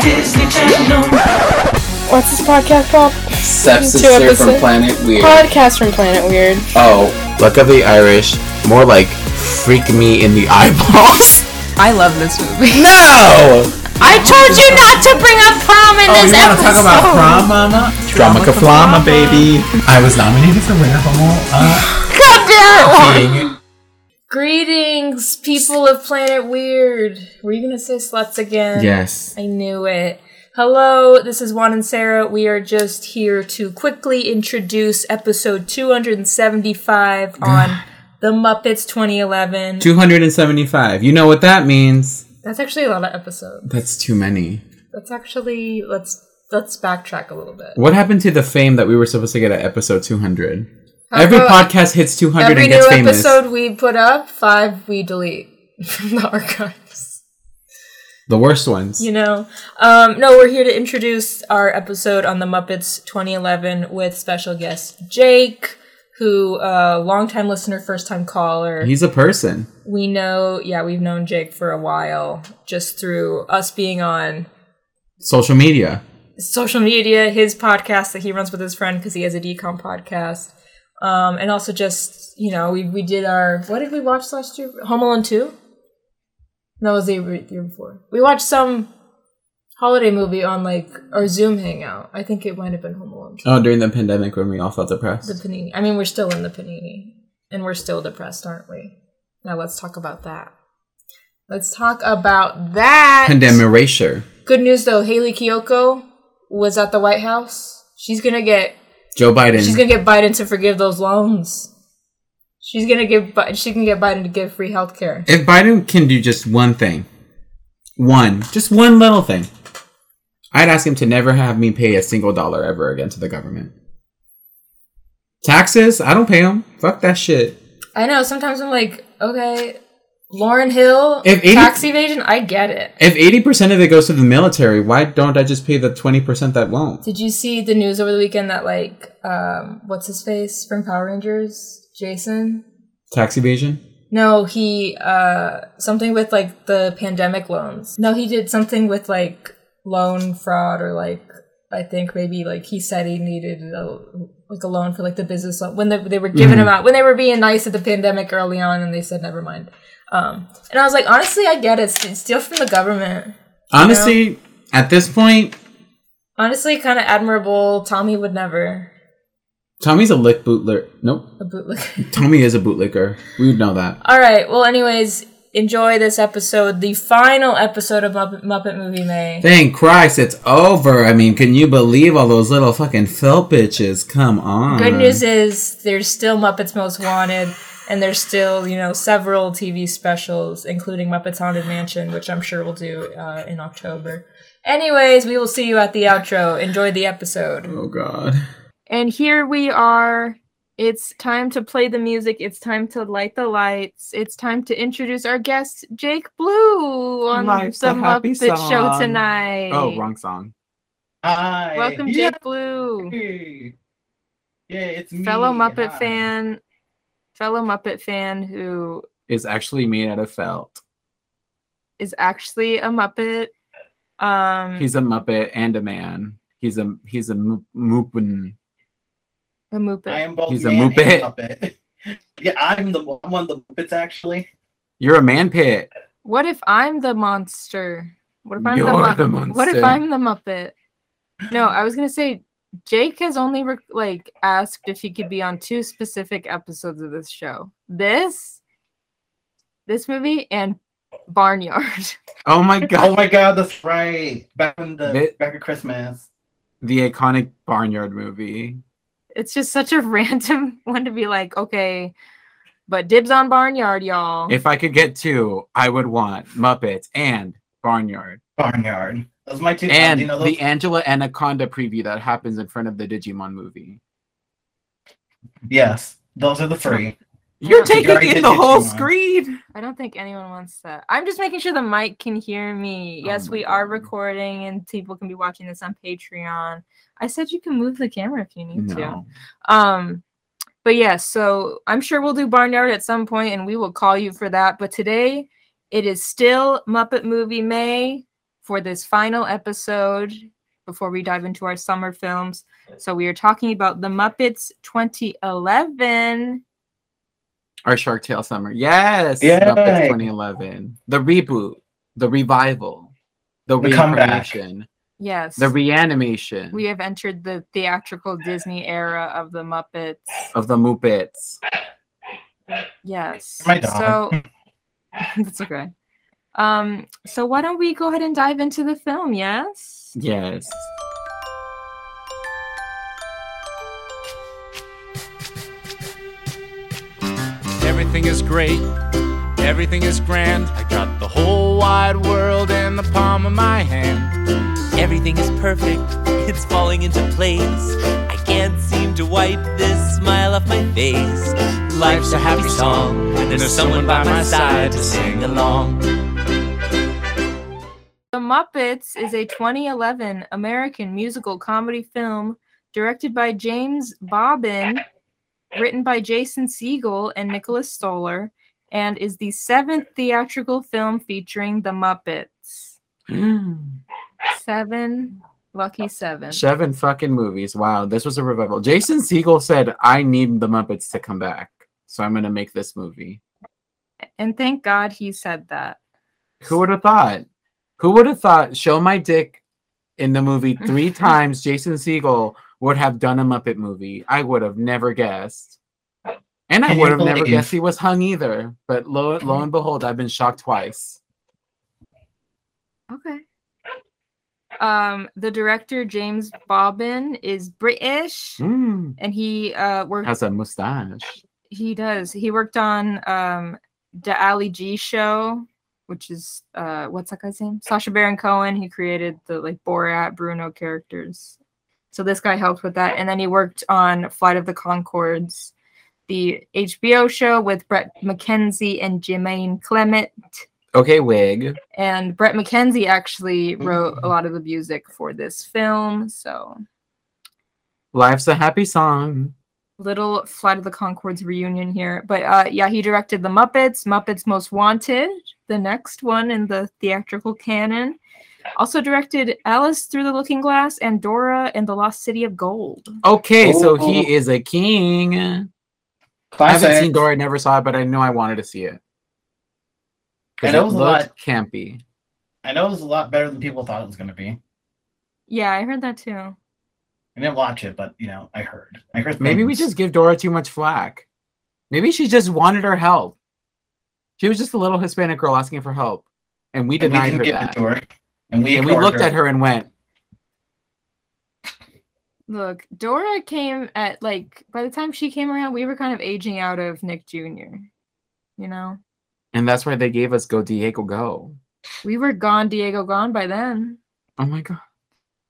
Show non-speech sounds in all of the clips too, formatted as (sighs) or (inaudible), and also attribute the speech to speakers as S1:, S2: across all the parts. S1: Disney Channel.
S2: What's this podcast called?
S3: Step's
S2: Two
S3: sister from
S2: episodes.
S3: Planet Weird.
S2: Podcast from Planet Weird.
S3: Oh, Luck of the Irish. More like freak me in the eyeballs.
S4: I love this movie.
S3: (laughs) No!
S2: (laughs) I told you not to bring up prom in
S5: Oh,
S2: this
S5: you want to
S2: episode.
S5: talk about prom, mama? Drama flama, baby. I was nominated for winner of all. Uh,
S2: God damn it.
S5: thing.
S2: Greetings, people of Planet Weird. Were you gonna say sluts again?
S3: Yes.
S2: I knew it. Hello, this is Juan and Sarah. We are just here to quickly introduce episode
S3: (sighs)
S2: 275 on The Muppets 2011.
S3: 275. You know what that means.
S2: That's actually a lot of episodes.
S3: That's too many.
S2: That's actually let's let's backtrack a little bit.
S3: What happened to the fame that we were supposed to get at episode 200?
S2: How
S3: every
S2: about
S3: podcast hits 200
S2: Oh, Every
S3: and
S2: new
S3: gets famous.
S2: episode we put up, five we delete (laughs) from the archives.
S3: The worst ones.
S2: You know, um, no, we're here to introduce our episode on the Muppets 2011 with special guest Jake, who uh, longtime listener, first time caller.
S3: He's a person.
S2: we know, yeah, we've known Jake for a while just through us being on
S3: Social media.
S2: social media, his podcast that he runs with his friend because he has a decom podcast, um, and also just you know we we did our what did we watch last year? Home Alone two. No, it was the year year before. We watched some holiday movie on like our Zoom hangout. I think it might have been Home Alone two.
S3: Oh, during the pandemic when we all felt depressed.
S2: The panini. I mean, we're still in the panini, and we're still depressed, aren't we? Now let's talk about that. Let's talk about that.
S3: Pandemic erasure.
S2: Good news though, Haley Kiyoko was at the White House. She's gonna get
S3: Joe Biden.
S2: she's gonna get Biden to forgive those loans. She's gonna give Bi- she can get Biden to give free healthcare.
S3: if Biden can do just one thing, one, just one little thing, I'd ask him to never have me pay a single dollar ever again to the government. Taxes? I don't pay them. Fuck that shit.
S2: I know sometimes I'm like, okay, Lauren Hill,
S3: If eighty-
S2: tax evasion. I get it.
S3: If 80% of it goes to the military, why don't I just pay the 20% that won't?
S2: Did you see the news over the weekend that like um, what's his face from Power Rangers, Jason?
S3: Tax evasion?
S2: No, he uh something with like the pandemic loans. No, he did something with like loan fraud or like I think maybe like he said he needed a like a loan for like the business loan when they, they were giving him out when they were being nice at the pandemic early on and they said never mind. Um, and I was like, honestly, I get it. St- Steal from the government.
S3: Honestly, at this point,
S2: Honestly, kind of admirable. Tommy would never
S3: Tommy's a lick bootler. Nope.
S2: a bootlicker. (laughs)
S3: Tommy is a bootlicker. We would know that.
S2: All right. Well, anyways, enjoy this episode, the final episode of Muppet, Muppet Movie May.
S3: Thank Christ it's over. I mean, can you believe all those little fucking felt bitches? Come on.
S2: Good news is there's still Muppets Most Wanted, and there's still you know several TV specials, including Muppets Haunted Mansion, which I'm sure we'll do uh, in October. Anyways, we will see you at the outro. Enjoy the episode.
S3: Oh, God.
S2: And here we are. It's time to play the music. It's time to light the lights. It's time to introduce our guest, Jake Blue, on
S5: Life's
S2: the
S5: a happy
S2: Muppet Show
S5: song.
S2: tonight.
S3: Oh, song.
S5: Hi.
S2: Welcome,
S5: yeah.
S2: Jake Blue,
S5: Yeah, it's me.
S2: fellow Muppet
S5: Hi.
S2: fan, fellow Muppet fan who
S3: It's actually made out of felt.
S2: is actually a Muppet. Um,
S3: He's a Muppet and a man. He's a he's a mu- Muppet.
S2: a
S5: I
S2: Muppet.
S5: am both
S3: He's a
S5: man and
S3: Muppet.
S5: Muppet. (laughs) yeah, I'm the I'm one of the Muppets actually.
S3: You're a man pit.
S2: What if I'm the monster? What if I'm
S3: You're
S2: the, Mu-
S3: the
S2: What if
S3: monster.
S2: I'm the Muppet? No, I was gonna say Jake has only re- like asked if he could be on two specific episodes of this show. This, this movie, and Barnyard. (laughs)
S3: Oh my
S5: Oh
S3: god.
S5: my god, that's right. Back in the
S3: Bit-
S5: back at Christmas.
S3: The iconic barnyard movie.
S2: It's just such a random (laughs) one to be like, okay, but dibs on Barnyard, y'all.
S3: If I could get two, I would want Muppets and Barnyard.
S5: Barnyard. Those my two
S3: And
S5: you know those
S3: the Angela Anaconda preview that happens in front of the Digimon movie.
S5: Yes. Those are the three.
S3: You're
S2: Yeah.
S3: taking
S5: Regarding
S3: in
S5: the
S3: the whole
S5: Digimon.
S3: screen.
S2: I don't think anyone wants that. I'm just making sure the mic can hear me.
S3: Oh
S2: Yes,
S3: my
S2: we are
S3: God.
S2: recording, and people can be watching this on Patreon. I said you can move the camera if you need to.
S3: No.
S2: Um, but yeah, so I'm sure we'll do Barnyard at some point and we will call you for that. But today it is still Muppet Movie May
S6: for this final episode before we dive into our summer films. So we are talking about The Muppets 2011.
S3: Our Shark Tale summer. Yes.
S5: Yay.
S3: Muppets 2011. The reboot, the revival, the,
S5: The comeback.
S3: reincarnation,
S6: Yes.
S3: the reanimation
S6: we have entered the theatrical Disney era of The Muppets.
S3: of the Muppets.
S6: Yes.
S5: My dog.
S6: So (laughs) that's okay. Um, so why don't we go ahead and dive into the film? Yes.
S3: Yes.
S7: Everything is great. Everything is grand. I got the whole wide world in the palm of my hand.
S8: Everything is perfect, it's falling into place. I can't seem to wipe this smile off my face. Life's a happy song, and there's someone by my side to sing along.
S6: The Muppets is a 2011 American musical comedy film directed by James Bobbin, written by Jason Segel and Nicholas Stoller, and is the seventh theatrical film featuring the Muppets.
S3: Mm.
S6: Seven, lucky seven.
S3: Seven fucking movies. Wow, this was a revival. Jason Siegel said, I need the Muppets to come back. So I'm gonna make this movie.
S6: And thank God he said that.
S3: Who would have thought? Who would have thought show my dick in the movie
S5: (laughs)
S3: three times Jason Siegel would have done a Muppet movie? I would have never guessed. And I
S5: Can you
S3: would have never
S5: believe-
S3: guessed he was hung either. But lo, lo and behold, I've been shocked twice.
S6: Okay. Um, the director James Bobbin is British,
S3: Mm,
S6: and he uh, worked.
S3: has a mustache.
S6: He does. He worked on um, the Ali G show, which is uh, what's that guy's name? Sasha Baron Cohen. He created the like Borat, Bruno characters. So this guy helped with that, and then he worked on Flight of the Concords, the HBO show with Brett McKenzie and Jermaine Clement.
S3: Okay, wig.
S6: and Brett McKenzie actually wrote a lot of the music for this film. So,
S3: Life's a happy song.
S6: little Flight of the Concords reunion here. But uh, yeah, he directed The Muppets, Muppets Most Wanted, the next one in the theatrical canon. Also directed Alice Through the Looking Glass and Dora and the Lost City of Gold.
S3: Okay, so he
S5: Ooh.
S3: is a king. (laughs) I
S5: Classic.
S3: haven't seen Dora. I never saw it, but I knew I wanted to see it. 'Cause
S5: I know it was a lot.
S3: looked campy.
S5: I know it was a lot better than people thought it was going to be.
S6: Yeah, I heard that too.
S5: I didn't watch it, but you know, I heard. I heard.
S3: Maybe we
S5: things.
S3: just give Dora too much flack. Maybe she just wanted our help. She was just a little Hispanic girl asking for help, and we
S5: And we
S3: denied
S5: didn't
S3: her
S5: give
S3: that.
S5: it to her. And we
S3: and we
S5: ignored
S3: looked at her and went,
S6: Look, Dora came at like, by the time she came around, we were kind of aging out of Nick Jr., you know?
S3: and that's why they gave us "Go Diego Go."
S6: We were gone, Diego gone by then.
S3: Oh my god!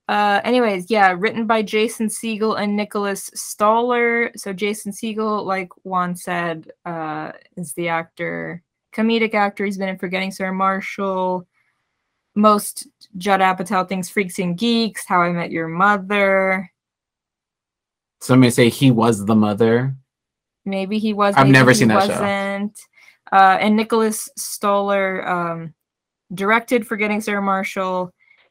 S6: Uh, anyways, yeah, written by Jason Siegel and Nicholas Stoller. So Jason Siegel, like Juan said, uh, is the actor, comedic actor. He's been in Forgetting Sarah Marshall, most Judd Apatow things, Freaks and Geeks, How I Met Your Mother.
S3: Some may say he was the mother.
S6: Maybe he was.
S3: I've
S6: maybe
S3: never
S6: he
S3: seen that show.
S6: wasn't. Uh, and Nicholas Stoller um, directed Forgetting Sarah Marshall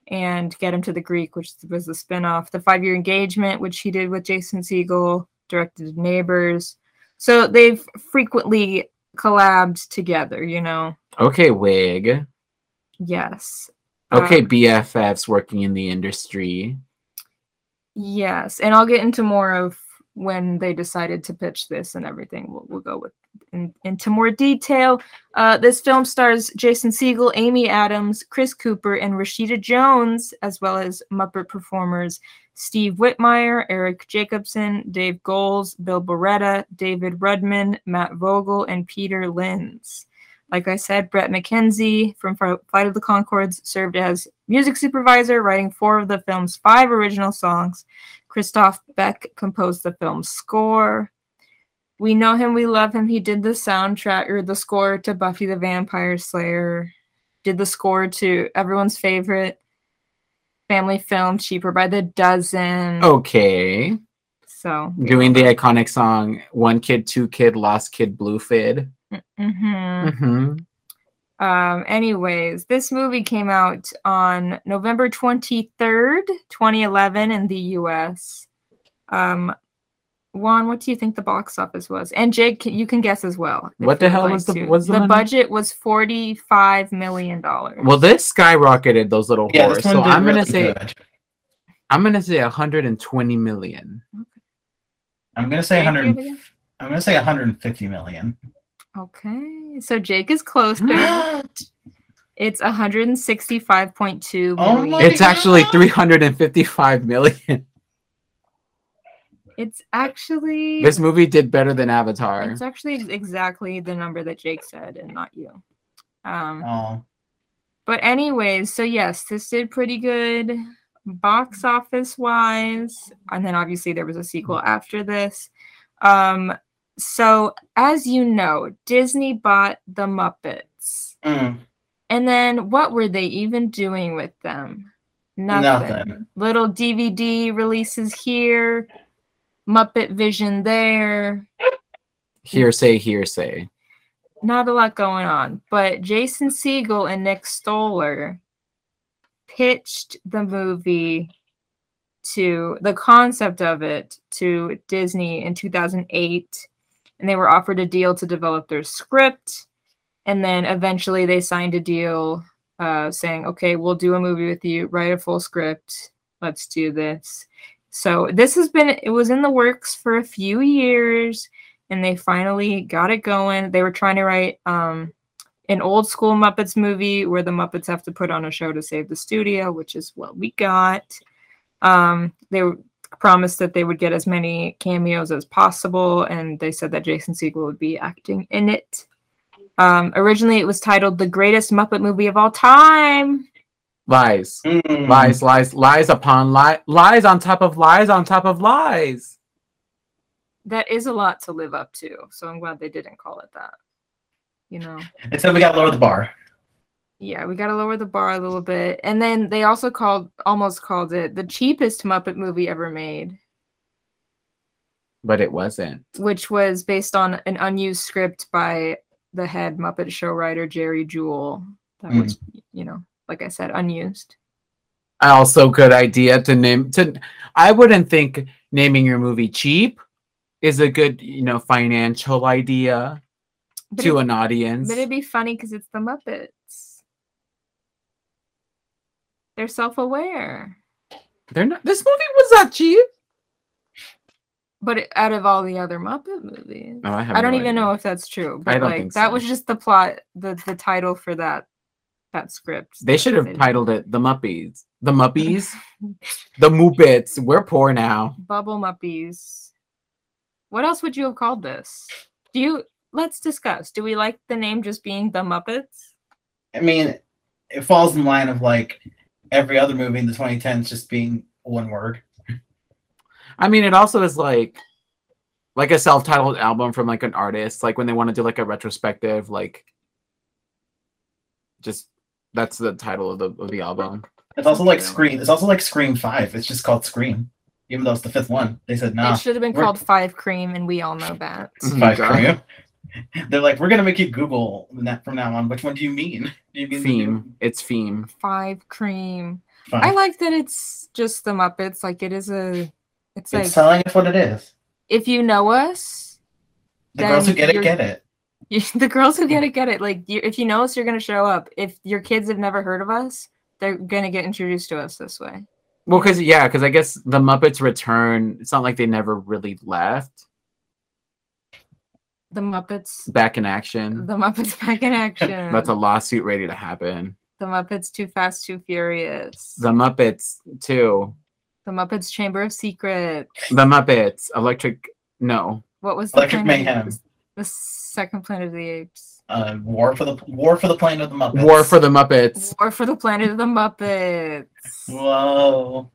S6: and Get Him to the Greek, which was the spinoff. The Five Year Engagement, which he did with Jason Siegel, directed Neighbors. So they've frequently collabed together, you know?
S3: Okay, wig.
S6: Yes.
S3: Okay,
S6: Um,
S5: Uh,
S3: BFFs working in the industry.
S6: Yes, and I'll get into more of when they decided to pitch this and everything. We'll, we'll go with in, into more detail. Uh, this film stars Jason Siegel, Amy Adams, Chris Cooper, and Rashida Jones, as well as Muppet performers Steve Whitmire, Eric Jacobson, Dave Goles, Bill Beretta, David Rudman, Matt Vogel, and Peter Linz. Like I said, Brett McKenzie from Fri- Flight of the Concords served as music supervisor, writing four of the film's five original songs. Christoph Beck composed the film's score. We know him, we love him. He did the soundtrack or the score to Buffy the Vampire Slayer, did the score to everyone's favorite family film, Cheaper by the Dozen.
S3: Oh. Okay.
S6: So,
S3: doing the iconic song "One Kid, Two Kid, Lost Kid, Blue Fid."
S6: mhm.
S3: hmm
S6: Um, anyways, this movie came out on November 23rd, 2011, in the US. Um, Juan, what do you think the box office was? And Jake, can- you can guess as well. if
S3: What the
S6: you'd
S3: hell
S6: like
S3: was the-
S6: to.
S3: was the
S6: the
S3: money?
S6: budget was $45 million.
S3: Well, this skyrocketed those little
S5: Yeah,
S3: whores.
S5: this one
S3: So
S5: did
S3: I'm gonna
S5: really
S3: say
S5: good.
S3: I'm gonna say 120 million.
S5: I'm gonna say
S6: Jake, you
S5: 100.
S6: have a guess?
S5: I'm gonna say 150
S6: (gasps)
S5: million.
S6: Okay, so Jake is
S3: (gasps)
S6: closer. it's 165.2
S5: Oh
S6: million.
S5: my-
S3: It's actually 355 million.
S6: It's actually
S3: This movie did better than Avatar.
S6: It's actually ex- exactly the number that Jake said and not you. Um,
S5: Oh,
S6: But, anyways, so yes, this did pretty good box office wise. And then obviously there was a sequel after this. Um, so, as you know, Disney bought the Muppets.
S5: Mm,
S6: And then what were they even doing with them? Nothing.
S5: nothing.
S6: Little DVD releases here, Muppet Vision there.
S3: Hearsay, hearsay.
S6: not a lot going on, but Jason Siegel and Nick Stoller pitched the movie to the concept of it to Disney in 2008, and they were offered a deal to develop their script. And then eventually they signed a deal uh, saying, okay, we'll do a movie with you, write a full script, let's do this. So this has been, it was in the works for a few years and they finally got it going. They were trying to write um, an old school Muppets movie where the Muppets have to put on a show to save the studio, which is what we got. Um, they were promised that they would get as many cameos as possible, and they said that Jason Segel would be acting in it. Um, originally, it was titled "The Greatest Muppet Movie of All Time."
S3: Lies.
S5: Mm.
S3: Lies, lies, lies upon lies, lies on top of lies on top of lies.
S6: That is a lot to live up to, so I'm glad they didn't call it that. You know.
S5: Instead, we got lower the bar.
S6: Yeah, we got to lower the bar a little bit. And then they also called almost called it the cheapest Muppet movie ever made,
S3: But it wasn't.
S6: which was based on an unused script by the head Muppet show writer Jerry Jewell. That
S5: Mm.
S6: was, you know, like I said, unused.
S3: Also, good idea to name. To I wouldn't think naming your movie cheap is a good, you know, financial idea
S6: But,
S3: to
S6: it,
S3: an audience.
S6: but it'd be funny because it's the Muppets. They're self-aware.
S3: They're not. This movie was not cheap.
S6: But it- out of all the other Muppet movies,
S3: No, I have.
S6: I don't
S3: no
S6: even
S3: idea.
S6: know if that's true, but
S3: don't
S6: like
S3: think
S6: that
S3: so.
S6: was just the plot, the the title for that that script.
S3: They
S6: that
S3: should have
S6: did.
S3: titled it "The Muppies."
S6: (laughs)
S3: The Muppies. the Muppets. We're poor now.
S6: Bubble Muppies. What else would you have called this? Do you let's discuss. Do we like the name just being the Muppets?
S5: I mean, it falls in line of like every other movie in the 2010s just being one word.
S3: I mean, it also is like, like a self-titled album from like an artist. Like when they want to do like a retrospective, like, just that's the title of the of the album.
S5: It's also like Scream. It's also like Scream Five. It's just called Scream, even though it's the fifth one. They said nah.
S6: it should have been
S5: we're-
S6: called Five Cream, and we all know
S3: (laughs)
S6: that.
S3: Mhm.
S5: Five
S3: God.
S5: Cream. (laughs) They're like, we're gonna make you Google that from now on. Which one do you mean? Do you mean the
S3: Theme. It's theme.
S6: Five Cream.
S5: Five.
S3: Uh-huh.
S6: I like that it's just the Muppets. Like it is a. It's like
S5: It's telling us what it is.
S6: if you know us,
S5: The girls who
S6: Then
S5: get it
S6: you're-
S5: get it.
S6: you, (laughs) the girls who get it get it. Like you, if you know us, you're gonna show up. If your kids have never heard of us, they're gonna get introduced to us this way.
S3: Well, because yeah, because I guess the Muppets return. It's not like they never really left.
S6: The Muppets.
S3: Back in action.
S6: The Muppets back
S3: (laughs)
S6: in action.
S3: Mm. That's a lawsuit ready to happen.
S6: The Muppets Too Fast, Too Furious.
S3: The
S6: The,
S3: Muppets too.
S6: Muppets Chamber of Secrets.
S3: The Muppets. Electric. No.
S6: What was the
S5: Electric
S6: Planet of the
S5: Mayhem.
S6: Apes? The second Planet of the Apes.
S5: Uh, war for the war for the plane of the Muppets.
S3: War for the Muppets.
S6: War for the Planet of the Muppets.
S5: Whoa.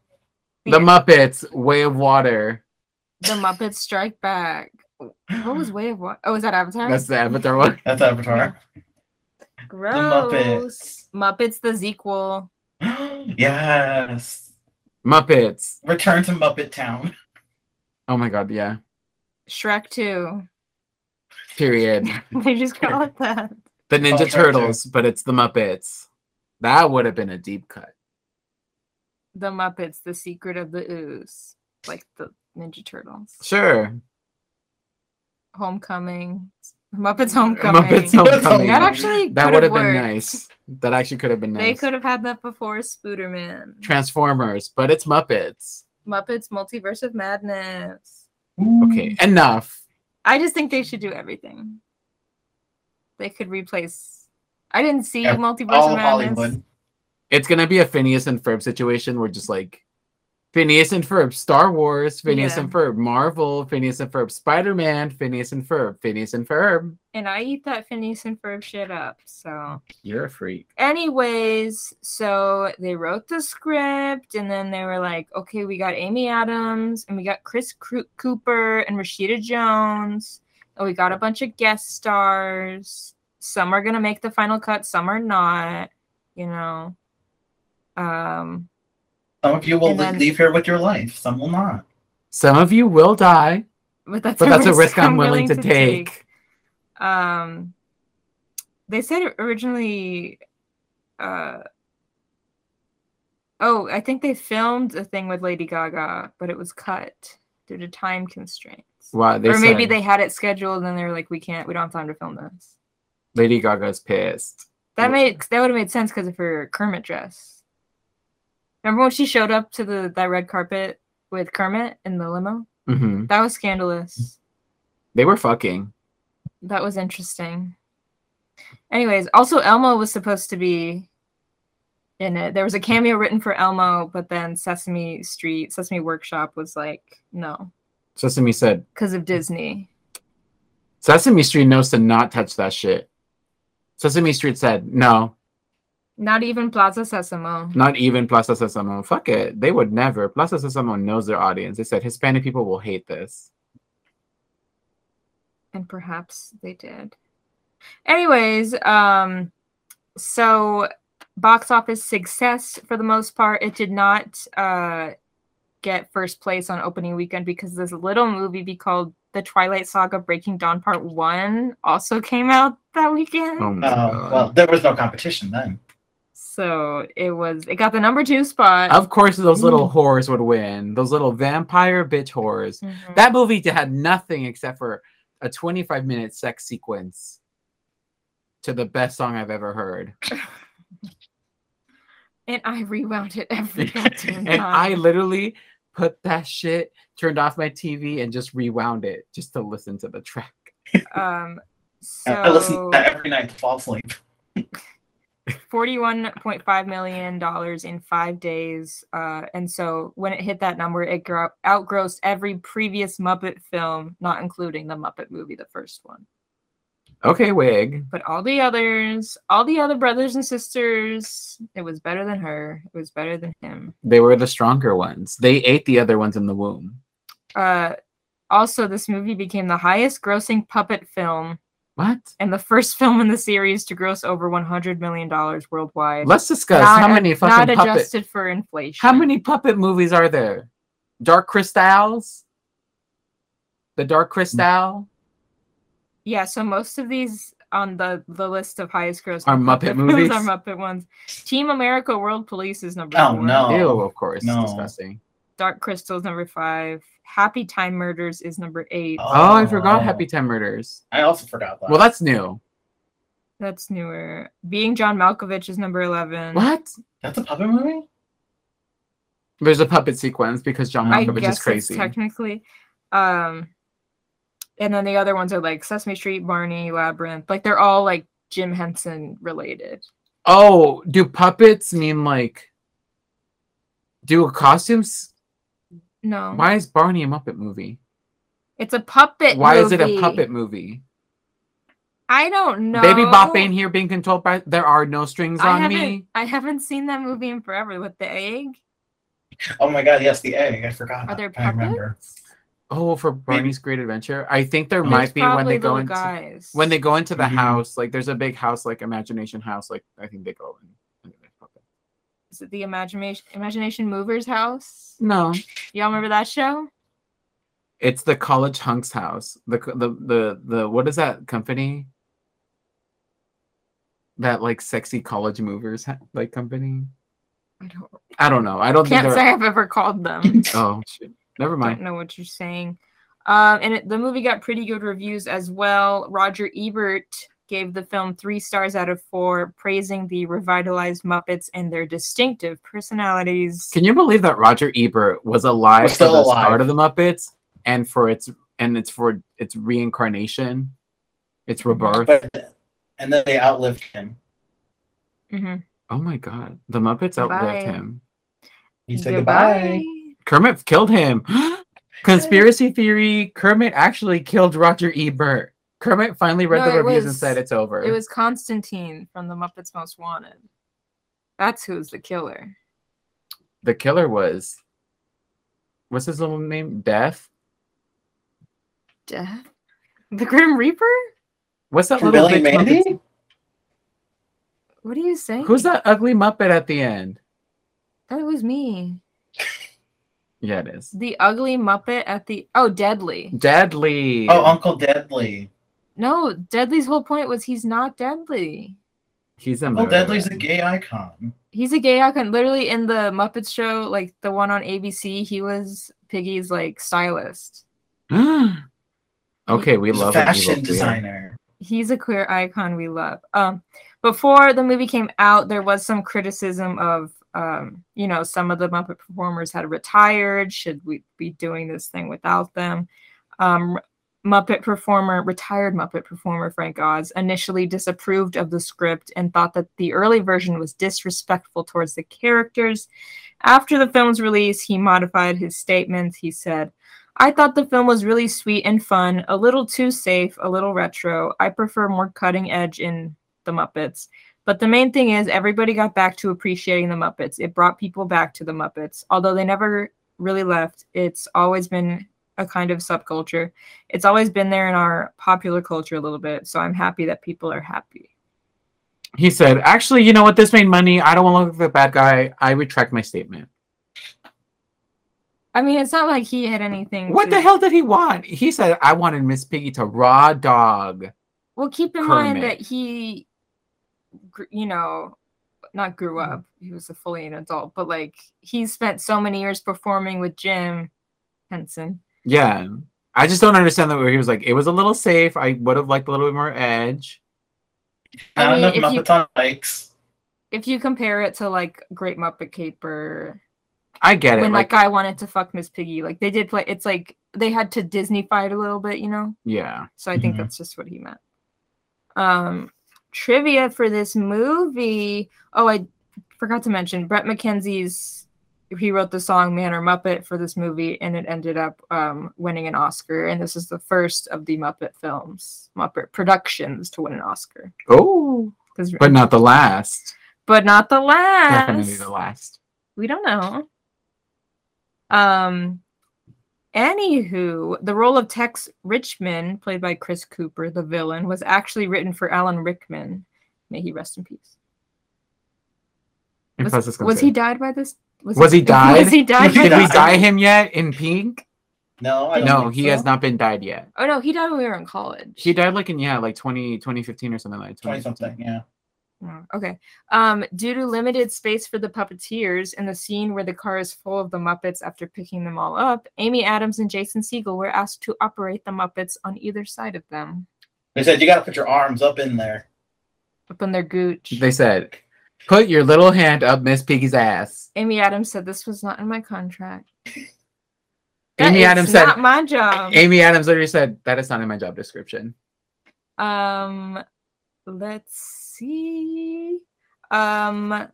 S3: The Muppets. Way of Water.
S6: The Muppets Strike Back. What was Way of Water? Oh, is that Avatar?
S3: That's the Avatar one.
S5: That's Avatar. (gasps)
S6: Gross.
S5: Muppets.
S6: Muppets the sequel.
S5: yes.
S3: Muppets.
S5: Return to Muppet Town.
S3: Oh my god. Yeah.
S6: Shrek 2.
S3: Period. (laughs)
S6: They just call it that.
S3: The Ninja
S5: right, too.
S3: Turtles, but it's the Muppets. That would have been a deep cut.
S6: The Muppets, The Secret of the Ooze, like the Ninja Turtles,
S3: Sure.
S6: Homecoming, Muppets Homecoming.
S3: Muppets
S5: Homecoming.
S3: Homecoming.
S6: That actually
S3: That would
S6: could
S3: have
S6: have
S3: been
S6: worked.
S3: nice. That actually could have been nice.
S6: They could have had that before Spooderman.
S3: Transformers, but it's Muppets.
S6: Muppets Multiverse of Madness.
S3: Okay,
S6: Mm.
S3: enough.
S6: I just think they should do everything. They could replace. I didn't see
S5: Yeah,
S6: Multiverse
S5: All
S6: of
S5: of
S6: Madness.
S5: Hollywood.
S3: It's gonna be a Phineas and Ferb situation where just like Phineas and Ferb, Star Wars, Phineas
S6: Yeah.
S3: and Ferb, Marvel, Phineas and Ferb, Spider Man, Phineas and Ferb, Phineas and Ferb.
S6: And I eat that Phineas and Ferb shit up. So,
S3: You're a freak.
S6: anyways, so they wrote the script, and then they were like, okay, we got Amy Adams, and we got Chris Cru- Cooper, and Rashida Jones, and we got a bunch of guest stars. Some are gonna make the final cut, some are not. You know, um,
S5: Some of you will
S6: And then-
S5: leave here with your life. Some will not.
S3: Some of you will die,
S6: but that's
S3: but that's a risk I'm willing to take.
S6: um they said originally uh oh i think they filmed a thing with lady gaga but it was cut due to time constraints
S3: Wow, they
S6: or maybe
S3: said
S6: they had it scheduled and they were like we can't we don't have time to film this
S3: Lady Gaga's pissed.
S6: that
S3: Wh-
S6: made that would have made sense because of her kermit dress remember when she showed up to the that red carpet with kermit in the limo
S3: hmm
S6: that was scandalous
S3: They were fucking.
S6: That was interesting. Anyways, also Elmo was supposed to be in it. There was a cameo written for Elmo, but then Sesame Street, Sesame Workshop was like, no,
S3: Sesame said,
S6: because of Disney.
S3: Sesame Street knows to not touch that shit. Sesame Street said, no,
S6: Not even Plaza Sesame.
S3: Not even Plaza Sesamo. Fuck it. They would never. Plaza Sesamo knows their audience. They said Hispanic people will hate this.
S6: And perhaps they did. Anyways, um, so box office success for the most part. It did not uh, get first place on opening weekend because this little movie be called The Twilight Saga Breaking Dawn Part 1 also came out that weekend.
S3: Oh my
S5: Uh,
S3: god.
S5: well, there was no competition then.
S6: So it was it got the number 2 spot.
S3: of course, those little whores would win. Those little vampire bitch whores.
S6: Mhm.
S3: Oh. That movie d- had nothing except for a 25 minute sex sequence to the best song I've ever heard.
S6: and I rewound it every goddamn
S3: (laughs) and I
S6: time.
S3: literally put that shit, turned off my TV, and just rewound it just to listen to the track.
S6: um so
S5: I listen to that every night to fall asleep.
S6: $41.5 million in five days. Uh, and so when it hit that number, it gro- outgrossed every previous Muppet film, not including the Muppet movie, the first one.
S3: Okay, wig.
S6: But all the others, all the other brothers and sisters, it was better than her. It was better than him.
S3: They were the stronger ones. They ate the other ones in the womb.
S6: Uh, also, this movie became the highest grossing puppet film
S3: What?
S6: and the (laughs) first film in the series to gross over $100 million worldwide.
S3: Let's discuss
S6: Not
S3: how
S6: ad-
S3: many
S6: not
S3: fucking puppet
S6: adjusted for inflation.
S3: how many puppet movies are there? Dark Crystals? The Dark Crystal
S6: Yeah, so most of these on the the list of highest gross
S3: are Muppet movies.
S6: films are Muppet (laughs) ones. Team America: World Police is number
S5: Oh,
S6: four.
S5: no.
S3: Ew, of course.
S5: no.
S3: Disgusting.
S6: Dark Crystal's number five. Happy Time Murders is number eight.
S3: Oh, I forgot Happy Time Murders.
S5: I also forgot that.
S3: Well, that's new.
S6: That's newer. Being John Malkovich is number eleven.
S3: What?
S5: that's a puppet movie.
S3: There's a puppet sequence because John
S6: I
S3: Malkovich
S6: guess
S3: is
S6: it's
S3: crazy.
S6: technically. Um, and then the other ones are like Sesame Street, Barney, Labyrinth. Like they're all like Jim Henson related.
S3: oh, do puppets mean like do costumes?
S6: No,
S3: Why is Barney a Muppet movie?
S6: it's a puppet.
S3: Why is it a
S6: movie.
S3: puppet movie?
S6: I don't know.
S3: Baby Bop ain't here being controlled by. There are no strings
S6: I
S3: on
S6: haven't,
S3: me.
S6: I haven't seen that movie in forever with the egg.
S5: Oh my god, yes, the egg. I forgot.
S6: Are there
S5: I remember.
S6: puppets?
S3: Oh, for Barney's Great Adventure, I think there
S5: There's
S3: might be when they go
S6: little
S3: into
S6: guys.
S3: when they go into the
S5: Mhm.
S3: house. Like there's a big house, like Imagination House. Like I think they go in. and they're fucking-
S6: Is it the imagination imagination movers house?
S3: No,
S6: Y'all remember that show?
S3: it's the College Hunks house. The co- the the the what is that company? that like sexy college movers ha- like company?
S6: I don't,
S3: I don't know. I don't think
S6: can't
S3: they're.
S6: say I've ever called
S3: (laughs)
S6: them.
S3: Oh shit. Never
S6: don't
S3: mind.
S6: know what you're saying. Um, and it, the movie got pretty good reviews as well. Roger Ebert gave the film three stars out of four, praising the revitalized Muppets and their distinctive personalities.
S3: Can you believe that Roger Ebert was alive
S5: Was
S3: for
S5: still
S3: the
S5: alive.
S3: start of the Muppets and for its and it's for its reincarnation, its rebirth.
S5: (laughs) But, and then they outlived him.
S6: Mhm.
S3: Oh my god, the Muppets outlived
S6: Bye.
S3: him.
S5: He said goodbye.
S3: Kermit killed him. (gasps) Conspiracy theory: Kermit actually killed Roger Ebert. Kermit finally read
S6: No,
S3: the
S6: it
S3: reviews and
S6: was-
S3: said it's over.
S6: It was Constantine from The Muppets Most Wanted. That's who's the killer.
S3: the killer was. What's his little name? Death.
S6: Death? The Grim Reaper?
S3: What's that
S5: From
S3: little
S5: Billy
S3: bitch
S5: Mandy?
S3: Muppet's-
S6: What are you saying?
S3: Who's that ugly Muppet at the end?
S6: That was me.
S3: Yeah, it is.
S6: The ugly Muppet at the oh Deadly.
S3: Deadly.
S5: Oh, Uncle Deadly.
S6: No, Deadly's whole point was he's not deadly.
S3: he's a.
S5: Uncle
S3: murderer.
S5: Oh, Deadly's a gay icon.
S6: He's a gay icon. Literally in the Muppet Show, like the one on ABC, he was Piggy's like stylist.
S3: Mm. okay, we
S5: He's a
S3: love an evil
S5: fashion
S3: queer.
S5: designer.
S6: He's a queer icon we love. Um, before the movie came out, there was some criticism of um, you know, some of the Muppet performers had retired. Should we be doing this thing without them? Um, Muppet performer, retired Muppet performer Frank Oz initially disapproved of the script and thought that the early version was disrespectful towards the characters. After the film's release, he modified his statements. He said, I thought the film was really sweet and fun, a little too safe, a little retro. I prefer more cutting edge in the Muppets. But the main thing is, everybody got back to appreciating the Muppets. It brought people back to the Muppets. Although they never really left, it's always been a kind of subculture it's always been there in our popular culture a little bit. So I'm happy that people are happy.
S3: He said, "Actually, you know what? This made money. I don't want to look like the bad guy. I retract my statement."
S6: I mean, it's not like he had anything.
S3: What
S6: to-
S3: the hell did he want? He said, "I wanted Miss Piggy to raw dog."
S6: Well, keep in mind
S3: Kermit.
S6: that he, gr- you know, not grew
S3: Mm-hmm.
S6: up. He was a fully an adult, but like he spent so many years performing with Jim Henson.
S3: Yeah, I just don't understand that where he was like, "It was a little safe. I would have liked a little bit more edge."
S6: I
S5: Not enough
S6: mean, if you-
S5: Muppets on bikes.
S6: If you compare it to like Great Muppet Caper,
S3: I get it.
S6: when
S3: Like,
S6: that guy wanted to fuck Miss Piggy, like they did play. It's like they had to Disneyfy it a little bit, you know.
S3: yeah,
S6: So I
S3: Mm-hmm.
S6: think
S5: Mhm.
S6: that's just what he meant. Um, trivia for this movie. Oh, I forgot to mention Brett McKenzie's. He wrote the song "Man or Muppet" for this movie, and it ended up um, winning an Oscar. And this is the first of the Muppet films, Muppet productions, to win an Oscar.
S3: oh,
S6: 'Cause-
S3: but not the last.
S6: but not the last.
S3: Definitely the last.
S6: We don't know. Um, anywho, the role of Tex Richmond, played by Chris Cooper, the villain, was actually written for Alan Rickman. May he rest in peace.
S3: And plus
S6: Was,
S3: it's
S6: was he
S3: considered-
S6: died by this?
S3: Was he died?
S6: (laughs) Was he died?
S3: (laughs)
S5: Was he
S6: by
S3: Did we
S6: this?
S3: dye him yet in pink?
S5: No, I don't
S3: No,
S5: think
S3: he
S5: so.
S3: has not been dyed yet.
S6: Oh no, he died when we were in college.
S3: He died like in yeah, like 20, 2015 or something like
S5: 20
S3: that.
S5: something, yeah.
S6: Oh, Okay. Um, due to limited space for the puppeteers and the scene where the car is full of the Muppets after picking them all up, Amy Adams and Jason Siegel were asked to operate the Muppets on either side of them.
S5: They said you got to put your arms up in there.
S6: Up on their gooch.
S3: They said, "Put your little hand up Miss Piggy's ass."
S6: Amy Adams said this was not in my contract.
S3: Amy
S6: That
S3: Adams
S6: is
S3: said-
S6: not my job.
S3: Amy Adams literally said, "That is not in my job description."
S6: Um, let's see. Um,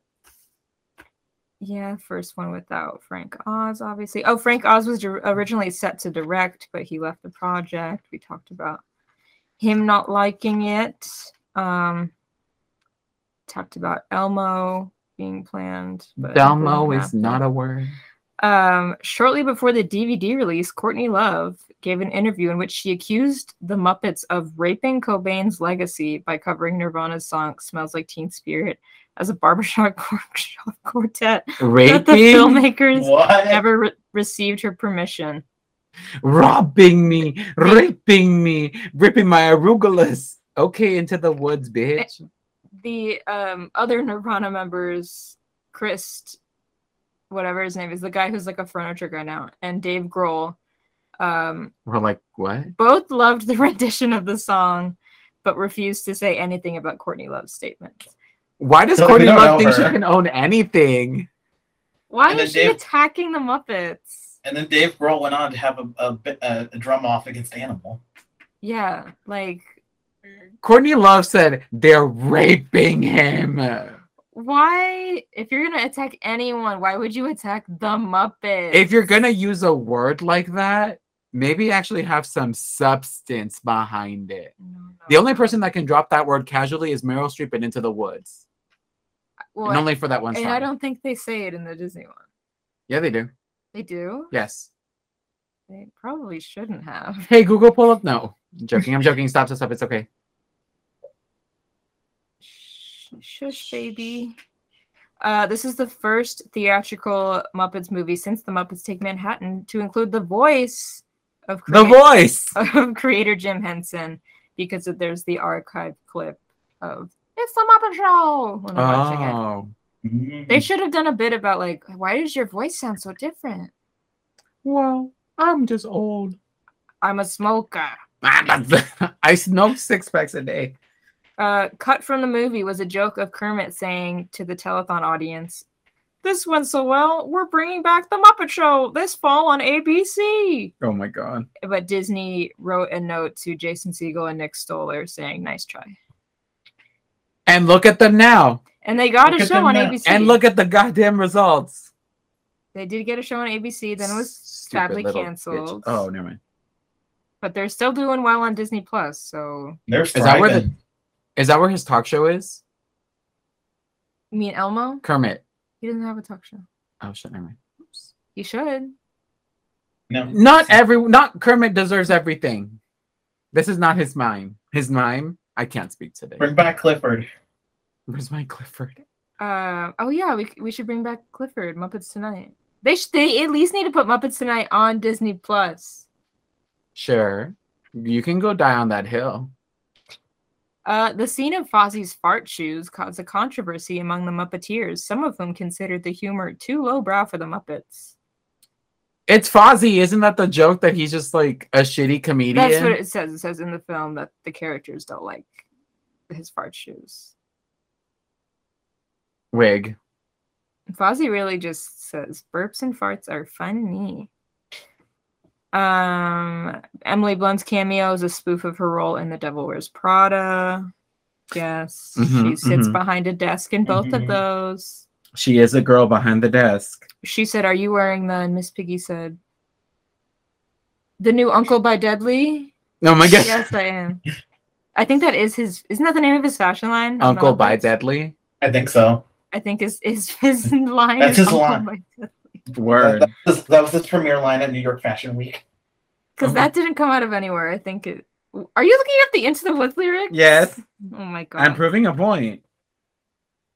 S6: yeah, first one without Frank Oz, obviously. Oh, Frank Oz was dir- originally set to direct, but he left the project. We talked about him not liking it. Um, talked about Elmo being planned. but it didn't
S3: Delmo is
S6: happen.
S3: not a word.
S6: Um, shortly before the DVD release, Courtney Love gave an interview in which she accused the Muppets of raping Cobain's legacy by covering Nirvana's song Smells Like Teen Spirit as a barbershop (laughs) quar- quartet. (laughs) But (laughs) the
S3: Raping,
S6: filmmakers
S5: What?
S6: never re- received her permission.
S3: robbing me, raping me, ripping my arugulas. Okay, into the woods, bitch.
S6: the um, other Nirvana members, Chris, whatever his name is, the guy who's like a furniture guy now, and Dave Grohl, um,
S3: We're like, what?
S6: both loved the (laughs) rendition of the song, but refused to say anything about Courtney Love's statement.
S3: Why does
S5: So we
S3: Courtney
S5: don't know
S3: Love think she
S5: her.
S3: can own anything?
S6: Why
S5: And
S6: is
S5: then
S6: she
S5: Dave-
S6: attacking the Muppets?
S5: And then Dave Grohl went on to have a, a, bi- a, a drum off against Animal.
S6: Yeah, like
S3: Courtney Love said they're raping him.
S6: why? If you're gonna attack anyone, why would you attack the Muppets?
S3: If you're gonna use a word like that, maybe actually have some substance behind it.
S6: No, no.
S3: The only person that can drop that word casually is Meryl Streep in Into the Woods,
S6: Well,
S3: and only for that one song.
S6: and I don't think they say it in the Disney one.
S3: Yeah, they do.
S6: They do.
S3: Yes.
S6: They probably shouldn't have.
S3: (laughs) Hey, Google, pull up. No, I'm joking. I'm joking. Stop, stop, stop. It's okay.
S6: Sh- Shush, baby. Uh, this is the first theatrical Muppets movie since The Muppets Take Manhattan to include the voice of
S3: (laughs) The
S6: creat-
S3: voice.
S6: (laughs) of creator Jim Henson because it- there's the archive clip of It's the Muppet Show when I'm watching it.
S3: Oh,
S5: Mm-hmm.
S6: They should have done a bit about like why does your voice sound so different?
S3: well, I'm just old. (laughs)
S6: I'm a smoker.
S3: I smoke six packs a day.
S6: Uh, cut from the movie was a joke of Kermit saying to the telethon audience, "This went so well, we're bringing back the Muppet Show this fall on ABC."
S3: Oh my god.
S6: But Disney wrote a note to Jason Segel and Nick Stoller saying, "Nice try,"
S3: And look at them now.
S6: and they got
S5: Look
S6: a
S5: at
S6: show
S5: them
S6: on
S5: now.
S6: ABC.
S3: And look at the goddamn results.
S6: they did get a show on ABC. Then it was
S3: Stupid
S6: sadly
S3: little bitch.
S6: canceled.
S3: Oh, never mind.
S6: but they're still doing well on Disney Plus. So,
S5: They're
S3: Is that where the
S5: thriving.
S3: is that where his talk show is?
S6: I mean, Elmo,
S3: Kermit.
S6: he doesn't have a talk show.
S3: Oh shit, never mind. Oops.
S6: He should.
S5: No.
S3: Not every not Kermit deserves everything. This is not his mime. His mime, I can't speak today.
S5: Bring back Clifford.
S3: Where's my Clifford?
S6: Uh, oh yeah, we c- we should bring back Clifford Muppets Tonight. They sh- they at least need to put Muppets Tonight on Disney Plus.
S3: Sure. You can go die on that hill.
S6: Uh, the scene of Fozzie's fart shoes caused a controversy among the Muppeteers, some of whom considered the humor too lowbrow for the Muppets.
S3: It's Fozzie, isn't that the joke that he's just like a shitty comedian?
S6: That's what it says. It says in the film that the characters don't like his fart shoes.
S3: Wig.
S6: Fozzie really just says burps and farts are funny. Um, Emily Blunt's cameo is a spoof of her role in The Devil Wears Prada. Yes,
S3: Mhm,
S6: she sits
S3: mhm.
S6: behind a desk in both
S5: Mhm.
S6: of those.
S3: She is a girl behind the desk.
S6: She said, "Are you wearing the?" And Miss Piggy said, "The new Uncle by Deadly."
S3: Oh my god.
S6: Yes, I am. I think that is his. Isn't that the name of his fashion line? on the
S3: (laughs) Uncle by
S6: Muppets?
S3: Deadly.
S5: I think so.
S6: I think is is his line.
S5: That's
S6: is
S5: his
S6: Uncle
S5: line.
S6: by Deadly.
S3: Word.
S5: That, that was, that was his premiere line at New York Fashion Week.
S6: Because
S3: Oh.
S6: that didn't come out of anywhere. I think it. w- Are you looking at the Into the Woods lyrics?
S3: Yes.
S6: Oh my god.
S3: I'm proving a point.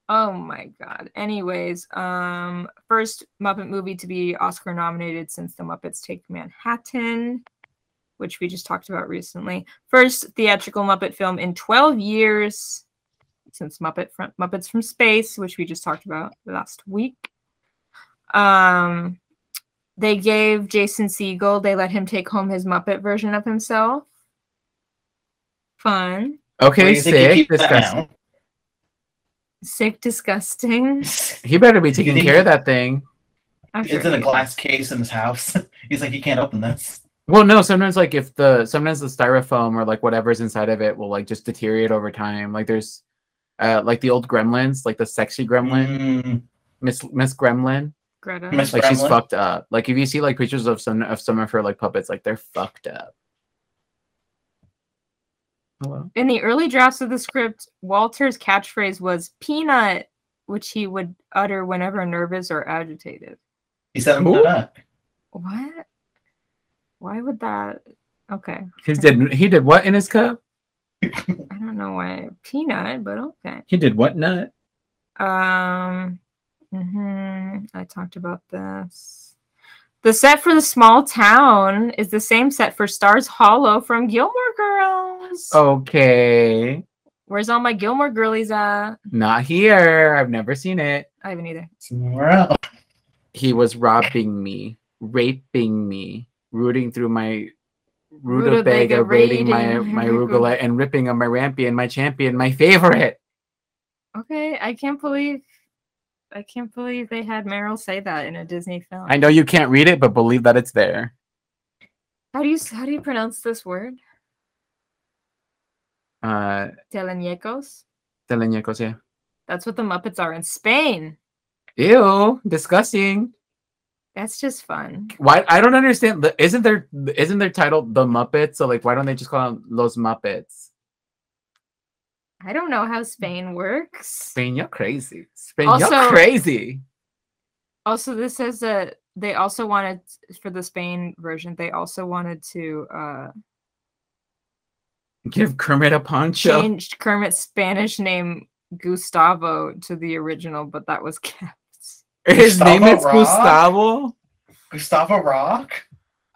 S6: oh my god. Anyways, um, first Muppet movie to be Oscar nominated since The Muppets Take Manhattan, which we just talked about recently. First theatrical Muppet film in 12 years since Muppet from Muppets from Space, which we just talked about last week. Um, they gave Jason Siegel, they let him take home his Muppet version of himself. Fun.
S5: Where
S3: Okay,
S5: do you think he
S3: sick.
S5: keeps that
S3: Disgusting.
S6: (laughs)
S5: now?
S6: Sick, disgusting.
S3: He better be taking
S5: think
S3: care
S5: he-
S3: of that thing.
S6: I'm
S5: It's in a
S6: he-
S5: glass case in his house. (laughs) He's like, he can't open this.
S3: Well, no, sometimes like if the sometimes the styrofoam or like whatever's inside of it will like just deteriorate over time. Like there's uh like the old gremlins, like the sexy gremlin,
S5: Mm,
S3: Miss Miss Gremlin.
S6: Greta.
S5: Miss
S3: Like she's
S5: Gremlin?
S3: fucked up. Like if you see like pictures of some of some of her like puppets, like they're fucked up. Hello?
S6: In the early drafts of the script, Walter's catchphrase was peanut, which he would utter whenever nervous or agitated.
S5: he said, I'm
S3: Who?
S5: not.
S6: What? Why would that? Okay.
S3: He did he did what in his cup?
S6: I don't know why peanut, but okay.
S3: He did what nut?
S6: Um, mhm, I talked about this. The set for the small town is
S3: Oh.
S6: the same set for Stars Hollow from Gilmore Girls.
S3: Okay.
S6: Where's all my Gilmore girlies at?
S3: Not here. I've never seen it.
S6: I haven't either.
S5: Somewhere else.
S3: He was robbing me, raping me, rooting through my rutabaga,
S6: Rutabaga,
S3: raiding my
S6: raiding (laughs)
S3: my
S6: my rug-
S3: arugula, and ripping on my rampion, my champion, my favorite.
S6: Okay, I can't believe I can't believe they had Meryl say that in a Disney film.
S3: I know you can't read it, but believe that it's there.
S6: How do you s- how do you pronounce this word?
S3: Uh,
S6: Teleñecos?
S3: teleñecos, yeah.
S6: That's what the Muppets are in Spain.
S3: Ew, disgusting.
S6: That's just fun.
S3: Why I don't understand. the- Isn't there isn't their title the Muppets? So like, why don't they just call them Los Muppets?
S6: I don't know how Spain works.
S3: Spain, you're crazy. Spain, you're
S6: Also-
S3: crazy.
S6: Also, this says that they also wanted for the Spain version. They also wanted to uh,
S3: Give Kermit a poncho.
S6: change Kermit's Spanish name Gustavo to the original, but that was (laughs) kept.
S3: His name
S5: Gustavo
S3: is
S5: Rock?
S3: Gustavo.
S5: Gustavo Rock?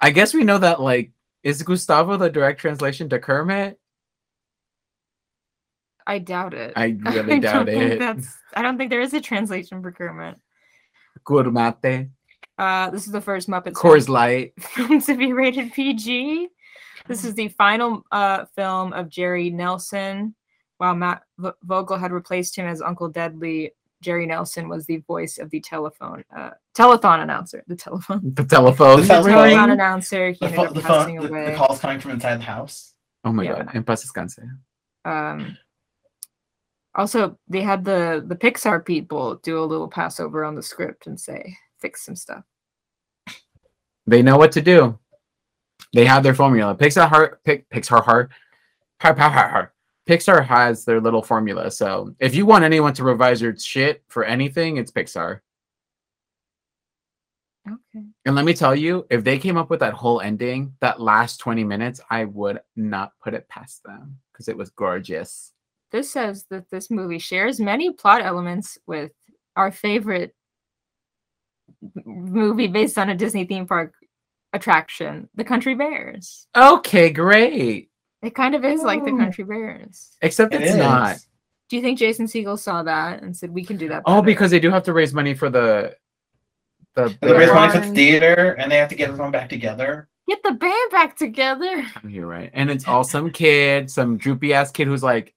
S3: I guess we know that. Like, is Gustavo the direct translation to Kermit?
S6: (laughs) I doubt it.
S3: I really
S6: don't
S3: doubt
S6: think
S3: it.
S6: That's, I don't think there is a translation for Kermit.
S3: Curmate,
S6: Uh, this is the first Muppets film-
S3: Coors Light.
S6: (laughs) film to be rated PG. This is the final uh, film of Jerry Nelson. While Matt V- Vogel had replaced him as Uncle Deadly, Jerry Nelson was the voice of the telephone uh, telethon announcer.
S5: (laughs)
S6: The telephone
S3: The telephone.
S5: The telephone.
S3: ring.
S6: telethon announcer. He
S5: The,
S6: ended
S5: pho-
S6: up
S5: the,
S6: passing
S5: phone, the, the
S6: away.
S5: call's coming from inside the house.
S3: Oh my
S6: Yeah.
S3: god! En paz descanse.
S6: um, also, they had the the Pixar people do a little passover on the script and say fix some stuff.
S3: They know what to do. They have their formula. Pixar, heart, pick, Pixar, heart, har, har, har, har. Pixar has their little formula. So if you want anyone to revise your shit for anything, it's Pixar.
S6: Okay.
S3: And let me tell you, if they came up with that whole ending, that last 20 minutes, I would not put it past them because it was gorgeous.
S6: this says that this movie shares many plot elements with our favorite m- movie based on a Disney theme park attraction, The Country Bears.
S3: Okay, great.
S6: It kind of is like The
S5: Oh.
S6: Country Bears.
S3: Except
S5: It
S3: it's
S5: is.
S3: not.
S6: Do you think Jason Siegel saw that and said, "We can do that"?
S3: Oh,
S6: better?"
S3: because they do have to raise money for the the,
S5: And they
S6: There
S5: raise
S6: are-
S5: money for the theater, and they have to get everyone back together.
S6: get the band back together. (laughs)
S3: You're right. And it's all some kid, some droopy ass kid who's like,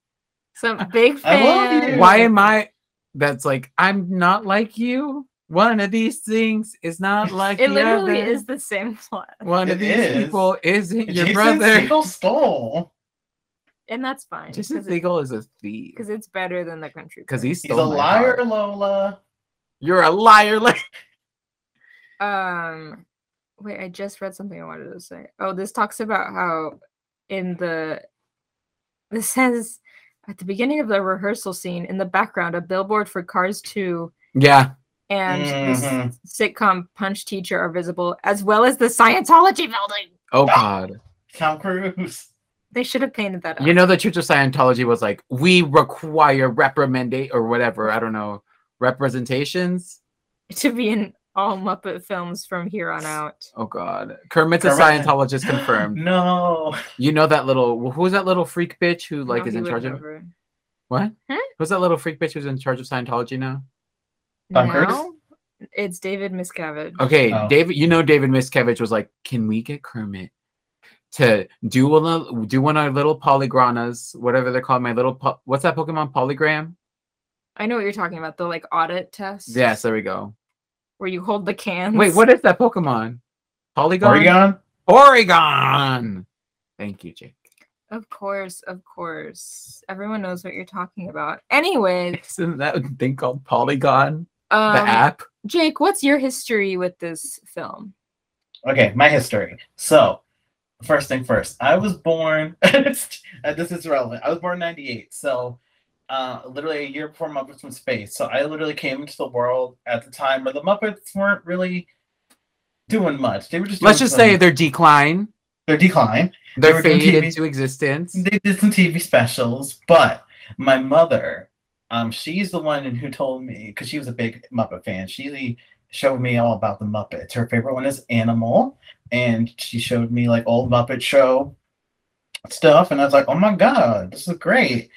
S6: Some big
S5: I love you.
S6: fan.
S3: why am I that's like I'm not like you? One of these things is not like
S6: It
S3: the
S6: literally
S3: other.
S6: is the same plot,
S3: one of
S5: It
S3: these
S5: is.
S3: people isn't your
S5: Jason
S3: brother.
S5: Segel stole.
S6: and that's fine because
S3: Jason Siegel is a thief.
S6: it's better than the Country
S3: Because
S6: Bears.
S3: he
S5: He's
S3: stole
S5: a
S3: my
S5: liar,
S3: heart.
S5: Lola.
S3: You're a liar. li-
S6: um wait i just read something i wanted to say oh this talks about how in the (laughs) this says at the beginning of the rehearsal scene in the background a billboard for cars 2
S3: (laughs) yeah.
S6: and the s-
S5: Mhm.
S6: sitcom punch teacher are visible as well as the scientology building
S5: (laughs)
S3: Oh God.
S5: Tom Cruise.
S6: they should have painted that up
S3: You know the Church of Scientology was like, we require reprimandate or whatever. I don't know representations.
S6: (laughs) to be in all muppet films from here on out
S3: Oh God. Kermit's a
S5: Kermit- (laughs)
S3: Scientologist
S5: (gasps)
S3: confirmed.
S5: no.
S3: You know that little who's that little freak bitch who like
S6: No,
S3: is
S6: he
S3: in
S6: would
S3: charge of
S6: never.
S3: what?
S6: Huh?
S3: Who's that little freak bitch who's in charge of Scientology now?
S5: Tom Cruise?
S6: No, it's david miscavige
S3: Okay,
S5: Oh.
S3: David. You know David Miscavige was like, "Can we get Kermit to do one of do one of our little polygranas, whatever they're called? My little po- what's that Pokemon polygram?
S6: i know what you're talking about the like audit test
S3: Yes, there we go.
S6: where you hold the cans.
S3: Wait, what is that Pokemon? Polygon.
S5: Oregon?
S3: Oregon! Thank you, Jake.
S6: Of course, of course. Everyone knows what you're talking about.
S5: (laughs)
S6: Anyways,
S3: Isn't that a thing called Polygon? The
S6: um,
S3: app.
S6: Jake, what's your history with this film?
S5: Okay, my history. So, first thing first, I was born. (laughs) this is relevant. I was born in '98, so uh, literally a year before Muppets from Space. So I literally came into the world at the time where the Muppets weren't really doing much. They were just
S3: Let's
S5: doing
S3: just say
S5: some-
S3: their decline,
S5: their decline.
S3: their
S5: were doing
S3: fade
S5: TV.
S3: into existence.
S5: They did some TV specials, but my mother, um, she's the one who told me because she was a big Muppet fan. She showed me all about the Muppets. Her favorite one is Animal, and she showed me like old Muppet Show stuff, and I was like, "Oh my god, this is great!"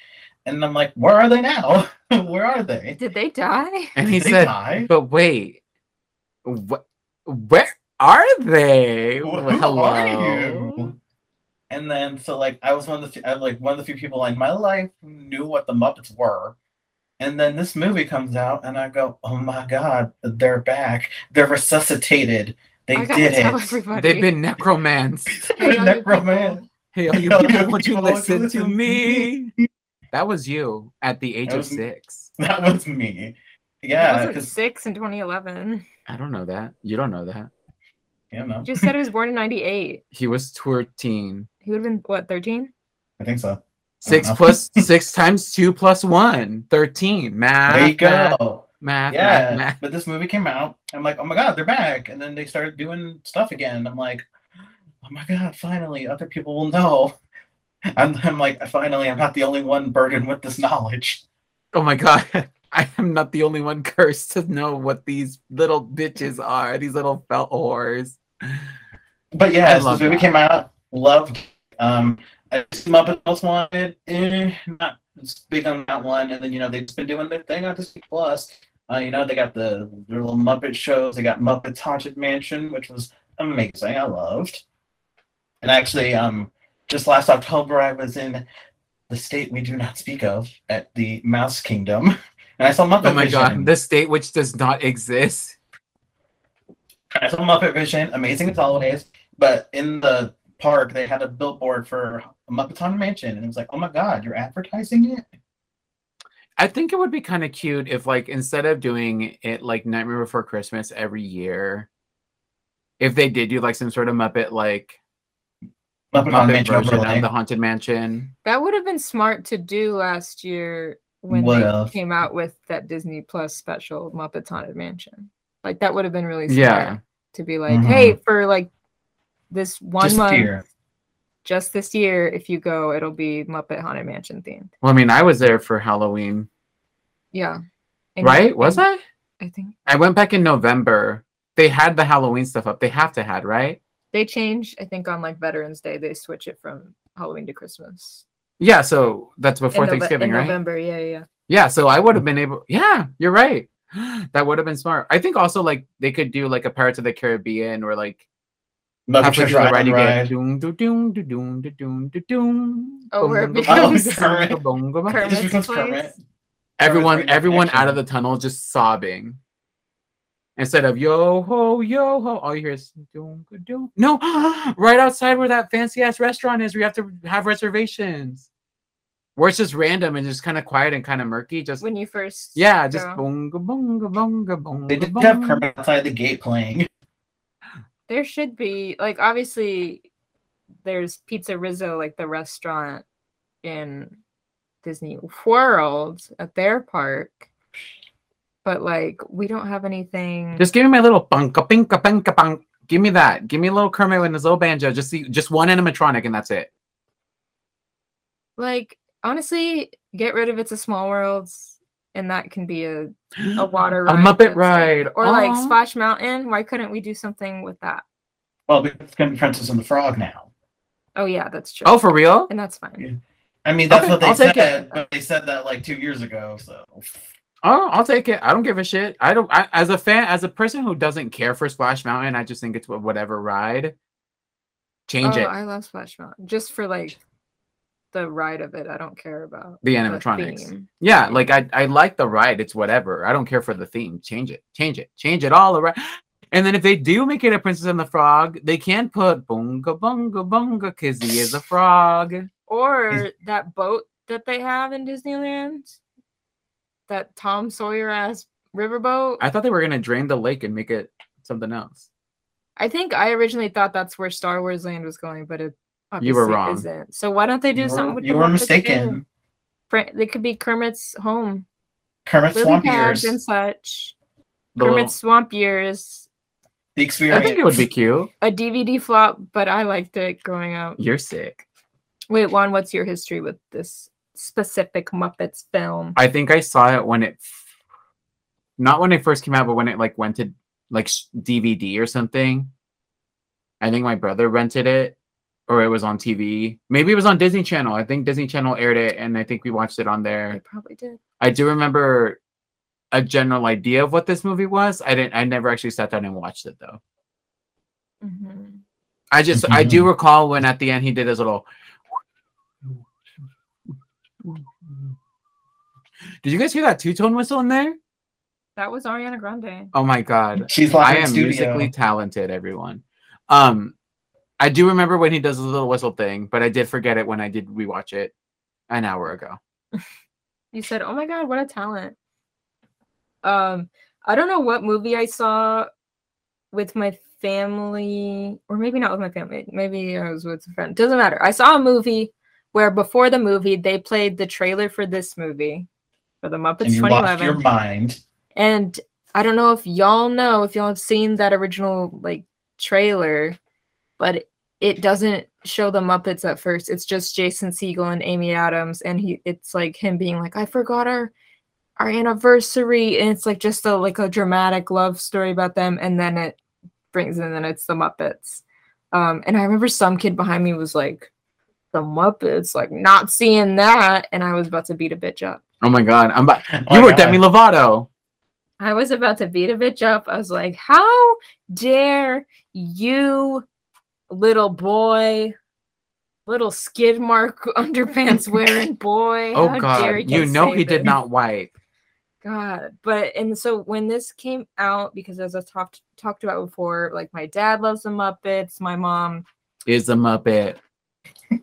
S5: And I'm like, where are they now? (laughs) where are they?
S6: Did they die? (laughs)
S3: And he
S5: Did they
S3: said,
S5: die?
S3: But wait, what? Where are they?
S5: Who
S3: Well,
S5: are
S3: Hello.
S5: you? And then so like I was one of the few, I, like one of the few people in my life who knew what the Muppets were. And then this movie comes out and I go, "Oh my god, they're back. They're resuscitated. They
S6: I gotta
S5: did (laughs)
S6: tell
S5: it."
S6: everybody. (laughs)
S3: They've been necromanced.
S6: Hey, all you
S5: Necroman.
S6: people.
S3: Hey, all you
S5: Yo,
S3: people,
S5: you
S3: would you
S5: people, would you
S3: listen
S5: listen
S3: to
S5: to
S3: me? That was you at the age
S5: That
S3: of
S5: was me.
S3: six.
S5: That was me.
S6: I
S5: Yeah,
S6: was like
S5: because
S6: six in 2011.
S3: I don't know that. You don't know that.
S5: you know,
S6: You just said he was born in 98.
S3: He was 13.
S6: He would have been, what, 13?
S5: I think so.
S3: Six
S5: know.
S3: plus six (laughs) times two plus one. 13. Math.
S5: There you
S3: Math,
S5: go.
S3: math, math,
S5: Yeah.
S3: math.
S5: But this movie came out. I'm like, oh my god, they're back. And then they started doing stuff again. I'm like, oh my god, finally, other people will know. (laughs) I'm, I'm like, finally, I'm not the only one burdened with this knowledge.
S3: Oh my God. (laughs) I am not the only one (laughs) cursed to know what these little bitches are, these little felt whores.
S5: But
S3: I
S5: yeah, so
S3: love
S5: this movie
S3: that.
S5: came out. Loved. Um, I see Muppet Most Wanted. Eh, not as big on that one. And then you know they've just been doing their thing on Disney Plus. Uh, you know they got the their little Muppet shows. They got Muppet's Haunted Mansion, which was amazing. I loved. And actually, um, just last October I was in the state we do not speak of at the Mouse Kingdom, (laughs) and I saw Muppet.
S3: Oh my
S5: Vision.
S3: God. The state which does not exist.
S5: I saw Muppet Vision, amazing as always. But in the park, they had a billboard for Muppets Haunted Mansion, and it was like, oh my god, you're advertising it.
S3: I think it would be kind of cute if, like, instead of doing it like Nightmare Before Christmas every year, if they did do like some sort of Muppet, like
S5: Muppet, Haunted
S3: Muppet
S5: Mansion
S3: version
S5: overlay.
S3: of the Haunted Mansion.
S6: That would have been smart to do last year when
S5: What
S6: they
S5: else?
S6: came out with that Disney Plus special, Muppets Haunted Mansion. Like, that would have been really smart
S3: Yeah,
S6: to be like,
S5: Mhm.
S6: hey, for like this one
S5: Just
S6: month,
S5: here.
S6: just this year, if you go, it'll be Muppet Haunted Mansion themed.
S3: well, I mean, I was there for Halloween,
S6: Yeah. And-
S3: right? Was I?
S6: I think
S3: I went back in November. They had the Halloween stuff up. They have to had right.
S6: they changed. I think on like Veterans Day, they switch it from Halloween to Christmas.
S3: Yeah, so that's before
S6: in Nove-
S3: Thanksgiving,
S6: in
S3: right?
S6: November, yeah, yeah. yeah.
S3: Yeah, so I would have been able. Yeah, you're right. (gasps) That would have been smart. I think also like they could do like a Pirates of the Caribbean or like
S5: Muppet
S3: halfway
S5: Treasure
S3: through the ride
S5: Island
S3: you get
S5: ride.
S3: doom doom doom doom doom doom
S6: Oh, where it
S5: becomes
S6: Kermit.
S5: It just becomes
S6: Kermit's
S5: Kermit.
S6: place.
S3: everyone
S5: Kermit's right
S3: everyone
S5: next to
S3: out of
S5: him.
S3: the tunnel just sobbing instead of yo ho yo ho all you hear is doom doom no (gasps) right outside where that fancy ass restaurant is where you have to have reservations where it's just random and just kind of quiet and kind of murky just
S6: When you first
S3: yeah just
S6: go.
S3: boonga boonga boonga boonga
S5: They did
S3: boonga.
S5: have Kermit outside the gate playing.
S6: there should be like obviously there's Pizza Rizzo, like the restaurant in Disney World at their park. But like we don't have anything
S3: Just give me my little bunka pinka pinka punk. Give me that. Give me a little Kermit with his little banjo. Just see, just one animatronic and that's it.
S6: like honestly, get rid of it's a small world and that can be a,
S3: (gasps)
S6: a water
S3: A
S6: ride
S3: Muppet
S6: that's-
S3: ride.
S6: Or like
S3: Aw.
S6: Splash Mountain. Why couldn't we do something with that?
S5: Well, because it's gonna be Princess and the Frog now.
S6: Oh yeah, that's true.
S3: Oh, for real?
S6: and that's fine.
S5: Yeah. I mean, that's
S3: Okay,
S5: what they
S3: I'll take
S5: said, but they said that like two years ago. So
S3: Oh, I'll take it. I don't give a shit. I don't. I, as a fan, as a person who doesn't care for Splash Mountain, I just think it's wha- whatever ride. Change
S6: oh,
S3: it.
S6: I love Splash Mountain. Just for like the ride of it, I don't care about
S3: the
S6: the
S3: animatronics.
S6: theme.
S3: yeah, like I, I like the ride. It's whatever. I don't care for the theme. Change it. Change it. Change it all around. (gasps) And then if they do make it a Princess and the Frog, they can put Bunga Bunga Bunga because
S6: (laughs)
S3: he is a frog.
S6: Or that boat that they have in Disneyland, that Tom Sawyer ass riverboat. I,
S3: I thought they were gonna drain the lake and make it something else.
S6: think I originally thought that's where Star Wars Land was going, but it obviously
S3: You were wrong.
S6: isn't. So why don't they do
S5: you
S6: something
S5: were,
S6: with
S5: you
S6: the
S5: were
S6: Muppets
S5: mistaken.
S6: too? Fran- They could be Kermit's home,
S5: Kermit
S6: lily
S5: Swamp
S6: pads
S5: Years.
S6: and such.
S3: The little-
S6: Kermit's Swamp Years,
S5: The
S3: I
S5: experience.
S3: think it would be cute.
S6: a DVD flop, but I liked it growing up.
S3: You're sick.
S6: Wait, Juan, what's your history with this specific Muppets film?
S3: I think I saw it when it, f- not when it first came out, but when it like went to like sh- DVD or something. I think my brother rented it, or it was on TV. Maybe it was on Disney Channel. I think Disney Channel aired it, and I think we watched it on there.
S6: They probably did.
S3: I do remember a general idea of what this movie was. I didn't. I never actually sat down and watched it though.
S6: Mhm.
S3: I just I do recall when at the end he did his little. Did you guys hear that two tone whistle in there?
S6: That was Ariana Grande.
S3: Oh my god!
S5: She's locked
S3: I
S5: in
S3: am
S5: studio.
S3: musically talented, everyone. Um, I do remember when he does his little whistle thing, but I did forget it when I did rewatch it an hour ago.
S6: You said, "Oh my god, what a talent." Um, I don't know what movie I saw with my family, or maybe not with my family. Maybe I was with a friend. Doesn't matter. I saw a movie where before the movie they played the trailer for this movie for the Muppets
S5: and you lost
S6: 2011,
S5: your mind.
S6: and I don't know if y'all know if y'all have seen that original like trailer, but it- it doesn't show the Muppets at first. It's just Jason Segel and Amy Adams, and he it's like him being like, "I forgot our our anniversary," and it's like just a like a dramatic love story about them, and then it brings in, and then it's the Muppets. Um, and I remember some kid behind me was like, "The Muppets," like not seeing that, and I was about to beat a bitch up.
S3: Oh my god! I'm about
S5: Oh
S3: you
S5: my
S3: were
S5: God.
S3: Demi Lovato.
S6: I was about to beat a bitch up. I was like, how dare you, little boy, little skid mark (laughs)
S3: (laughs)
S6: underpants wearing boy.
S3: Oh
S6: how dare
S3: god! You know
S6: say
S3: he did
S6: this?"
S3: not wipe.
S6: God, but and so when this came out, because as I've talked talked about before, like my dad loves the Muppets, my mom,
S3: Is a Muppet.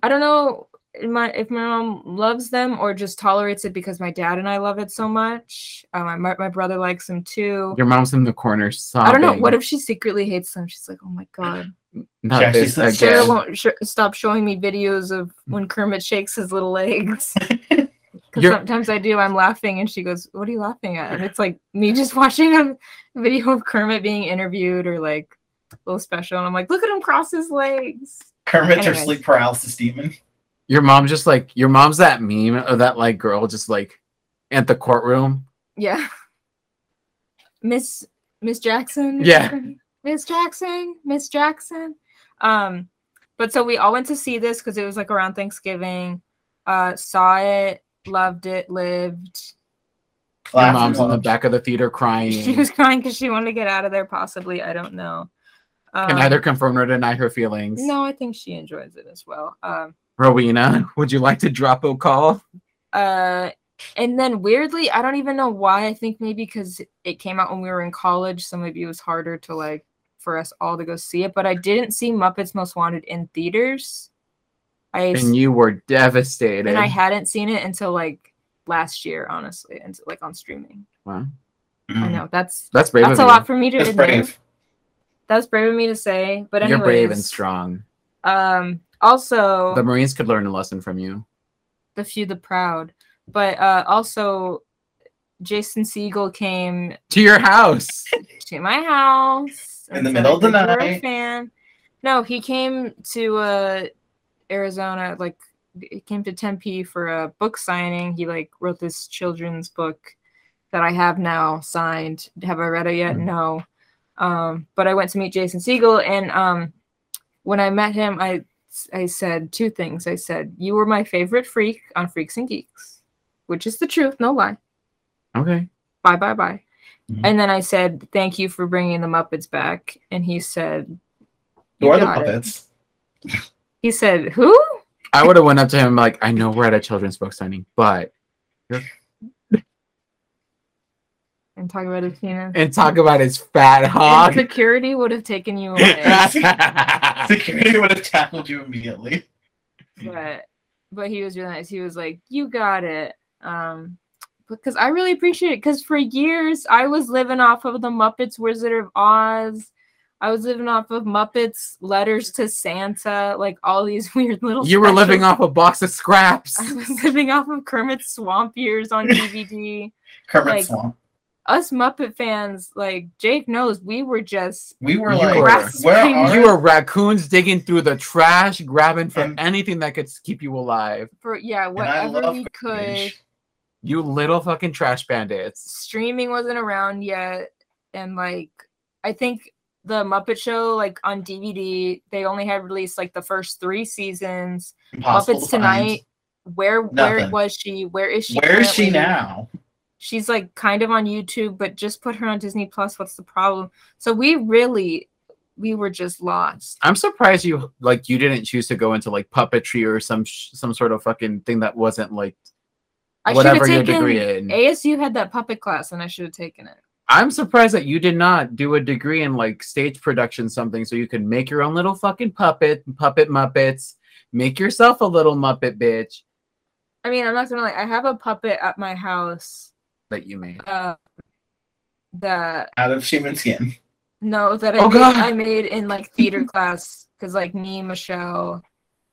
S6: I don't know if my if my mom loves them or just tolerates it because my dad and I love it so much. Um, my my brother likes them too.
S3: Your mom's in the corner sobbing.
S6: I don't know. What if she secretly hates them? She's like, oh my god.
S3: Not
S5: Yeah, she
S3: this
S5: said-
S6: Sarah
S5: Yeah.
S3: again.
S6: won't sh- stop showing me videos of when Kermit shakes his little
S3: (laughs)
S6: legs. Because
S3: You're-
S6: sometimes I do, I'm laughing, and she goes, "What are you laughing at?" And it's like me just (laughs) watching a video of Kermit being interviewed or like a little special, and I'm like, "Look at him cross his legs."
S5: Kermit or
S6: Anyways.
S5: sleep paralysis demon.
S3: Your mom's just like your mom's that meme of that like girl just like at the courtroom.
S6: Yeah, (laughs) Miss Miss Jackson.
S3: Yeah.
S6: Miss Jackson, Miss Jackson. Um, but so we all went to see this because it was like around Thanksgiving. Uh, saw it, loved it, lived. (laughs)
S3: Your
S5: Laugh
S3: mom's in the
S5: emoji.
S3: back of the theater
S6: She
S3: crying.
S6: was crying because she wanted to get out of there, possibly. I don't know. Um,
S3: Can either confirm or deny her feelings.
S6: No, I think she enjoys it as well. Um,
S3: Rowena, (laughs) would you like to drop a call?
S6: uh, and then weirdly, I don't even know why. I think maybe because it came out when we were in college, so maybe it was harder to like for us all to go see it. But I didn't see Muppets Most Wanted in theaters. I s-
S3: And you were devastated.
S6: and I hadn't seen it until like last year, honestly, and like on streaming.
S3: Wow.
S6: I
S5: Mm.
S6: know that's
S3: That's Mm-hmm. brave
S6: that's a
S3: of
S6: lot for me to
S5: That's
S6: admit.
S5: brave.
S6: That's brave of me to say, but
S3: you.
S6: anyways,
S3: You're brave and strong.
S6: Um, also
S3: The
S6: the,
S3: Marines could learn a lesson from you.
S6: few, the proud, but uh, also Jason Siegel came
S3: To
S6: (laughs)
S3: your house.
S6: to my house
S5: In the
S6: and
S5: middle of
S6: said,
S5: the
S6: "You're a
S5: night."
S6: Fan. No, he came to uh, Arizona. Like he came to Tempe for a book signing. He like wrote this children's book that I have now signed. Have I read it yet?
S5: Mm-hmm.
S6: No. Um, but I went to meet Jason Siegel, and um, when I met him, I I said two things. I said you were my favorite freak on Freaks and Geeks, which is the truth, no lie
S3: Okay.
S6: bye bye bye
S5: Mhm.
S6: and then i said thank you for bringing the muppets back and he said
S5: Who are the
S6: got it.
S5: puppets?
S6: he said who
S3: I would have went up to him like, I know we're at a children's book signing, but
S6: and talk about his
S3: (laughs)
S6: penis
S3: and talk about his fat
S6: And
S3: hog. (laughs)
S6: security would have taken you away
S3: That's
S5: Security would have tackled you immediately.
S6: but but he was really nice he was like you got it um because i really appreciate it because for years i was living off of the muppets wizard of oz i was living off of muppets letters to santa like all these (laughs) weird little
S3: you were living
S6: (laughs) specials.
S3: off a box of scraps.
S6: I was (laughs) living off of Kermit's Swamp
S5: (laughs)
S6: Years on DVD.
S5: Kermit
S6: Like-
S5: Swamp.
S6: Us Muppet fans, like Jake knows, we were just
S5: We were
S3: You
S5: like,
S3: were-
S5: where
S6: You
S5: are
S3: You were raccoons digging through the trash, grabbing for
S5: And-
S3: anything that could keep you alive.
S6: for yeah,
S5: And I
S6: whatever
S5: love
S6: we could.
S5: Grinch.
S3: You little fucking trash bandits.
S6: Streaming wasn't around yet, and like I think the Muppet Show like on DVD. They only had released like the first three seasons.
S5: Impossible
S6: Muppets
S5: to find.
S6: Tonight. Where where
S5: Nothing.
S6: was she? Where is she?
S5: Where is she
S6: currently?
S5: now?
S6: She's like kind of on YouTube, but just put her on Disney Plus. What's the problem? So we really we were just lost.
S3: I'm surprised you like you didn't choose to go into like puppetry or some sh- some sort of fucking thing that wasn't like
S6: I should have
S3: whatever your
S6: taken
S3: degree in.
S6: ASU had that puppet class and I should have taken it.
S3: I'm surprised that you did not do a degree in like stage production something so you could make your own little fucking puppet puppet muppets, make yourself a little muppet bitch
S6: I mean, I'm not gonna lie, I have a puppet at my house
S3: that you made.
S6: uh, that
S5: Out of human skin.
S6: No, that I,
S3: Oh,
S6: made,
S3: God.
S6: I made in like theater class because like me, Michelle,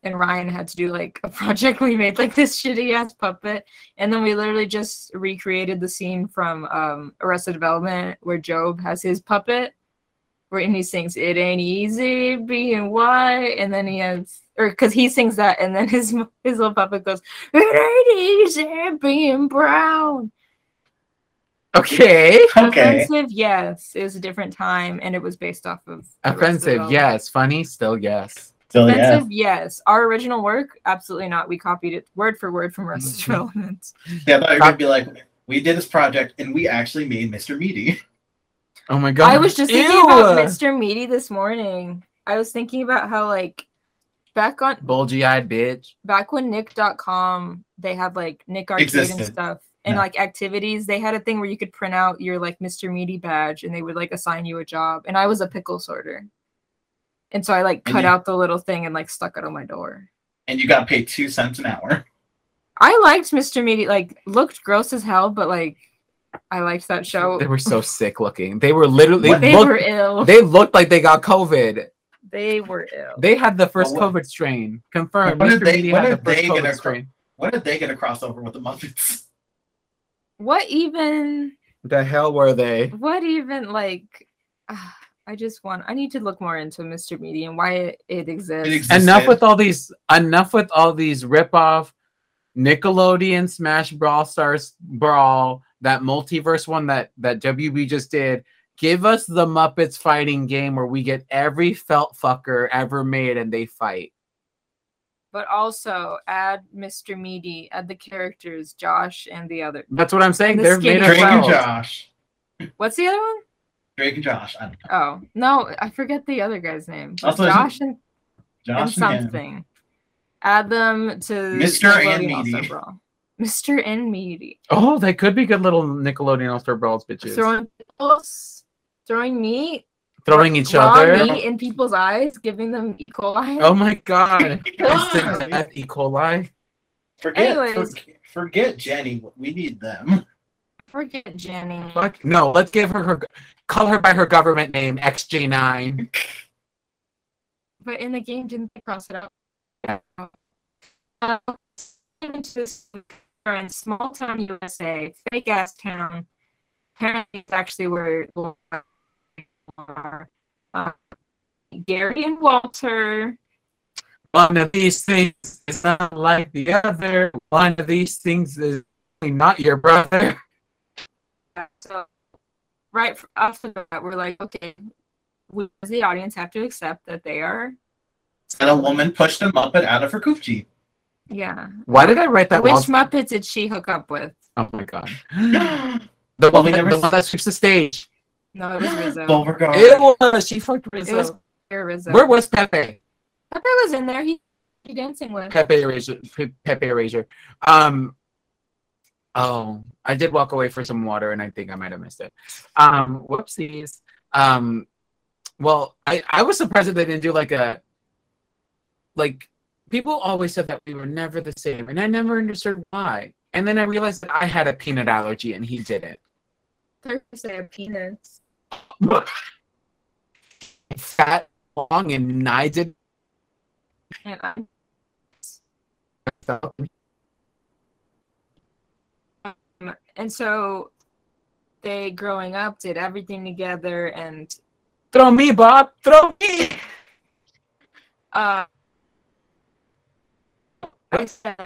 S6: and Ryan had to do like a (laughs) project. We made like this shitty ass puppet, and then we literally just recreated the scene from um, Arrested Development where Job has his puppet, where and he sings "It Ain't Easy Being White," and then he has or because he sings that, and then his (laughs) his little puppet goes "It Ain't Easy Being Brown."
S3: Okay.
S5: (laughs) Okay.
S6: Offensive, yes. It was a different time, and it was based off of
S3: Offensive,
S6: yes.
S3: yes. Funny, still yes.
S5: So Oh, yeah.
S6: Offensive, yes. Our original work, absolutely not. We copied it word for word from Arrested
S5: Mm-hmm. (laughs)
S6: Development.
S5: Yeah, I thought you were gonna be like, we did this project and we actually made Mr. Meaty.
S3: Oh my god.
S6: I was just thinking
S3: Ew.
S6: about Mr. Meaty this morning. I was thinking about how like back on
S3: bulgy eyed bitch.
S6: back when Nick.com they had like Nick Arcade
S5: Existed.
S6: and stuff. And
S5: Yeah.
S6: like activities, they had a thing where you could print out your like Mr. Meaty badge and they would like assign you a job. And I was a pickle sorter. And so I like
S5: And
S6: cut
S5: you-
S6: out the little thing and like stuck it on my door.
S5: And you got paid two cents an hour.
S6: I liked Mr. Meaty. Like, looked gross as hell, but like, I liked that show.
S3: They were so sick looking. They were literally
S5: What?
S3: they
S6: They
S3: looked,
S6: were ill.
S3: they looked like they got COVID.
S6: They were ill.
S3: They had the first
S5: Well,
S3: COVID strain confirmed.
S5: When did
S3: Mr.
S5: they-
S3: Meaty
S5: when
S3: had the
S5: did
S3: first
S5: they get
S3: COVID
S5: a-
S3: strain.
S5: What did they get a crossover with the Muppets?
S6: What even?
S3: The hell were they?
S6: What even? Like, ah, I just want. I need to look more into Mr. Meaty and why it, it exists.
S5: exists.
S3: Enough
S5: Existed.
S3: with all these. Enough with all these ripoff Nickelodeon Smash Brawl Stars brawl. That multiverse one that that WB just did. Give us the Muppets fighting game where we get every felt fucker ever made and they fight.
S6: But also add Mr. Meaty, add the characters Josh and the other.
S3: That's what I'm saying.
S6: The
S3: They're
S6: skinny
S3: made of
S5: Drake and
S6: Well.
S3: felt.
S5: Josh.
S6: What's the other one?
S5: Drake and Josh. I don't know.
S6: Oh no, I forget the other guy's name. But
S5: Also, isn't-
S6: Josh and and
S5: Josh and him.
S6: something. Add them to
S5: Mr. and
S6: Nickelodeon All-Star
S5: Meaty.
S6: Brawl. Mr. and Meaty.
S3: Oh, they could be good little Nickelodeon All Star brawls, bitches. Throwing,
S6: Throwing pickles, throwing meat,
S3: each
S6: raw
S3: other.
S6: meat in people's eyes, giving them E. coli.
S3: Oh my
S5: (laughs)
S3: god. Instant
S5: God.
S3: death E. coli.
S5: Forget,
S6: Anyways.
S5: forg- forget Jenny. We need them.
S6: Forget Jenny.
S3: Fuck no, let's give her her call her by her government name, XJ9.
S6: But in the game, didn't they cross it out?
S3: Yeah.
S6: Uh, into this are in small town USA, fake ass town. Apparently, it's actually where Laura are. Uh, Gary and Walter.
S3: One of these things is not like the other. One of these things is not your brother.
S6: So, right f- off the bat, we're like, okay, we as the audience have to accept that they are,
S5: And a woman pushed a Muppet out of her coochie. (gasps)
S6: yeah.
S3: Why did I write that
S6: Which
S3: wall-
S6: Muppet did she hook up with?
S3: Oh my god.
S5: Bulbergar.
S3: The
S5: Well,
S3: one,
S5: we
S3: that,
S5: never
S3: the
S5: s-
S3: one that sweeps the stage.
S6: No, it was Rizzo.
S3: It was she fucked
S6: It was
S3: Rizzo.
S6: Rizzo.
S3: Where was Pepe?
S6: Pepe was in there. He he dancing with.
S3: Pepe Eraser. Pe- Pepe Eraser. Um. Oh, I did walk away for some water, and I think I might have missed it. Um, whoopsies. Um, well, I I was surprised that they didn't do like a like people always said that we were never the same, and I never understood why. And then I realized that I had a peanut allergy, and he didn't. (laughs)
S6: Thursday, a penis.
S3: Fat, long, and I did.
S6: And I,
S3: So
S6: um, and so they growing up did everything together and
S3: throw me, Bob. Throw me.
S6: uh I said,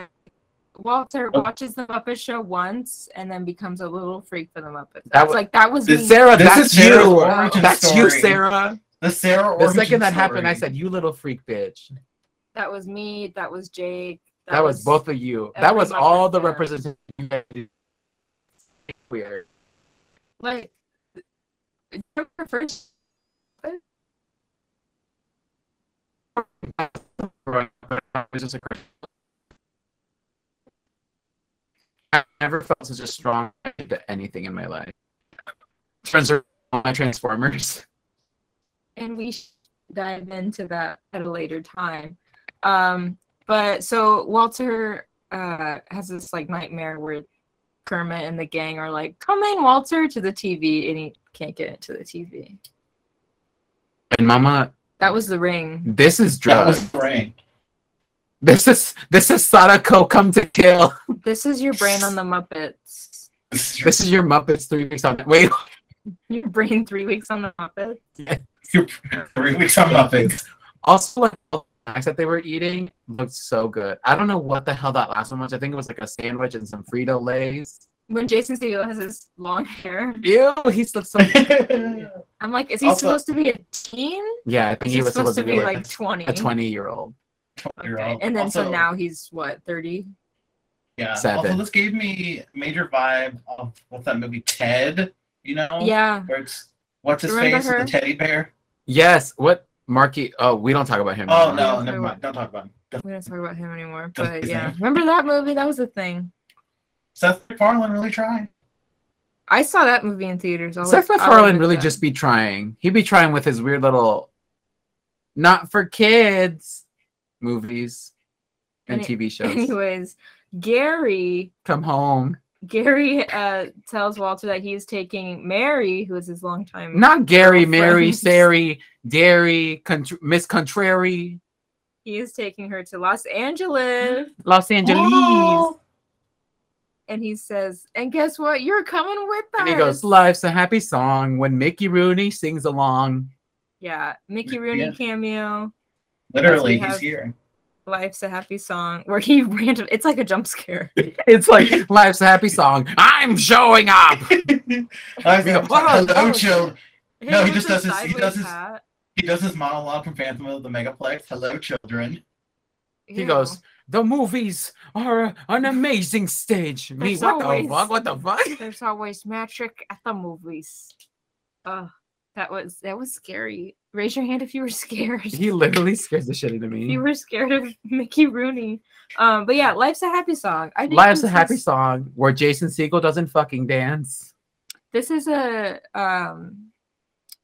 S6: Walter
S3: Oh.
S6: watches the Muppet Show once and then becomes a little freak for the Muppets.
S3: That
S6: That was
S3: wa-
S6: like that was me.
S3: Sarah,
S5: This
S3: that's
S5: is Sarah's
S3: you.
S5: origin
S3: That's you,
S5: story.
S3: Sarah.
S5: The Sarah
S3: The
S5: origin
S3: second that happened,
S5: story.
S3: I said, "You little freak bitch."
S6: That was me. That was Jake.
S3: That, was, both of you. That
S6: every
S3: was
S6: member
S3: all the
S6: there.
S3: representation. Weird.
S6: like Joker first.
S3: Right, but I was just a cra- I never felt such a strong connection to anything in my life. Friends are all my Transformers.
S6: and we should dive into that at a later time. Um, but so Walter uh, has this like nightmare where Kermit and the gang are like, "Come in, Walter," to the TV, and he can't get into the TV.
S3: And Mama,
S6: That was the ring.
S3: this is
S5: That
S3: drugs.
S5: was brain.
S3: This is this is Sadako come to kill.
S6: This is your brain on the Muppets.
S5: (laughs)
S3: This is your Muppets three weeks on. Wait,
S6: Your brain three weeks on the Muppets.
S5: Three weeks on (laughs) Muppets.
S3: also like the snacks that they were eating looked so good. I don't know what the hell that last one was. I think it was like a sandwich and some Frito Lay's.
S6: When Jason Segel has his long hair,
S3: Ew, he looks (laughs) so.
S6: I'm like, is he
S5: Also-
S6: supposed to be a teen?
S3: yeah, I think
S6: He's
S3: he was
S6: supposed to be like
S3: a twenty-year-old.
S5: You're
S6: Okay,
S5: all-
S6: And then so
S5: also-
S6: now he's what, 30?
S5: Yeah.
S3: Seven.
S5: Also, this gave me major vibe of what's that movie Ted? You know,
S6: Yeah.
S5: Where it's what's his
S6: Remember
S5: face with
S6: her?
S5: the teddy bear.
S3: Yes. What Marky? Oh, we don't talk about him.
S5: Oh
S3: anymore.
S5: no, never mind. Don't talk about him. Don't-
S6: We don't talk about him anymore.
S5: That's
S6: But
S5: his
S6: yeah.
S5: name.
S6: Remember that movie? That was a thing.
S5: Seth MacFarlane really tried.
S6: I saw that movie in theaters. I'll
S3: Seth
S6: I'll
S3: MacFarlane
S6: admit
S3: really
S6: that. (laughs)
S3: just be trying. He be trying with his weird little, not for kids, movies, and
S6: Any-
S3: TV shows.
S6: Anyways, Gary
S3: Come home.
S6: Gary uh tells Walter that he's taking Mary, who is his longtime
S3: Not Gary, Mary,
S6: Girlfriends.
S3: Sari, Dairy, Contr- Miss Contrary,
S6: he is taking her to Los Angeles.
S3: Los (gasps) Angeles.
S6: Oh, And he says, And guess what? You're coming with us.
S3: And he goes, Life's a happy song when Mickey Rooney sings along.
S6: Yeah. Mickey Rooney
S5: Yeah.
S6: cameo.
S5: Literally,
S6: we
S5: he's
S6: have-
S5: here.
S6: Life's a happy song. Where he (laughs) random it's like a jump scare.
S3: It's like (laughs) Life's a happy song. I'm showing up.
S5: I was
S3: We go,
S5: like,
S3: "Whoa,
S5: hello,
S3: oh."
S5: children. (laughs) No, he
S6: Hey, what's
S5: just
S6: this
S5: does his- he
S6: sideways
S5: does his-
S6: hat?
S5: He does his monologue from Phantom of the Megaplex. Hello, children.
S3: He
S6: Ew.
S3: goes, The movies are an amazing stage. Me,
S6: There's
S3: what
S6: always-
S3: the fuck? What the fuck? (laughs)
S6: There's always magic at the movies. Oh, that was that was scary. Raise your hand if you were (laughs) scared.
S3: He literally scares the shit out of
S6: if you
S3: me.
S6: were scared of Mickey Rooney. Um, but yeah, life's a happy song. I think
S3: Life's a
S6: this
S3: happy
S6: is-
S3: song where Jason Siegel doesn't fucking dance.
S6: This is a um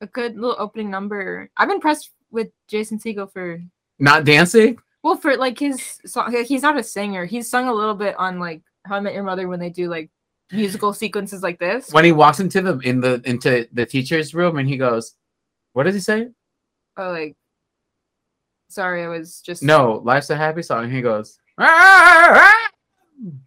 S6: a good little opening number. I'm impressed with Jason Segel for
S3: Not dancing?
S6: Well, for like his song, like, he's not a singer. He's sung a little bit on like How I Met Your Mother when they do like musical sequences like this.
S3: When he walks into the in the into the teacher's room and he goes, What does he say?
S6: Oh, like, sorry, I was just
S3: No, Life's a Happy Song. And he goes, "Ah, ah."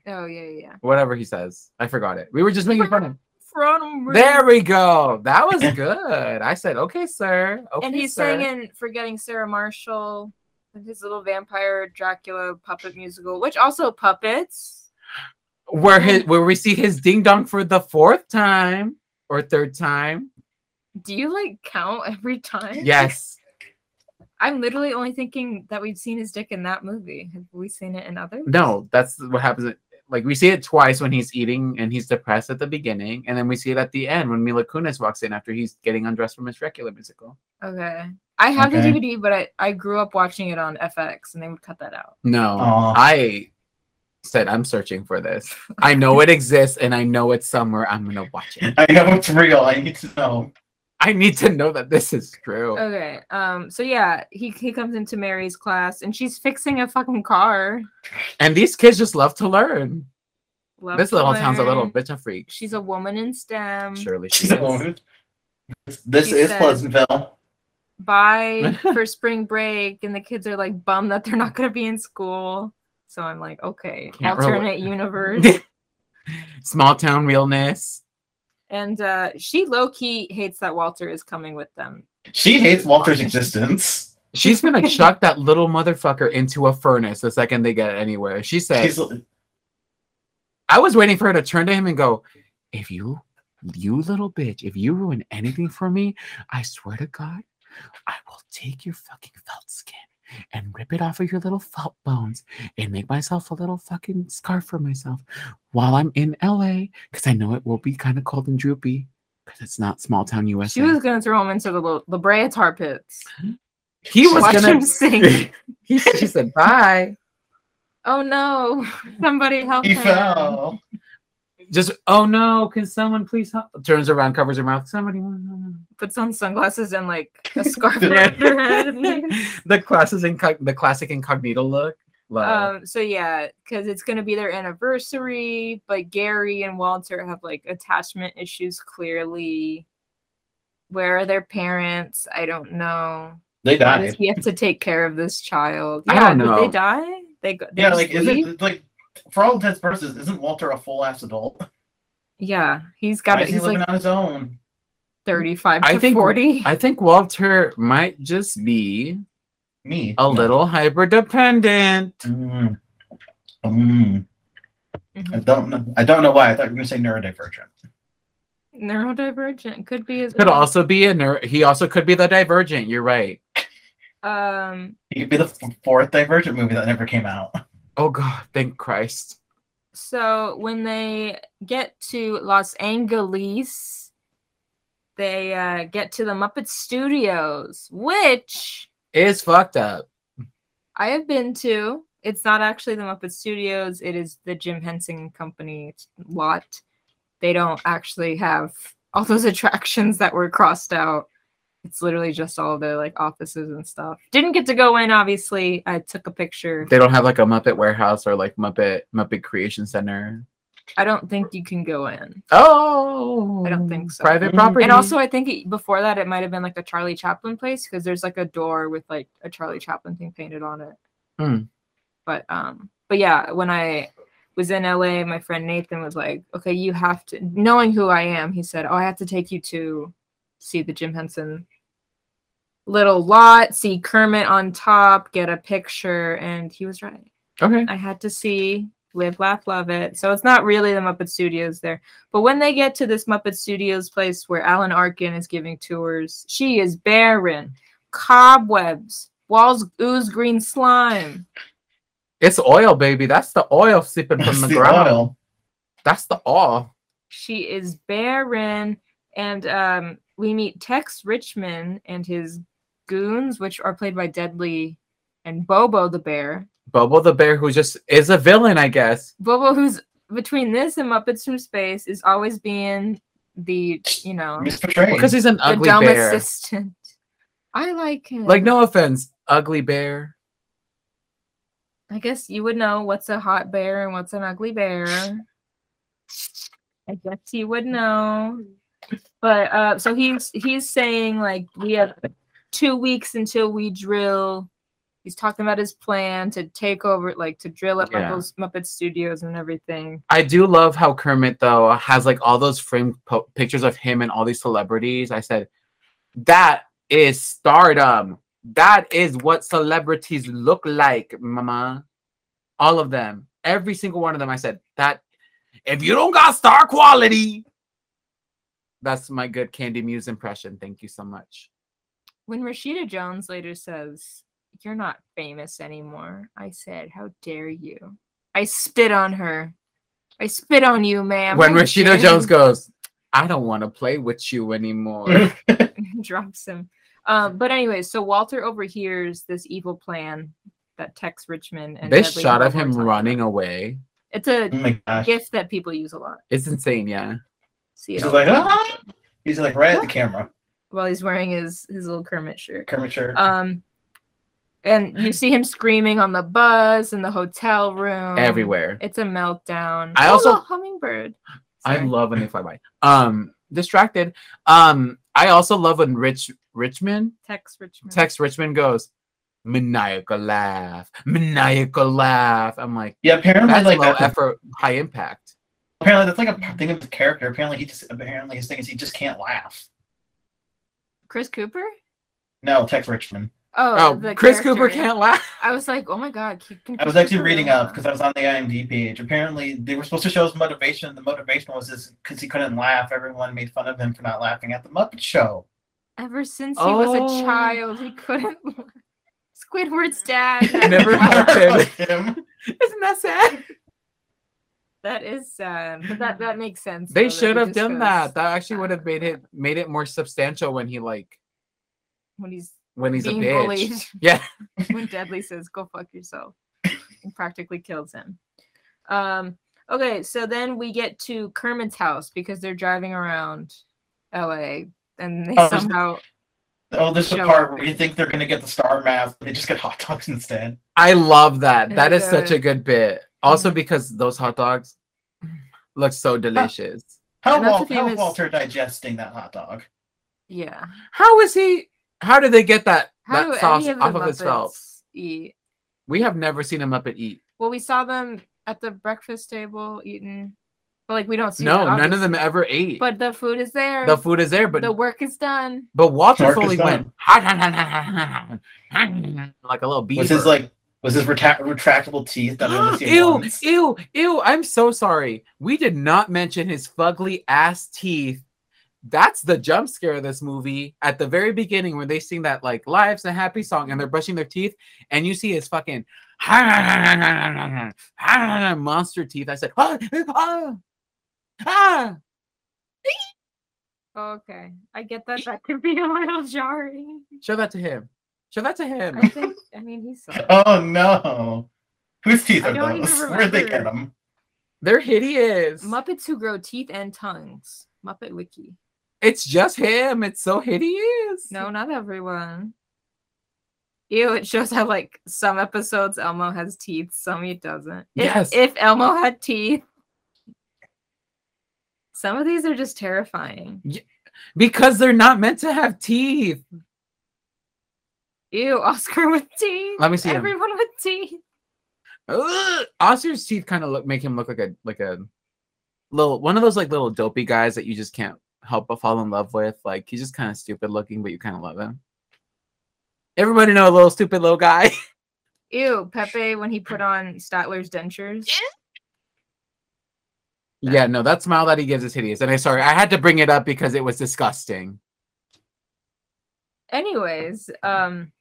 S6: Oh yeah, yeah. yeah.
S3: whatever he says. I forgot it. We were just making fun of him.
S6: From
S3: There we go. That was good. I said, okay, sir. Okay,
S6: and he's
S3: sir.
S6: sang in Forgetting Sarah Marshall, and his little vampire Dracula puppet musical, which also puppets.
S3: where his where we see his ding dong for the fourth time or third time.
S6: Do you like count every time?
S3: Yes.
S6: I'm literally only thinking that we've seen his dick in that movie. Have we seen it in others?
S3: No, that's what happens. Like we see it twice when he's eating and he's depressed at the beginning, and then we see it at the end when Mila Kunis walks in after he's getting undressed from his regular musical.
S6: Okay. I have
S5: Okay.
S6: the DVD, but I, I grew up watching it on FX and they would cut that out.
S3: No,
S5: Aw.
S3: I said I'm searching for this. I know it exists and I know it's somewhere. I'm gonna watch it.
S5: I know it's real. I need to know.
S3: I need to know that this is true.
S6: Okay. Um so yeah, he he comes into Mary's class and she's fixing a fucking car.
S3: And these kids just love to learn.
S6: Love
S3: this
S6: to
S3: little town's a little
S6: learn. Mm.
S3: bitch of freak.
S6: She's a woman in STEM.
S3: Surely she
S5: She's a
S3: is.
S5: woman. This
S6: He
S5: is
S6: said-
S5: Pleasantville.
S6: Bye for spring break and the kids are like bummed that they're not going to be in school. So I'm like, okay,
S3: Can't relate.
S6: alternate universe.
S3: Small town realness.
S6: and uh she low key hates that Walter is coming with them.
S5: She hates Walter's existence.
S3: She's
S6: (laughs)
S3: gonna chuck that little motherfucker into a furnace the second they get anywhere. She
S5: She's
S3: says, I was waiting for her to turn to him and go, If you, you little bitch, if you ruin anything for me, I swear to God, I will take your fucking felt skin and rip it off of your little felt bones and make myself a little fucking scarf for myself while I'm in LA because I know it will be kind of cold and droopy because it's not small town USA.
S6: She was gonna throw him into the La- La Brea tar pits.
S3: he was
S6: Watch
S3: (laughs) gonna.
S6: him sink.
S3: he, she said bye.
S6: Oh no! (laughs) Somebody help
S5: He
S6: him.
S5: fell.
S3: Just oh no, can someone please help? Turns around, covers her mouth. Somebody.
S6: Puts on sunglasses and like
S3: (laughs)
S6: a scarf
S5: Yeah.
S6: around her head.
S3: the classes incog- the classic incognito look. Love.
S6: Um, so yeah, because it's gonna be their anniversary, but Gary and Walter have like attachment issues clearly. Where are their parents? I don't know.
S5: They
S6: Why
S5: died.
S6: does he have to take care of this child?
S3: I don't
S6: did
S3: know.
S6: they die? They go
S5: Yeah,
S6: they
S5: like is
S6: leave?
S5: it like for all intents and purposes, isn't Walter a full ass adult?
S6: Yeah, he's
S5: Why
S6: got it.
S5: is he
S6: He's
S5: living
S6: like
S5: on his own?
S6: thirty-five
S3: I
S6: to
S3: think-
S6: forty.
S3: I think Walter might just be
S5: Me.
S3: a little hyper dependent.
S5: Mm. Mm. I
S6: Mhm.
S5: don't know. I don't know why. I thought you were gonna say neurodivergent.
S6: (laughs) Neurodivergent could be as
S3: Could
S6: well.
S3: also be a ner- he also could be the divergent. You're right.
S6: Um,
S5: He could be the f- fourth Divergent movie that never came out.
S3: Oh God, thank Christ.
S6: so when they get to Los Angeles, they uh, get to the Muppet Studios, which
S3: It's fucked up.
S6: I have been to. It's not actually the Muppet Studios, it is the Jim Henson Company lot. They don't actually have all those (laughs) attractions that were crossed out. It's literally just all their like offices and stuff. Didn't get to go in, obviously. I took a picture.
S3: They don't have like a Muppet warehouse or like Muppet Muppet Creation Center.
S6: I don't think you can go in.
S3: Oh,
S6: think so.
S3: Private
S5: Mhm.
S3: property.
S6: And also, I think it, before that, it might have been like a Charlie Chaplin place because there's like a door with like a Charlie Chaplin thing painted on it.
S3: Hmm.
S6: But um, but yeah, when I was in LA, my friend Nathan was like, "Okay, you have to." Knowing who I am, he said, "Oh, I have to take you to see the Jim Henson little lot, see Kermit on top, get a picture," and he was right.
S3: okay.
S6: I had to see Live, Laugh, Love It. So it's not really the Muppet Studios there. But when they get to this Muppet Studios place where Alan Arkin is giving tours, she is barren, cobwebs, walls ooze green slime.
S3: It's oil, baby. That's the oil
S5: (laughs)
S3: sipping from
S5: It's
S3: the,
S5: the
S3: ground.
S5: oil.
S3: That's the oil.
S6: She is barren. And um, we meet Tex Richmond and his goons, which are played by Deadly and Bobo the Bear.
S3: Bobo the bear, who just is a villain, I guess.
S6: Bobo, who's between this and Muppets from Space, is always being the, you know,
S5: Misportrayed.
S3: Because he's an ugly
S6: the dumb
S3: bear.
S6: assistant. I like him.
S3: Like, no offense, ugly bear.
S6: I guess you would know what's a hot bear and what's an ugly bear. I guess you would know. But uh, so he's he's saying like we have two weeks until we drill. He's talking about his plan to take over, like to drill at
S3: Yeah.
S6: Muppets, Muppet Studios and everything.
S3: I do love how Kermit though has like all those framed po- pictures of him and all these celebrities. I said, that is stardom. That is what celebrities look like, mama. All of them, every single one of them. I said that if you don't got star quality, that's my good Candy Muse impression. Thank you so much.
S6: When Rashida Jones later says, You're not famous anymore, I said, How dare you? I spit on her. I spit on you, ma'am.
S3: when
S6: How dare
S3: Rashida Jones
S6: you."
S3: goes, I don't want to play with you anymore.
S6: (laughs) drops him. Um, but anyway, so Walter overhears this evil plan that Tex Richmond and
S3: this
S6: Dudley
S3: shot of
S6: Hall are
S3: him
S6: talking
S3: running
S6: about.
S3: away.
S6: It's a
S5: oh my gosh.
S6: gift that people use a lot.
S3: It's insane, yeah.
S6: See
S5: He's
S6: it
S5: just
S6: all-
S5: like, ah! He's like right at the camera.
S6: while he's wearing his his little Kermit shirt.
S5: Kermit shirt.
S3: Uh,
S6: Um, and you see him screaming on the bus in the hotel room
S3: Everywhere.
S6: Um, It's a meltdown.
S3: I
S6: Oh,
S3: also-
S6: look, hummingbird.
S3: I
S6: Sorry.
S3: love when they
S6: (laughs)
S3: fly by. Um, distracted. Um, I also love when Rich Richmond,
S6: Tex Richmond.
S3: Tex Richmond goes, maniacal laugh, maniacal laugh. I'm like,
S5: yeah, apparently
S3: that's
S5: like
S3: low
S5: that's a-
S3: effort, high impact.
S5: apparently that's like a thing of his character. Apparently he just apparently his thing is he just can't laugh.
S6: Chris Cooper.
S5: No, Tex Richmond.
S6: Oh,
S3: Oh, Chris Cooper
S6: character.
S3: can't laugh.
S6: (laughs) I was like, oh my god. can- can
S5: I was
S6: Chris
S5: actually
S6: Cooper
S5: reading up
S6: laugh?
S5: because I was on the IMDb page. Apparently, they were supposed to show his motivation. and The motivation was just because he couldn't laugh. Everyone made fun of him for not laughing at the Muppet Show.
S6: Ever since he was a
S3: Oh.
S6: child, he couldn't. (laughs) Squidward's
S3: (laughs)
S6: dad.
S3: (laughs)
S5: (laughs)
S3: Never
S5: Fuck
S3: happened.
S5: him.
S3: Isn't that sad?
S6: That is sad, but that that makes sense. though,
S3: They
S6: that
S3: should
S6: he
S3: have
S6: just
S3: done
S6: goes
S3: that. That actually would have made it made it more substantial when he like
S6: when he's
S3: when he's
S6: being
S3: a bitch.
S6: bullied.
S3: Yeah.
S6: when Deadly says, "Go fuck yourself," and practically kills him. Um. Okay, so then we get to Kermit's house because they're driving around L.A. and they
S5: Oh, is it-
S6: somehow
S5: Oh, there's the
S6: Show
S5: part
S6: up.
S5: where you think they're gonna get the star mask, but they just get hot dogs instead.
S3: I love that.
S6: They're
S3: That is such
S6: good.
S3: a good bit. Also
S6: Mhm.
S3: because those hot dogs look so delicious.
S5: How,
S6: And that's
S5: Wal-
S6: the
S5: how
S6: famous-
S5: Walter digesting that hot dog?
S6: yeah.
S3: How is he how did they get that
S6: How
S3: that
S6: do
S3: sauce
S6: any of the
S3: off of his felt?
S6: Muppets eat?
S3: We have never seen a Muppet eat.
S6: Well, we saw them at the breakfast table eating, but like we don't see.
S3: no,
S6: that,
S3: none of them
S6: obviously.
S3: ever ate.
S6: But the food is there.
S3: the food is there, but
S6: the work is done.
S3: but Walter
S5: Mark is
S3: Foley went (laughs) like a little beaver.
S5: Was his like was his reta- retractable teeth that we
S3: (gasps)
S6: (gasps)
S5: only see
S3: ew,
S5: once?
S3: ew, ew! I'm so sorry. We did not mention his fugly ass teeth. That's the jump scare of this movie at the very beginning where they sing that like "Life's a Happy Song" and they're brushing their teeth, and you see his fucking (laughs) monster teeth. I said, ah, ah, ah.
S6: Okay, I get
S3: E
S6: that. That could be a little jarring.
S3: show that to him. Show that to him.
S6: I think. I mean, he's.
S5: Oh no! Whose teeth
S6: I
S5: are
S6: don't even
S5: those? (laughs) Where'd they get
S6: remember.
S5: them?
S3: They're hideous.
S6: Muppets who grow teeth and tongues. Muppet Wiki.
S3: It's just him. It's so hideous.
S6: No, not everyone. Ew, it shows how like some episodes Elmo has teeth, some he doesn't. If,
S3: Yes.
S6: If Elmo had teeth. Some of these are just terrifying.
S3: because they're not meant to have teeth.
S6: Ew, Oscar with teeth.
S3: Let me see 'em.
S6: Everyone with teeth.
S3: Ugh. Oscar's teeth kind of look make him look like a like a little one of those like little dopey guys that you just can't help but fall in love with. Like he's just kind of stupid looking, but you kind of love him. Everybody know a little stupid little guy. (laughs)
S6: Ew, Pepe when he put on Statler's dentures.
S3: yeah, no, that smile that he gives is hideous. And I sorry, I had to bring it up because it was disgusting.
S6: anyways um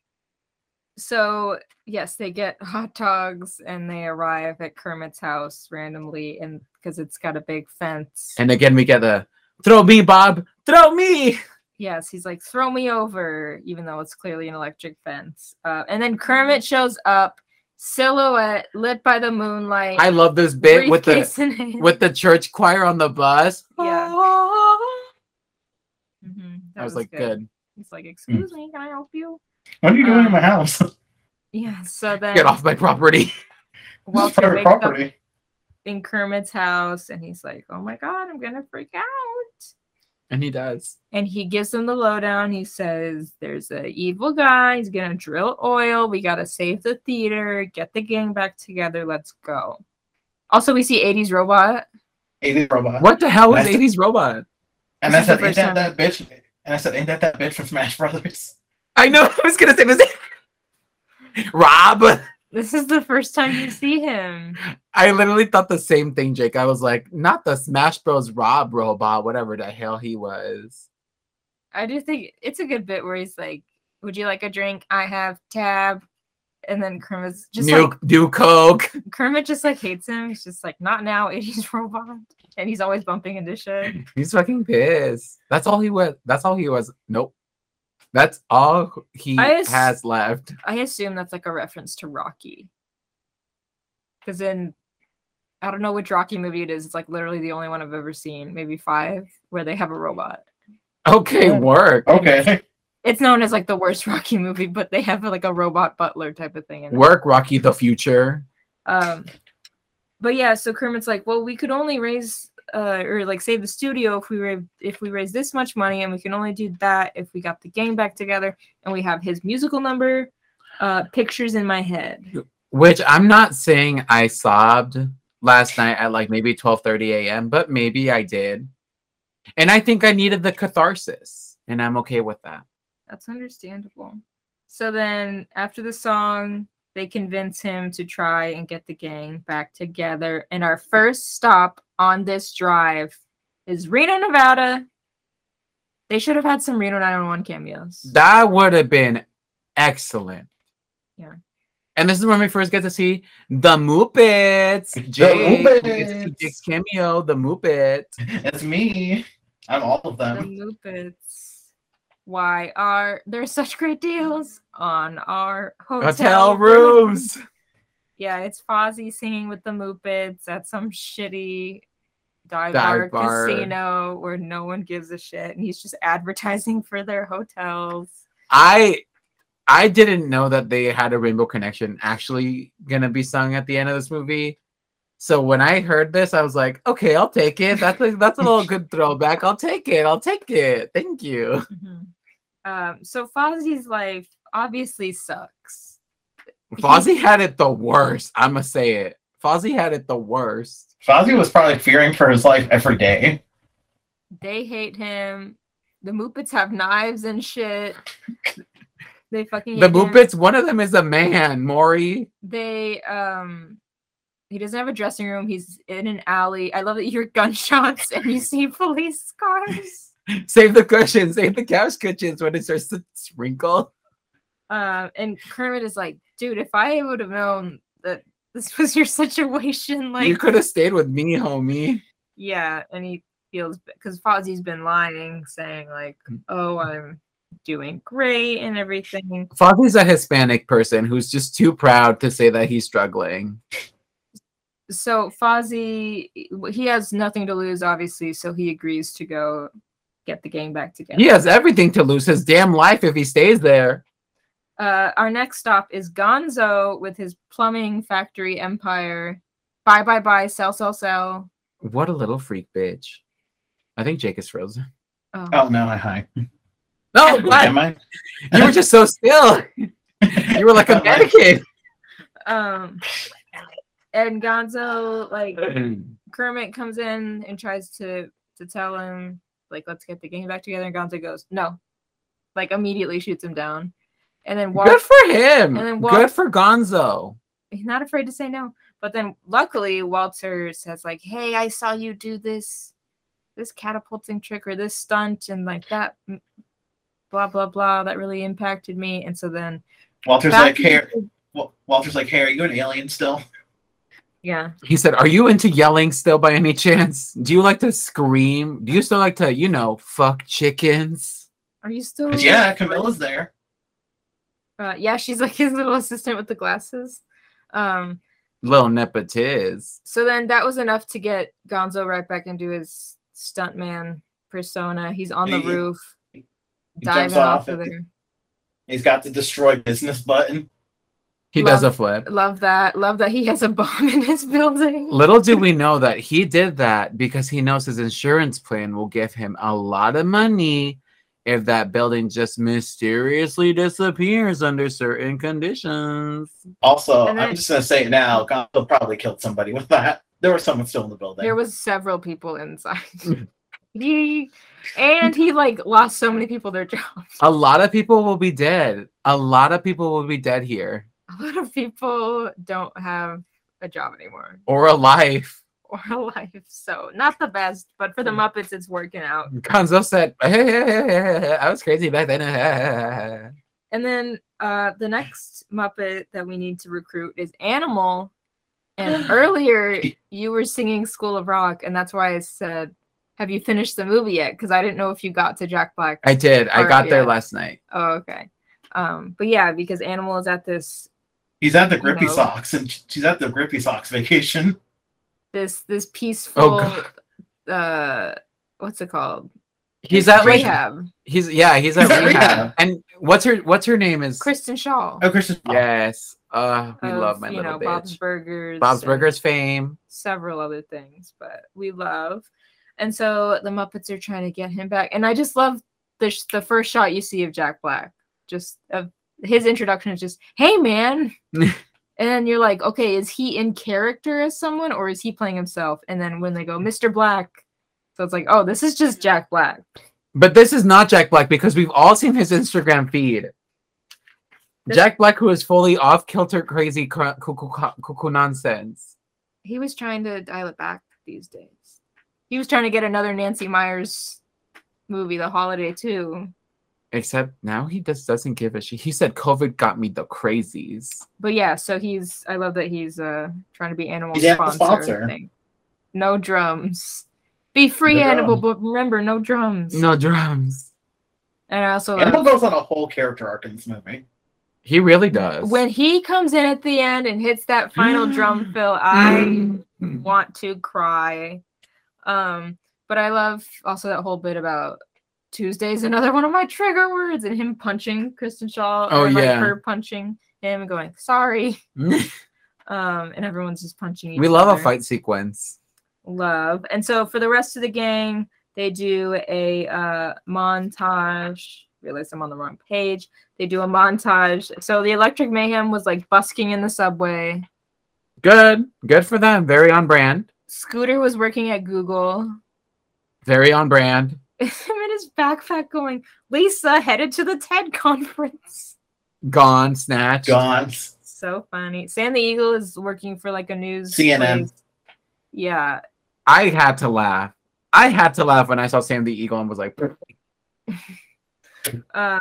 S6: so yes they get (laughs) hot dogs and they arrive at kermit's house randomly and because it's got a big fence
S3: And again, we get the throw me, Bob, throw me.
S6: yes he's like throw me over even though it's clearly an electric fence uh, and then kermit shows up silhouette lit by the moonlight
S3: I love this bit with the
S6: briefcase in hand.
S3: with the church choir on the bus. (laughs)
S6: Yeah.
S3: Ah.
S6: Mhm, that
S3: I was, like, good.
S6: he's like excuse me can i help you
S5: What are you doing
S6: Um,
S5: in my house? (laughs)
S6: yeah so then
S3: Mm. Get off my property. (laughs)
S5: This is
S6: walter
S5: private
S6: wakes up
S5: property.
S6: in Kermit's house and he's like, Oh my god, I'm gonna freak out.
S3: And he does.
S6: And he gives them the lowdown. He says, There's a evil guy, he's gonna drill oil, we gotta save the theater, get the gang back together, let's go. Also, we see 80s robot.
S5: Alien robot.
S3: What the hell was
S5: Nice.
S3: 80s robot?
S5: And I
S6: This is
S5: said,
S6: the
S5: ain't
S6: first
S5: that that
S6: time-
S5: bitch? And I said, ain't that that bitch from Smash Brothers? (laughs)
S3: I know (laughs) I was gonna say this. (laughs) Rob.
S6: This is the first time you see him.
S3: I literally thought the same thing, Jake. I was like, not the Smash Bros. Rob robot, whatever the hell he was.
S6: I do think it's a good bit where he's like, Would you like a drink? I have tab. And then Kermit's just
S3: New,
S6: like
S3: new Coke. (laughs)
S6: Kermit just like hates him. He's just like, not now, 80s (laughs) robot. And he's always bumping into shit.
S3: He's fucking pissed. That's all he was. That's all he was. Nope. That's all he
S6: I ass-
S3: has left.
S6: I assume that's like a reference to Rocky. Because in, I don't know which Rocky movie it is. It's like literally the only one I've ever seen, maybe five, where they have a robot.
S3: Okay,
S5: Yeah.
S3: work.
S5: Okay.
S6: It's known as like the worst (laughs) Rocky movie, but they have like a robot butler type of thing. In it.
S3: Work, Rocky the Future.
S6: Um, but yeah, so Kermit's like, well, we could only raise uh, or like save the studio if we ra- if we raise this much money, and we can only do that if we got the gang back together and we have his musical number, uh, pictures in my head.
S3: Which I'm not saying I sobbed last night at like maybe 12:30 a.m., but maybe I did. And I think I needed the catharsis, and I'm okay with that.
S6: That's understandable. So then, after the song, they convince him to try and get the gang back together. And our first stop on this drive is Reno, Nevada, They should have had some Reno 911 cameos.
S3: That would have been excellent.
S6: Yeah.
S3: And this is when we first get to see the Muppets. Jake. We get to see
S5: Muppets.
S3: Jake's cameo, the Muppets.
S5: It's me. I'm all of
S6: the
S5: them.
S6: Muppets. Why are there such great deals on our hotel,
S3: Hotel rooms.
S6: Yeah, it's Fozzie singing with the Muppets at some shitty dive, bar,
S3: Dive bar.
S6: casino where no one gives a shit, and he's just advertising for their hotels.
S3: I I didn't know that they had a Rainbow Connection actually gonna be sung at the end of this movie. So when I heard this, I was like, okay, I'll take it. That's a, that's a little (laughs) good throwback. I'll take it. I'll take it. Thank you.
S6: Um, so Fozzie's life obviously sucks.
S3: (laughs) Fozzie had it the worst. I'ma say it. Fozzie had it the worst.
S5: Fozzie was probably fearing for his life every day.
S6: They hate him. The Muppets have knives and shit. They fucking
S3: The
S6: hate him.
S3: Muppets, one of them is a man, Maury.
S6: they um he doesn't have a dressing room he's in an alley i love that you hear (laughs) gunshots and you see police cars
S3: Save the cushions, save the couch cushions when it starts to sprinkle.
S6: um and kermit is like dude if i would have known that this was your (laughs) situation like
S3: you could have stayed with me, homie.
S6: yeah and he feels because fozzie's been lying saying like oh i'm doing great and everything
S3: Fozzie's a Hispanic person who's just too proud to say that he's struggling.
S6: so fozzie he has nothing to lose obviously so he agrees to go get the gang back together
S3: He has everything to lose. His damn life if he stays there.
S6: Uh, our next stop is Gonzo with his plumbing factory empire. Bye bye bye, sell sell sell.
S3: What a little freak bitch. I think Jake is frozen.
S6: Oh.
S5: Oh no, I hi.
S6: (laughs)
S3: No,
S5: Am
S3: what?
S5: I?
S3: you were just so still. (laughs) You were like
S6: (laughs)
S3: a mannequin.
S6: Um, and Gonzo like Kermit comes in and tries to to tell him like let's get the gang back together. And Gonzo goes no, like immediately shoots him down, and then
S3: Good
S6: walks.
S3: for him.
S6: And then walk-
S3: Good for Gonzo.
S6: He's not afraid to say no. But then luckily Walter says like, "Hey, I saw you do this this catapulting trick or this stunt and like that m- blah blah blah that really impacted me." And so then
S5: Walter's
S6: back
S5: like,
S6: to
S5: hey,
S6: the-
S5: Wa- Walter's like, hey, are you an alien still?
S6: yeah.
S3: He said, Are you into yelling still by any chance? Do you like to scream? Do you still like to, you know, fuck chickens?
S6: Are you still
S5: 'Cause yeah, Camilla's there.
S6: Uh, yeah, (laughs) she's like his little assistant with the glasses. Um
S3: Little nepotiz.
S6: so then that was enough to get Gonzo right back into his stuntman persona. He's on the
S5: He-
S6: roof
S5: He jumps
S6: diving off
S5: off.
S6: of
S5: and
S6: there.
S5: He's got the destroy business button.
S3: He
S6: Love-
S3: does a flip.
S6: Love that. Love that he has a (laughs) bomb in his
S3: (laughs)
S6: building.
S3: Little do we know that he did that because he knows his insurance plan will give him a lot of money if that building just mysteriously disappears under certain conditions.
S5: Also,
S6: And
S5: I'm
S6: then-
S5: just gonna say it now. Gonzo probably killed somebody with that. There was someone still in the building.
S6: There was several people inside. (laughs) he and he like lost so many people their (laughs) jobs.
S3: A lot of people will be dead. A lot of people will be dead here
S6: A lot of people don't have a job anymore (laughs)
S3: or alive.
S6: or a life. So not the best, but for the Muppets it's working out.
S3: Gonzo said, (laughs) I was crazy back then. (laughs)
S6: And then uh the next Muppet that we need to recruit is Animal. And
S3: (gasps)
S6: earlier you were singing School of Rock, and that's why I said, Have you finished the movie yet? Because I didn't know if you got to Jack Black.
S3: I did. I
S6: Or,
S3: got there
S6: yeah.
S3: last night.
S6: Oh, okay. Um, but yeah, because Animal is at this
S5: He's at the Grippy
S6: No.
S5: Socks, and sh- she's at the Grippy Socks vacation.
S6: this this peaceful
S3: Oh, God.
S6: uh what's it called?
S3: He's at rehab.
S6: rehab.
S3: He's yeah, he's at
S5: He's at
S3: rehab.
S5: rehab.
S3: And what's her what's her name is
S6: Kristen Shaw.
S5: Oh, Christian.
S3: Yes. Uh, we love
S6: of,
S3: my
S6: you
S3: little
S6: know,
S3: bitch.
S6: Bob's Burgers.
S3: Bob's
S6: and
S3: Burgers fame.
S6: Several other things, but we love. And so the Muppets are trying to get him back, and I just love the sh- the first shot you see of Jack Black. Just of his introduction is just, "Hey, man." And you're like, okay, is he in character as someone or is he playing himself? And then when they go, Mr. Black, so it's like, oh, this is just Jack Black.
S3: But this is not Jack Black because we've all seen his Instagram feed.
S6: This-
S3: Jack Black, who is fully off kilter, crazy, cr- cuckoo cuckoo nonsense.
S6: he was trying to dial it back these days. He was trying to get another Nancy Myers movie, The Holiday too.
S3: Except now he just doesn't give a shit. He said COVID got me the crazies.
S6: But yeah, so he's. I love that he's uh trying to be animal
S5: He's animal
S6: sponsor.
S5: sponsor.
S6: Thing. No drums. Be free,
S5: No
S6: animal,
S5: drums.
S6: but remember, no drums.
S3: No drums.
S6: And I also
S5: Animal
S6: love
S5: goes on a whole character arc in this movie.
S3: He really does.
S6: when he comes in at the end and hits that final
S3: Mm.
S6: drum fill. I want to cry. Um, but I love also that whole bit about Tuesday's another one of my trigger words and him punching Kristen Shaw.
S3: Oh,
S6: or like
S3: yeah.
S6: her punching him and going sorry.
S3: Mm.
S6: (laughs) Um, and everyone's just punching. Each
S3: we love a
S6: other.
S3: fight sequence.
S6: Love, and so for the rest of the gang, they do a uh, montage. Realize I'm on the wrong page. They do a montage. So the Electric Mayhem was like busking in the subway.
S3: Good. Good for them. Very on brand.
S6: Scooter was working at Google. (laughs)
S3: Very on brand.
S6: him in his backpack going, Lisa headed to the TED conference. (laughs)
S3: Gone, snatched.
S5: Gone.
S6: So funny. Sam the Eagle is working for like a news
S5: CNN.
S6: place. Yeah.
S3: I had to laugh. I had to laugh when I saw Sam the Eagle and was like,
S6: Um,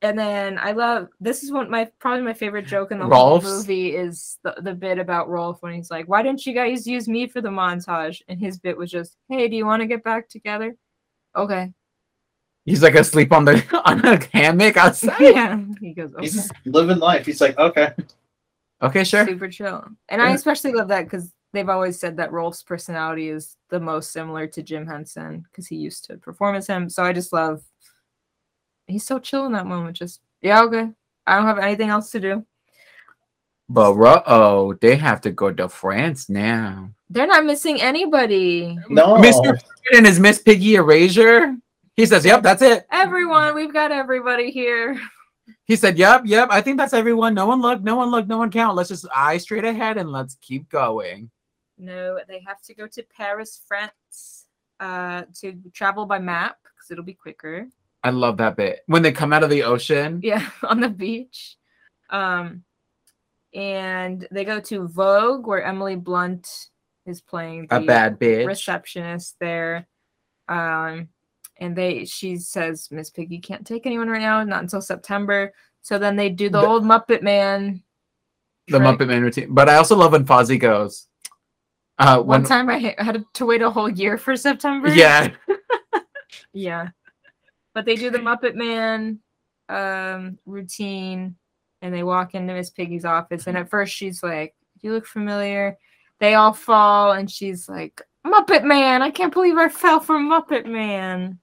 S6: and then I love this is one my probably my favorite joke in the
S3: Rolf's?
S6: whole movie is the, the bit about Rolf when he's like, Why didn't you guys use me for the montage? And his bit was just, Hey, do you want to get back together?
S3: (laughs)
S6: Okay.
S3: he's like asleep on the (laughs) on a hammock outside.
S6: (laughs) yeah. He goes, okay.
S5: He's just living life. He's like,
S6: (laughs)
S5: okay.
S3: Okay, sure.
S6: Super chill. And I
S3: Yeah.
S6: especially love that because they've always said that Rolf's personality is the most similar to Jim Henson because he used to perform as him. So I just love he's so chill in that moment. Just yeah, okay. I don't have anything else to do.
S3: But uh oh, they have to go to France now.
S6: They're not missing anybody.
S5: No.
S3: Mr. President is Miss Piggy Erasure. He says, "Yep, that's it."
S6: Everyone, we've got everybody here. (laughs)
S3: He said, "Yep, yep. I think that's everyone. No one look. No one look. No one count. Let's just eye straight ahead and let's keep going."
S6: No, they have to go to Paris, France, uh, to travel by map because it'll be quicker. (laughs)
S3: I love that bit when they come out of the ocean.
S6: yeah on the beach um and they go to vogue where emily blunt is playing
S3: A
S6: the
S3: bad bitch.
S6: receptionist there um and they she says miss piggy can't take anyone right now not until september so then they do the,
S3: The-
S6: old muppet man
S3: the
S6: trick.
S3: Muppet Man routine. But I also love when Fozzie goes. Uh,
S6: one
S3: when
S6: time i ha- had to wait a whole year for september
S3: yeah,
S6: Yeah. But they do the Muppet Man um routine and they walk into Miss Piggy's office and at first she's like, You look familiar. They all fall and she's like, Muppet Man, I can't believe I fell for Muppet Man.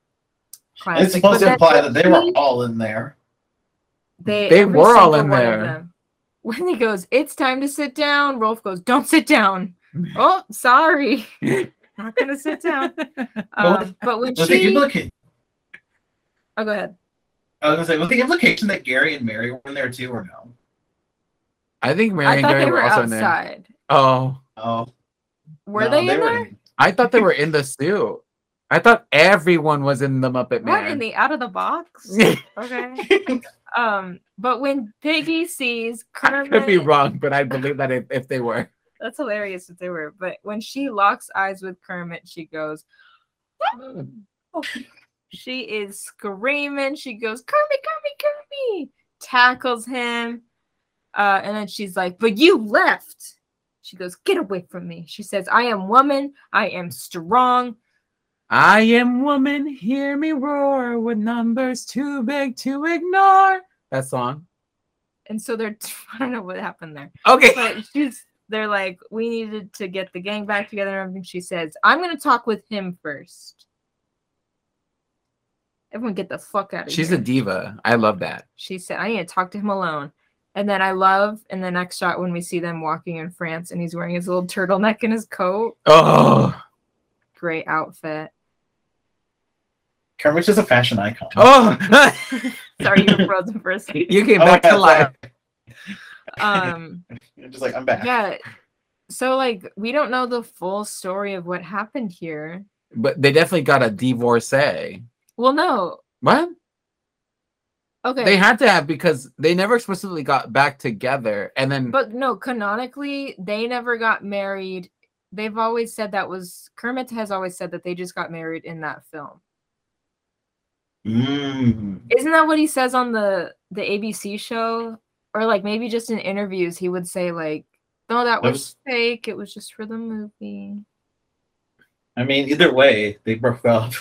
S5: It's
S6: Classic.
S5: supposed
S6: But
S5: to
S6: then
S5: imply that they were all in there.
S3: They
S6: every
S3: were all
S6: single
S3: in
S6: one of
S3: there.
S6: them. When he goes, It's time to sit down, Rolf goes, Don't sit
S3: (laughs)
S6: down. oh, sorry. Not gonna sit
S3: (laughs)
S6: down. Um, but when
S5: Was the
S6: she
S5: implication?
S6: Oh go ahead.
S5: I was gonna say, was the implication that Gary and Mary were in there too, or no?
S3: I think Mary
S6: I
S3: and
S6: thought
S3: Gary
S6: they
S3: were,
S6: were
S3: also in there.
S6: outside.
S3: Oh,
S5: Oh,
S6: Were
S5: no,
S6: they in
S5: were
S6: there?
S3: I thought they were in the suit. I thought everyone was in the Muppet Man.
S6: What
S3: (laughs)
S6: in the out of the box? okay. Um, but when Piggy sees
S3: I
S6: Kermit,
S3: could be wrong, but I believe that if, if they were.
S6: that's hilarious that they were. But when she locks eyes with Kermit, she goes, (laughs) she is screaming. She goes, Kermit, Kermit, Kermit, tackles him, uh, and then she's like, "But you left." She goes, "Get away from me." She says, "I am woman. I am strong."
S3: I am woman, hear me roar with numbers too big to ignore. That song.
S6: And so they're, (laughs) I don't know what happened there.
S3: Okay.
S6: but she's they're like we needed to get the gang back together and everything she says i'm gonna talk with him first everyone get the fuck out of
S3: She's a
S6: here
S3: diva. I love that.
S6: she said i need to talk to him alone and then i love in the next shot when we see them walking in france and he's wearing his little turtleneck and his coat
S3: Oh,
S6: great outfit
S5: (laughs) Kermit's just a fashion icon.
S3: oh,
S6: sorry you were frozen for a
S3: (laughs)
S6: second
S3: you came
S5: Oh my
S3: back
S5: God,
S3: to life.
S6: um
S5: I'm just like, I'm back.
S6: yeah so like we don't know the full story of what happened here
S3: But they definitely got a divorcee.
S6: well no
S3: What?
S6: okay
S3: They had to have because they never explicitly got back together. And then
S6: But no, canonically, they never got married. They've always said that was Kermit has always said that they just got married in that film.
S5: Mm.
S6: Isn't that what he says on the the ABC show, or like maybe just in interviews he would say like, "No, that
S5: That
S6: was, fake. It was just for the movie."
S5: I mean, either way, they broke up.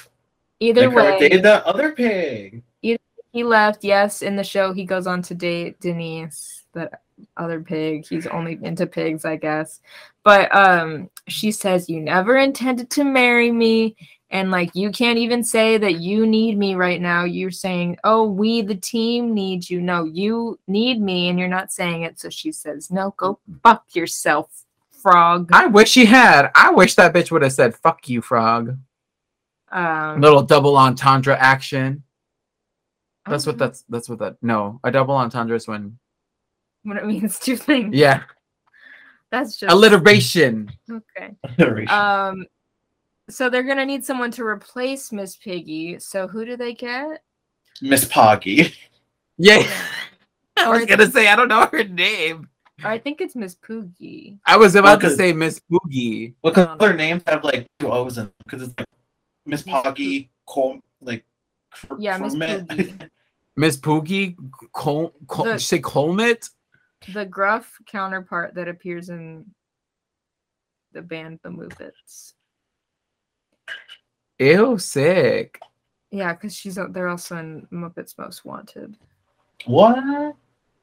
S6: Either
S5: they probably
S6: way,
S5: dated the other pig.
S6: he left. Yes, in the show he goes on to date Denise, the other pig. He's only into pigs, I guess. But um, she says, "You never intended to marry me." And like you can't even say that you need me right now. You're saying, "Oh, we the team need you." No, you need me, and you're not saying it. So she says, "No, go fuck yourself, frog."
S3: I wish she had. I wish that bitch would have said "fuck you, frog."
S6: Um,
S3: Little double entendre action.
S6: I
S3: That's
S6: don't
S3: what
S6: know
S3: that's. That's what that. No, a double entendre is when.
S6: what it means to think.
S3: Yeah,
S6: That's just
S3: alliteration.
S6: okay.
S5: Uh,
S6: Um, so they're gonna need someone to replace Miss Piggy. So who do they get?
S5: Miss Poggy.
S6: (laughs)
S3: Yeah. I
S6: Or
S3: was
S6: it's-
S3: gonna say I don't know her name.
S6: Or
S3: (laughs)
S6: I think it's Miss Poogie.
S3: I was about to
S5: Okay.
S3: say Miss Boogie.
S5: What other names have like two O's in? Because it's like Miss
S6: uh, Miss Pog-
S5: Poggy, Col- like Cr-
S6: Yeah, Miss
S5: Kermit.
S6: Poogie.
S3: Miss Poogie. Col- Col-
S6: The-
S3: say Colmet.
S6: The gruff counterpart that appears in the band The Movits.
S3: Ew, sick.
S6: Yeah, because she's al- they're also in Muppets Most Wanted.
S5: (laughs) What? Oh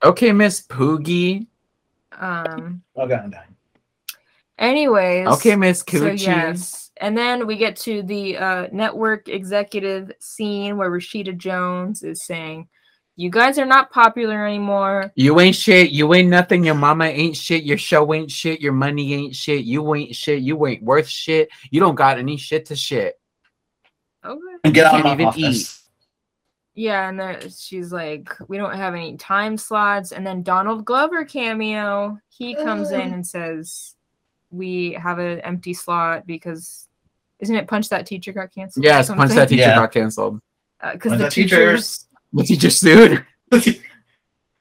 S3: Okay, Miss Poogie.
S6: Um.
S5: Oh god, I'm dying.
S6: Anyways.
S3: Okay, Miss
S6: So
S3: Coochie.
S6: yes, and then we get to the uh, network executive scene where Rashida Jones is saying, "You guys are not popular anymore.
S3: You ain't shit. You ain't nothing. Your mama ain't shit. Your show ain't shit. Your money ain't shit. You ain't shit. You ain't worth shit. You don't got any shit to shit.
S6: Okay.
S5: And get out of
S3: Can't
S5: my
S3: even
S5: office.
S6: Yeah, and there, she's like, we don't have any time slots. And then Donald Glover cameo, he comes in and says, we have an empty slot because isn't it Punch That Teacher got canceled? or
S3: Yes, Punch That
S6: something?
S3: Teacher
S5: Yeah.
S3: got canceled.
S6: (laughs) Uh,
S5: Punch
S6: 'cause the
S5: That Teacher.
S6: teachers,
S3: The teacher sued.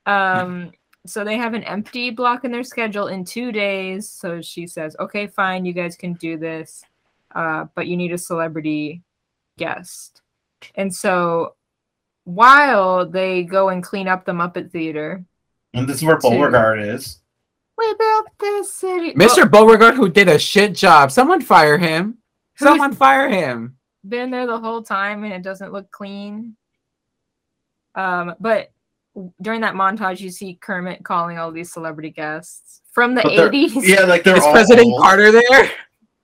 S6: um, so they have an empty block in their schedule in two days. So she says, okay, fine, you guys can do this, uh, but you need a celebrity guest. And so while they go and clean up the Muppet Theater,
S5: And this is where
S6: Two.
S5: Beauregard is.
S6: We built this city.
S3: Mr.
S6: Well,
S3: Beauregard, who did a shit job. Someone fire him.
S6: Who is-
S3: Someone fire him.
S6: been there the whole time and it doesn't look clean. Um, but w- during that montage, you see Kermit calling all these celebrity guests from the
S5: But they're-
S6: 80s.
S5: Yeah, like they're
S3: Is
S5: all
S3: President
S5: old.
S3: Carter there?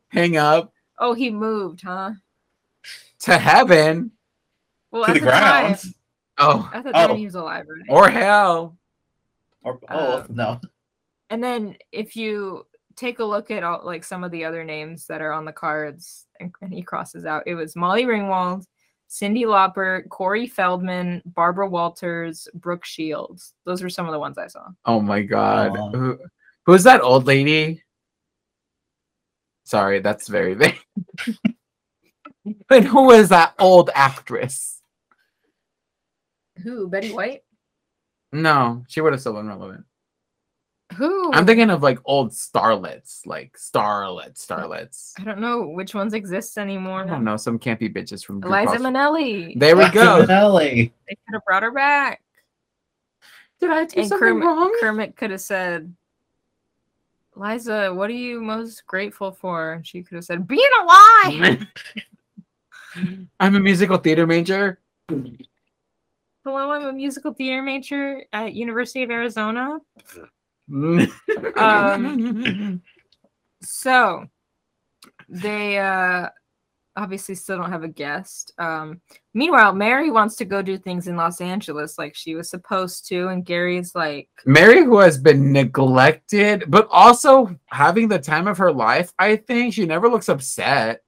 S3: Hang up
S6: Oh, he moved, huh?
S3: to heaven.
S6: Well,
S5: to
S6: at
S5: the
S6: the,
S5: ground.
S6: time,
S3: Oh,
S6: at the
S5: Oh.
S6: time he was alive, right?
S3: or hell.
S5: Or
S6: Uh,
S5: both. no.
S6: and then if you take a look at all like some of the other names that are on the cards and, and he crosses out it was molly ringwald cindy lauper corey feldman barbara walters brooke shields those were some of the ones i saw
S3: Oh my God.
S5: Aw.
S3: Who, who's that old lady? Sorry, that's very (laughs) vague. but who is that old actress?
S6: who betty white
S3: No, she would have still been relevant.
S6: who
S3: I'm thinking of like old starlets, like starlets, starlets.
S6: i don't know which ones exist anymore
S3: I don't know, some campy bitches from Good
S6: eliza
S3: Cause-
S6: minnelli
S3: There we
S5: That's (laughs)
S3: go.
S5: in
S3: (laughs)
S5: LA.
S6: they could have brought her back
S3: Did I do
S6: and
S3: something
S6: Kermit,
S3: wrong?
S6: Kermit could have said, Liza, what are you most grateful for? And she could have said, being alive.
S3: I'm a musical theater major.
S6: Hello, I'm a musical theater major at University of Arizona.
S3: um,
S6: So they uh, obviously still don't have a guest. Um, meanwhile, Mary wants to go do things in Los Angeles like she was supposed to, and Gary's like,
S3: Mary, who has been neglected, but also having the time of her life, I think she never looks upset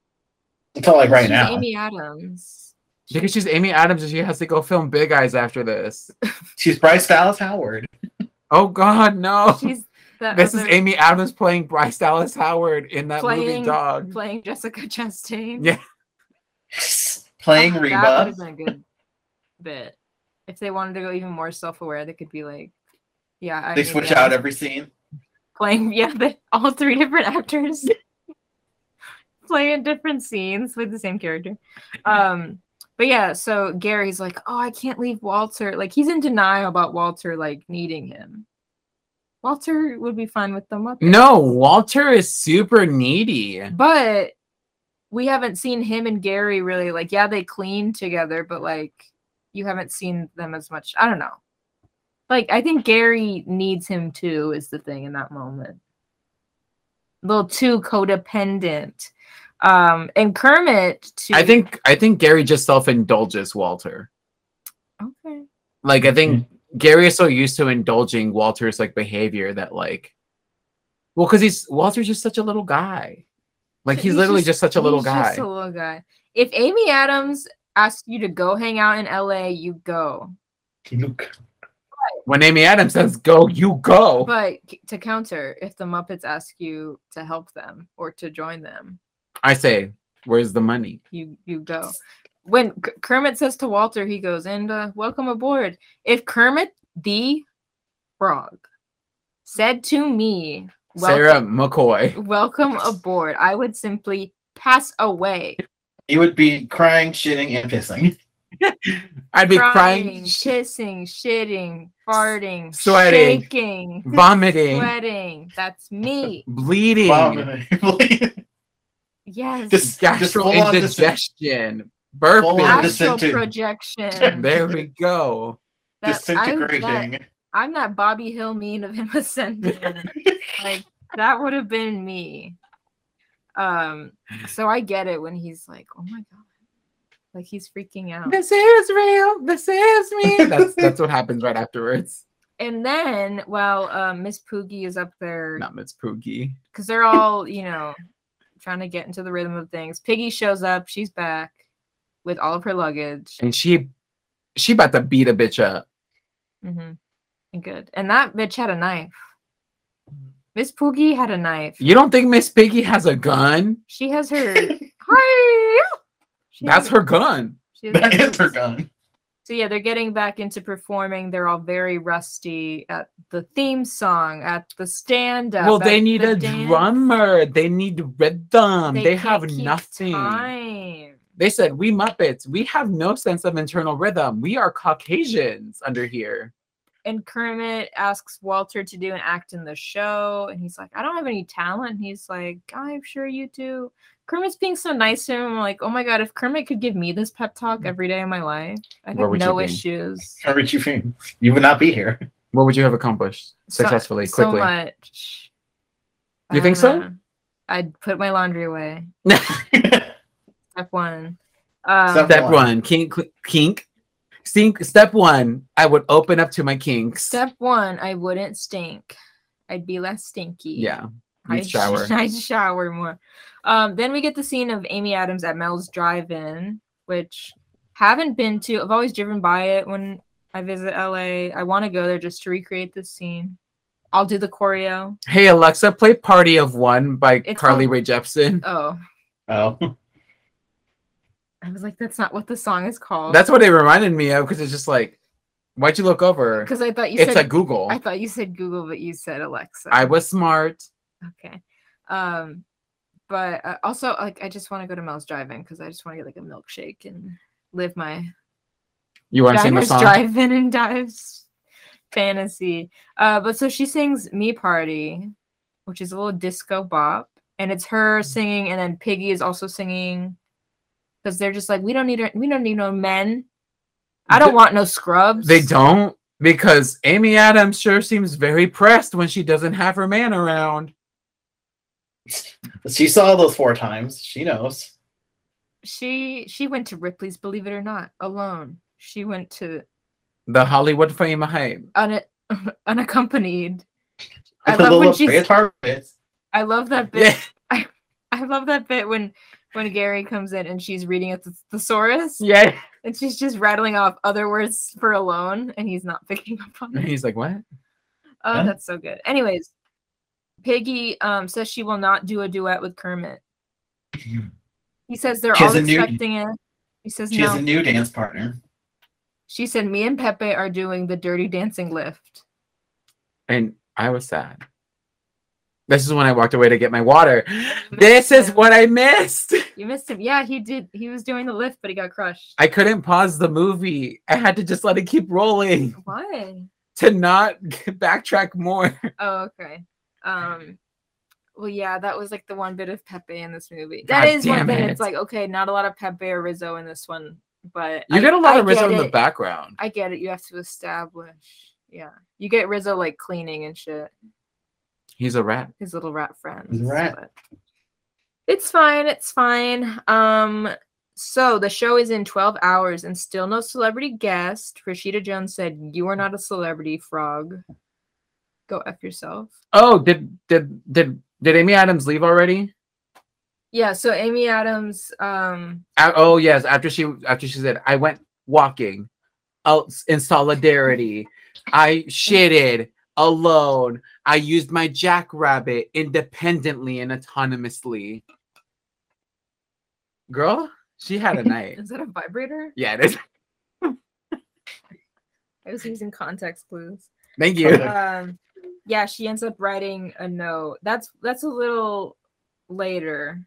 S5: Until like right
S6: she's
S5: now. (laughs)
S6: Amy Adams.
S3: because she's Amy Adams and she has to go film Big Eyes after this.
S5: She's Bryce Dallas Howard.
S3: Oh God, no!
S6: She's the
S3: (laughs) This is
S6: other-
S3: Amy Adams playing Bryce Dallas Howard in that
S6: playing
S3: movie
S6: (laughs)
S3: Dog.
S6: playing Jessica Chastain.
S3: Yeah.
S5: Playing
S6: Oh, That
S5: Reba.
S6: would have been a good bit. If they wanted to go even more self-aware, they could be like, "Yeah, I
S5: They
S6: mean,
S5: switch
S6: yeah,
S5: out every scene.
S6: playing. (laughs) Yeah, the, all three different (laughs) actors playing different scenes with the same character." Um, But yeah, so Gary's like, oh, I can't leave Walter. Like he's in denial about Walter like needing him. Walter would be fine with them.
S3: No, Walter is super needy.
S6: But we haven't seen him and Gary really like yeah, they clean together, but like you haven't seen them as much. I don't know. Like I think Gary needs him too is the thing in that moment. A little too codependent. Um and Kermit too
S3: I think I think Gary just self indulges Walter.
S6: Okay.
S3: Like I think Gary is so used to indulging Walter's like behavior that like, well, because he's Walter's just such a little guy. Like he's, literally just, such a little
S6: he's
S3: guy.
S6: Just a little guy. If Amy Adams asked you to go hang out in LA, you go.
S5: Look.
S3: when Amy Adams says go, you go.
S6: But c- to counter, if the Muppets ask you to help them or to join them,
S3: I say, where's the money?
S6: you you go. When K- Kermit says to Walter, he goes, "And uh, welcome aboard." If Kermit the Frog said to me,
S3: Sarah McCoy.
S6: welcome aboard," I would simply pass away.
S5: He would be crying, shitting, and pissing.
S3: I'd be crying,
S6: kissing, shitting, farting,
S3: Sweating.
S6: shaking,
S3: vomiting,
S6: sweating. That's me.
S3: bleeding,
S5: (laughs) Abominably.
S6: Yes.
S5: Just- just
S3: gastro
S5: full on dis-
S3: indigestion,
S5: full on
S3: burping.
S5: dis-
S6: astral
S5: Listen to-
S6: projection.
S3: There we go.
S6: That- I'm, that,
S5: Disintegrating.
S6: I'm that Bobby Hill mean of him (laughs) ascending. like that would have been me. Um, so I get it when he's like, "Oh my god," like he's freaking out.
S3: (laughs) This is real. This is me. (laughs) That's that's what happens right afterwards.
S6: And then, while um, Miss Poogie is up there
S3: Not Miss Poogie.
S6: because they're all you know trying to get into the rhythm of things piggy shows up she's back with all of her luggage
S3: And she she about to beat a bitch up.
S6: hmm good and that bitch had a knife miss poogie had a knife
S3: You don't think Miss Piggy has a gun?
S6: she has her Hi! She has-
S3: That's her gun.
S6: she has
S5: (laughs) That is her gun.
S6: so yeah they're getting back into performing they're all very rusty at the theme song at the stand up
S3: well, they need a drummer. They need rhythm. They, have nothing.
S6: time.
S3: They said, "We Muppets, we have no sense of internal rhythm. We are Caucasians under here."
S6: and Kermit asks Walter to do an act in the show, and he's like, "I don't have any talent." And he's like, "I'm sure you do." Kermit's being so nice to him. I'm like, "Oh my god, if Kermit could give me this pep
S3: Hmm.
S6: talk every day of my life, I'd
S3: Where
S6: have
S3: would you
S6: no
S3: be?"
S6: issues."
S5: How would you feel? You would not be here. (laughs)
S3: What would you have accomplished
S6: So-
S3: successfully,
S6: so,
S3: quickly?
S6: much.
S3: You
S6: I
S3: think
S6: don't
S3: so?
S6: know. I'd put my laundry away. Step one.
S5: Step
S6: Um,
S3: Step
S5: One.
S3: one, kink, kink. Stink, step one, I would open up to my kinks.
S6: step one. I wouldn't stink. I'd be less stinky.
S3: yeah,
S6: I
S3: you'd
S6: (laughs)
S3: shower.
S6: I shower more. Um, then we get the scene of Amy Adams at Mel's Drive-In, which haven't been to. I've always driven by it when I visit LA. I want to go there just to recreate this scene. I'll do the choreo.
S3: Hey Alexa, play "Party of One" by
S6: It's
S3: Carly
S6: on-
S3: Rae Jepsen.
S6: Oh,
S5: Oh.
S6: I was like, that's not what the song is called.
S3: That's what it reminded me of because it's just like, why'd you look over?
S6: because I thought you
S3: It's a
S6: said.
S3: Google.
S6: I thought you said Google, but you said Alexa.
S3: I was smart.
S6: Okay. Um, but uh, also, like, I just want to go to Mel's Drive-In because I just want to get like a milkshake and live my
S3: You want to sing the
S6: Diners,
S3: song?
S6: Drive-In and Dives Fantasy. Uh, but so she sings Me Party, which is a little disco bop. And it's her
S3: Mm.
S6: singing, and then Piggy is also singing. Because they're just like, we don't need we don't need no men. I don't
S3: Th-
S6: want no scrubs.
S3: They don't because Amy Adams sure seems very pressed when she doesn't have her man around.
S5: She saw those four times. She knows.
S6: She she went to Ripley's, believe it or not, alone. She went to
S3: The Hollywood fame hype.
S6: (laughs) un,
S5: (laughs)
S6: unaccompanied. I
S5: With a
S6: love when
S5: little
S6: she's
S5: guitar bit.
S6: I love that bit.
S3: Yeah.
S6: (laughs) I love that bit when when Gary comes in and she's reading a th- thesaurus
S3: Yeah.
S6: and she's just rattling off other words for alone and he's not (laughs) picking up on
S3: And
S5: (laughs)
S6: it.
S3: he's like, what?
S6: Oh,
S5: Yeah.
S6: that's so good. Anyways, Piggy um says she will not do a duet
S5: (laughs)
S6: with Kermit. He says they're
S5: She
S6: all
S5: has a new-
S6: expecting it. He says
S5: She has
S6: no.
S5: a new dance partner.
S6: she said me and Pepe are doing the dirty dancing lift.
S3: And I was sad. This is when I walked away to get my water. This is
S6: him.
S3: what I missed.
S6: You missed him. Yeah, he did. He was doing the lift, but he got crushed.
S3: I couldn't pause the movie. I had to just let it keep rolling
S6: Why?
S3: to not (laughs) backtrack more.
S6: Oh, okay. Um. Well, yeah, that was like the one bit of Pepe in this movie.
S3: God
S6: that is one
S3: damn
S6: thing.
S3: it.
S6: It's like okay, not a lot of Pepe or Rizzo in this one, but
S3: You
S6: I-
S3: get a lot
S6: I
S3: of Rizzo
S6: get
S3: in the
S6: it.
S3: background.
S6: I get it. You have to establish. Yeah, you get Rizzo like cleaning and shit.
S3: He's a rat.
S6: his little rat friends.
S5: rat.
S6: but It's fine. It's fine. Um, so the show is in 12 hours and still no celebrity guest. Rashida Jones said, You are not a celebrity, frog. Go F yourself.
S3: Oh, did did did did Amy Adams leave already?
S6: Yeah, so Amy Adams, um,
S3: A- oh yes, after she after she said I went walking out in solidarity. I shitted alone. I used my jackrabbit independently and autonomously. Girl, she had a night.
S6: is that a vibrator?
S3: Yeah, it is.
S6: I was using context clues.
S3: Thank
S5: Okay.
S3: you.
S6: Um, yeah, she ends up writing a note. That's that's a little later.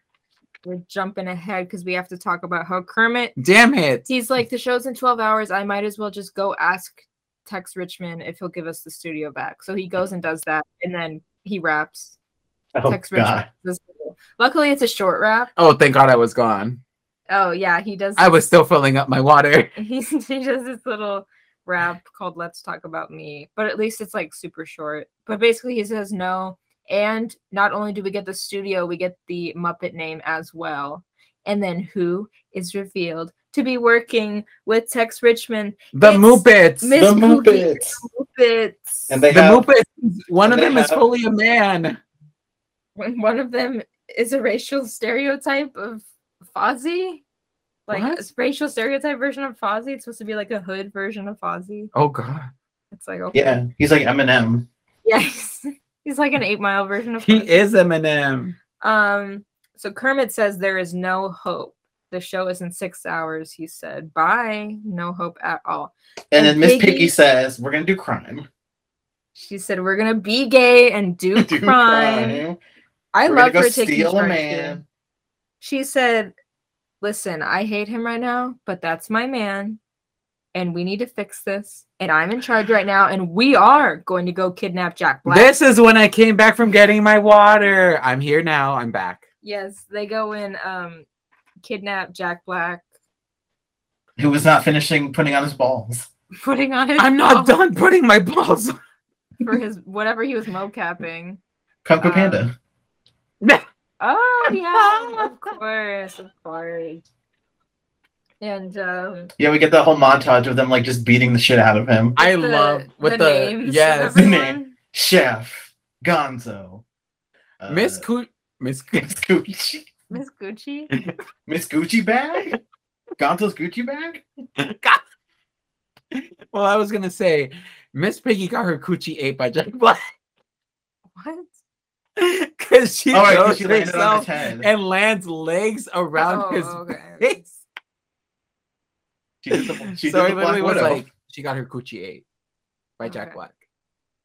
S6: We're jumping ahead because we have to talk about how Kermit
S3: Damn it.
S6: He's like, the show's in 12 hours. I might as well just go ask Tex Richmond if he'll give us the studio back. So he goes and does that. And then he raps.
S5: Oh
S6: Tex
S5: God.
S6: Richmond. does the- Luckily, it's a short rap.
S3: Oh, thank God I was gone.
S6: Oh, yeah. He does.
S3: I was still filling up my water.
S6: (laughs) He, he does this little rap called Let's Talk About Me. But at least it's like super short. But basically, he says no. And not only do we get the studio, we get the Muppet name as well. And then who is revealed to be working with Tex Richmond?
S3: The
S6: It's
S3: Muppets.
S6: Miss
S5: The
S6: Pookie.
S5: Muppets.
S6: Muppets.
S5: And they
S3: the
S5: have
S3: Muppets. One of
S5: and they
S3: them is
S5: have-
S3: fully a man.
S6: when one of them is a racial stereotype of Fozzie. Like a
S3: What?
S6: s- racial stereotype version of Fozzie. It's supposed to be like a hood version of Fozzie.
S3: Oh God.
S6: It's like okay.
S5: yeah. He's like Eminem.
S6: (laughs) Yes. He's like an eight mile version of
S3: He
S6: Fozzie.
S3: is Eminem.
S6: Um so Kermit says there is no hope. The show is in six hours, he said. Bye. No hope at all.
S5: And then Miss
S6: Piggy.
S5: Piggy says, We're gonna do crime.
S6: She said, We're gonna be gay and do,
S5: (laughs) Do
S6: crime.
S5: crime.
S6: I
S5: We're
S6: love
S5: gonna
S6: her
S5: go
S6: taking
S5: steal a
S6: charge
S5: man.
S6: here. She said, Listen, I hate him right now, but that's my man. And we need to fix this. And I'm in charge right now. And we are going to go kidnap Jack Black.
S3: This is when I came back from getting my water. I'm here now. I'm
S6: (laughs)
S3: back.
S6: yes, they go and um, kidnap Jack Black, (laughs)
S5: Who was not finishing putting on his balls.
S6: putting on his
S3: I'm not
S6: bra
S3: done putting my balls. on.
S6: for his whatever he was
S3: (laughs)
S6: mocapping.
S5: Kung Fu
S6: Um,
S5: Panda.
S6: Oh yeah,
S3: Ah.
S6: of course, of course. And um,
S5: Yeah, we get the whole montage of them like just beating the shit out of him.
S3: I love with the,
S6: names of
S3: yes, (laughs)
S5: The name.
S6: everyone.
S5: Chef Gonzo. Uh,
S3: Miss Coo- Miss Coo-
S5: Miss Gucci.
S6: Miss Gucci.
S5: Miss Gucci bag? Gonzo's Gucci bag?
S3: God. (laughs) Well, I was gonna say Miss Piggy got her coochie ate by Jack Black (laughs)
S6: What?
S3: because she
S5: Oh, right, 'cause
S3: goes
S5: she
S3: to
S5: landed on his
S3: herself
S5: head.
S3: and lands legs around
S6: Oh,
S3: his (laughs)
S6: okay.
S3: face.
S5: She did the, she
S3: so
S5: did
S3: it
S5: the Black
S3: literally was
S5: Widow.
S3: like she got her coochie ate by Jack
S6: Okay.
S3: Black.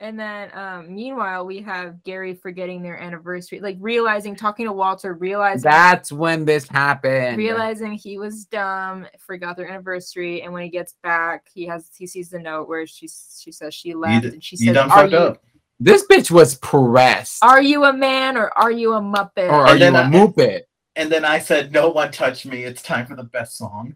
S6: And then, um, meanwhile, we have Gary forgetting their anniversary, like realizing, talking to Walter, realizing,
S3: That's when this
S5: uh,
S3: happened.
S6: realizing he was dumb, forgot their anniversary, and when he gets back, he has he sees the note where she she says she left,
S5: d-
S6: and she
S5: you
S6: says,
S5: done
S6: "Are
S5: fucked
S6: you
S5: up.
S3: this bitch was pressed.
S6: are you a man or are you a muppet?"
S3: or are
S5: And
S3: you a
S5: then I-
S3: muppet?
S6: (laughs)
S5: And then I said, No one touched me. It's time for the best song.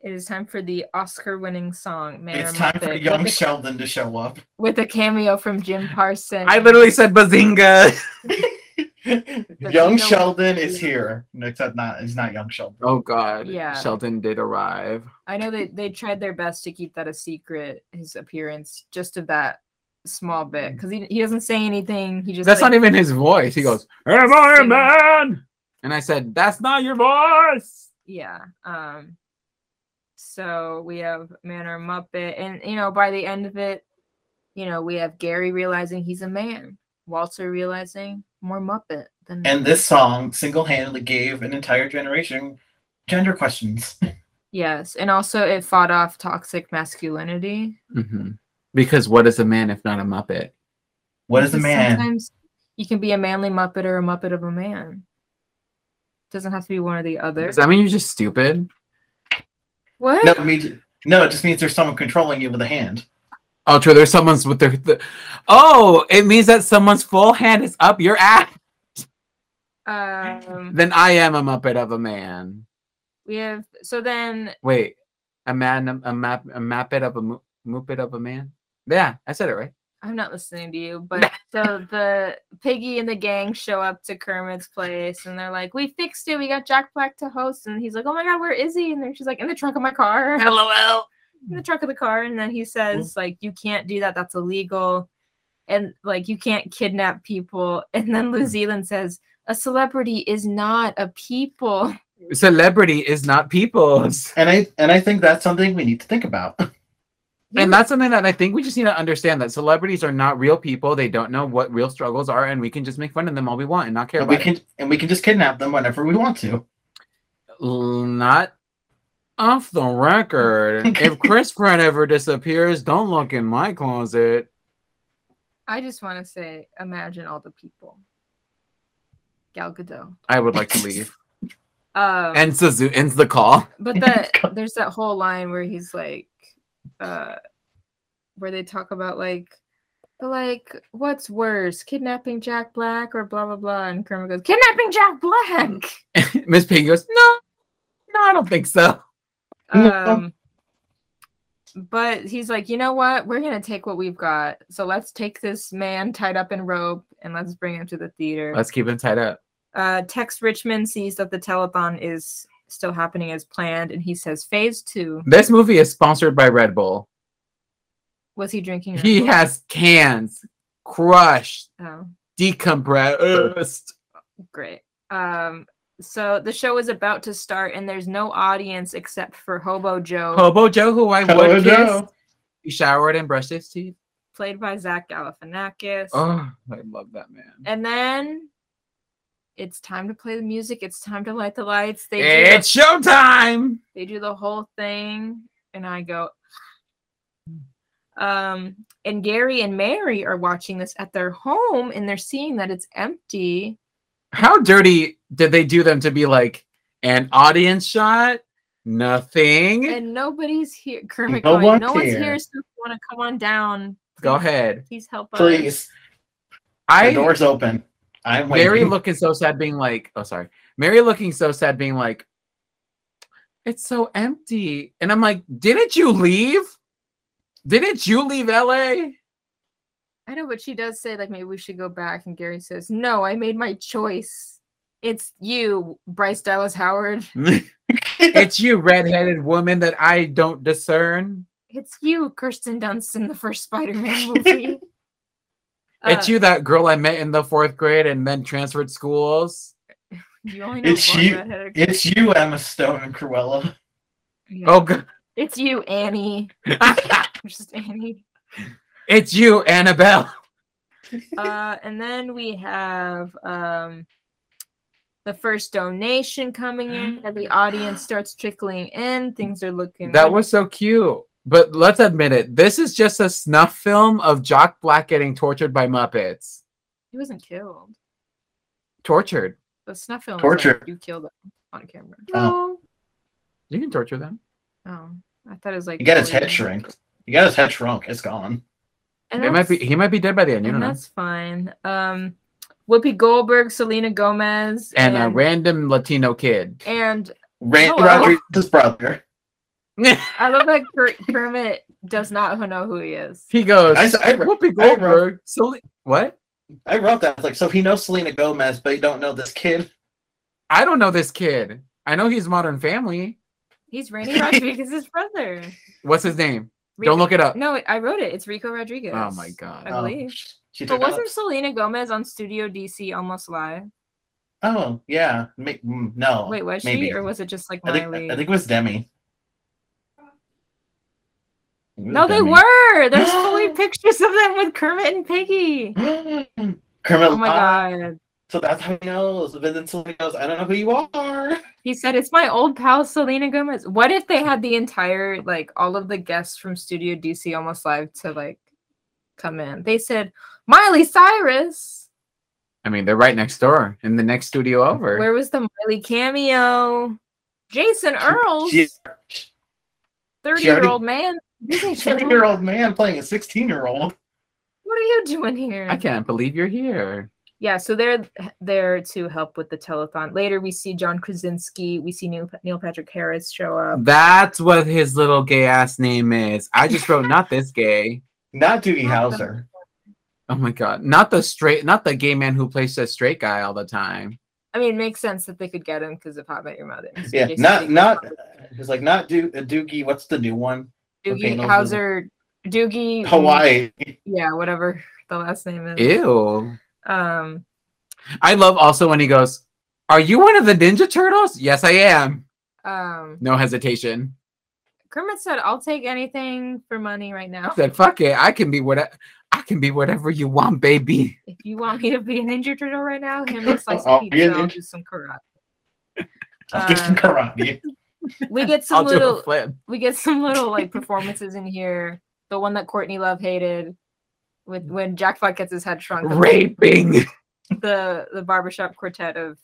S6: it is time for the Oscar-winning song, "Man
S5: it's
S6: or
S5: time
S6: Muppet,"
S5: for
S6: with
S5: young
S6: a-
S5: Sheldon to show up.
S6: with a cameo from Jim Parsons.
S3: I literally said bazinga. (laughs)
S5: young
S6: know-
S5: Sheldon is here. No, Except not it's not young Sheldon.
S3: Oh god.
S6: Yeah.
S3: Sheldon did arrive.
S6: I know they they tried their best to keep that a secret, his appearance, just of that small bit, because he, he doesn't say anything. He just
S3: Mm. That's
S6: like,
S3: not even his voice. He goes, Am I a
S6: singing.
S3: man? And I said, That's not your voice.
S6: yeah. Um, so we have man or muppet, and you know by the end of it, you know we have Gary realizing he's a man, Walter realizing more muppet than
S5: And this song single handedly gave an entire generation gender questions.
S6: yes, and also it fought off toxic masculinity.
S3: Mm-hmm. Mhm. Because what is a man if not a Muppet?
S5: What is a
S6: because
S5: man?
S6: Sometimes You can be a manly Muppet or a Muppet of a man. Doesn't have to be one or the other.
S3: Does that mean you're just stupid?
S6: what?
S5: No, it means, no, it just means there's someone controlling you with a hand.
S3: Oh, true. There's someone's with their. The, oh, it means that someone's full hand is up your ass. (laughs)
S6: Um,
S3: Then I am a Muppet of a man.
S6: we have so then
S3: Wait, a man, a map, a Muppet of a mu- Muppet of a man. Yeah, I said it right.
S6: I'm not listening to you, but so the Piggy and the gang show up to Kermit's place and they're like, We fixed it. We got Jack Black to host. And he's like, Oh my God, where is he? And then she's like, In the trunk of my car. (laughs) LOL. In the trunk of the car. And then he says, like, you can't do that. That's illegal. And like you can't kidnap people. (laughs) And then New Zealand says, A celebrity is not a people.
S3: Celebrity is not people's.
S5: And I and I think that's something we need to think about.
S3: And that's something that I think we just need to understand that celebrities are not real people. They don't know what real struggles are, and we can just make fun of them all we want and not care
S5: And
S3: about
S5: we
S3: it.
S5: can and we can just kidnap them whenever we want to.
S3: L- not off the record.
S5: (laughs)
S3: if Chris Pratt ever disappears, don't look in my closet.
S6: I just want to say, imagine all the people. Gal Gadot.
S3: I would like to
S5: (laughs)
S3: leave.
S6: Um,
S3: And Suzu ends the call. (laughs)
S6: But that there's that whole line where he's like, uh, where they talk about like, but like, what's worse, kidnapping Jack Black or blah blah blah? And Kermit goes, kidnapping Jack
S3: (laughs)
S6: Black.
S3: Miss Piggy goes, No, no, I don't think so.
S5: No.
S6: Um, but he's like, you know what? We're gonna take what we've got. So let's take this man tied up in rope and let's bring him to the theater.
S3: Let's keep him tied up.
S6: uh, Tex Richmond sees that the telethon is still happening as planned, and he says, "Phase two."
S3: This movie is sponsored by Red Bull.
S6: Was he drinking?
S3: (laughs)
S6: Red
S3: He
S6: Bull?
S3: has cans, crushed,
S6: Oh.
S5: (laughs)
S3: decompressed.
S6: great. Um, so the show is about to start, and there's no audience except for Hobo Joe,
S3: Hobo Joe, who I
S5: Hello,
S3: would kiss,
S5: Joe.
S3: he showered and brushed his teeth.
S6: played by Zach Galifianakis.
S3: Oh, I love that man.
S6: And then it's time to play the music. It's time to light the lights. They do the,
S3: It's showtime.
S6: they do the whole thing, and I go. Um, and Gary and Mary are watching this at their home, and they're seeing that it's empty.
S3: how dirty did they do them to be like an audience shot? Nothing.
S6: and nobody's here. (laughs) Kermit
S5: No
S6: going,
S5: one
S6: no one's
S5: cares."
S6: here, so if you want to come on down.
S3: Go
S6: please-
S3: ahead.
S6: Please help us.
S5: Please. The
S3: I
S5: door's open. I'm waiting.
S3: Mary looking so sad, being like, oh sorry, Mary looking so sad, being like, it's so empty, and I'm like, didn't you leave? Didn't you leave LA?
S6: I know, but she does say like maybe we should go back, and Gary says, "No, I made my choice. It's you, Bryce Dallas Howard.
S3: it's you, redheaded woman that I don't discern.
S6: It's you, Kirsten Dunst in the first
S3: (laughs)
S6: Spider-Man movie.
S3: it's
S6: Uh,
S3: you, that girl I met in the fourth grade and then transferred schools.
S6: You only know
S5: It's
S6: one
S5: you-
S6: redheaded girl.
S5: (laughs) It's you, Emma Stone and Cruella.
S6: Yeah.
S3: (laughs) Oh god,
S6: It's you,
S3: (laughs)
S6: Annie. (laughs) Just Annie.
S3: it's you, Annabelle.
S6: uh, and then we have um, the first donation coming in, and the audience starts trickling in. Things are looking
S3: Mm-hmm. That
S6: up.
S3: was so cute. But let's admit it. This is just a snuff film of Jock Black getting tortured by Muppets.
S6: he wasn't killed.
S3: Tortured.
S6: The snuff film
S5: Torture.
S6: Torture. you killed him on camera.
S5: Oh.
S3: You can torture them.
S6: Oh, I thought it was like
S5: He got his
S6: bullying.
S5: head shrunk. He got his head shrunk. It's gone.
S6: And
S3: They might be.
S6: that's-
S3: He might be dead by the end. You
S6: and
S3: don't know.
S6: that's fine. Um, Whoopi Goldberg, Selena Gomez,
S3: And uh, a
S6: and,
S3: random Latino kid.
S6: (laughs) and
S5: Randy
S6: Hello.
S5: Rodriguez's brother.
S6: I love that Ker- Kermit does not know who he is.
S3: (laughs) He goes.
S5: I s- I wrote-
S3: Whoopi
S5: I wrote-
S3: Goldberg. Sel- what?
S5: I wrote that. I was like, so he knows Selena Gomez, but he don't know this kid.
S3: I don't know this kid. I know he's Modern Family.
S6: He's
S3: (laughs)
S6: Randy Rodriguez's brother.
S3: What's his name?
S6: Rico-
S3: Don't look it up.
S6: No, I wrote it. It's Rico Rodriguez.
S3: Oh my god.
S6: I believe.
S5: sh- she
S6: But
S5: took it
S6: wasn't Selena Gomez on Studio DC almost live?
S5: up. Oh yeah. Ma- mm, no.
S6: Wait, was
S5: maybe.
S6: she, or was it just like
S5: I think,
S6: Miley?
S5: I think it was Demi. It was
S6: no, they
S5: Demi. (gasps)
S6: were. There's fully pictures of them with Kermit and Piggy.
S5: Kermit.
S6: Oh my
S5: ah,
S6: god.
S5: So that's how he knows. But then Selena goes, I don't know who you
S6: (laughs)
S5: are.
S6: He said it's my old pal Selena Gomez. What if they had the entire like all of the guests from Studio DC almost live to like come in? They said Miley Cyrus.
S3: I mean, they're right next door in the next studio over.
S6: Where was the Miley cameo? Jason Earls,
S5: She-
S6: thirty-year-old man. Disney Channel.
S5: Thirty-year-old man playing a sixteen-year-old.
S6: What are you doing here?
S3: I can't believe you're here.
S6: Yeah, so they're there to help with the telethon. Later, we see John Krasinski. We see Neil, Neil Patrick Harris show up.
S5: Hmm.
S3: That's what his little gay ass name is. I just wrote not this gay.
S5: Not Doogie Howser.
S3: Oh my god. Not the straight not the gay man who plays the straight guy all the time.
S6: I mean, it makes sense that they could get him because of How About Your Mother. So
S5: Yeah,
S6: Jason
S5: not
S6: Segel,
S5: not. It's like not Do- Doogie. What's the new one?
S6: Doogie
S5: okay, no,
S6: Howser, Doogie
S5: Hawaii.
S6: Yeah, whatever the last name is.
S3: Ew.
S6: Um,
S3: I love also when he goes, Are you one of the Ninja Turtles? Yes, I am.
S6: um,
S3: No hesitation.
S6: Kermit said, "I'll take anything for money right
S3: (laughs)
S6: now.
S3: I said, fuck it. I can be whatever I can be whatever you want, baby.
S6: If you want me to be an injured turtle right now, hand me a slice
S5: I'll
S6: of
S5: be
S6: pizza.
S5: an
S6: I'll
S5: injured-
S6: do some karate."
S5: I'll do
S6: Um,
S5: some
S6: (laughs)
S5: karate.
S6: We get
S3: I'll
S6: some little
S3: do a flip.
S6: we get some little like performances in here. The one that Courtney Love hated with when Jack Black gets his head shrunk. the-
S3: Raping.
S6: The the barbershop quartet of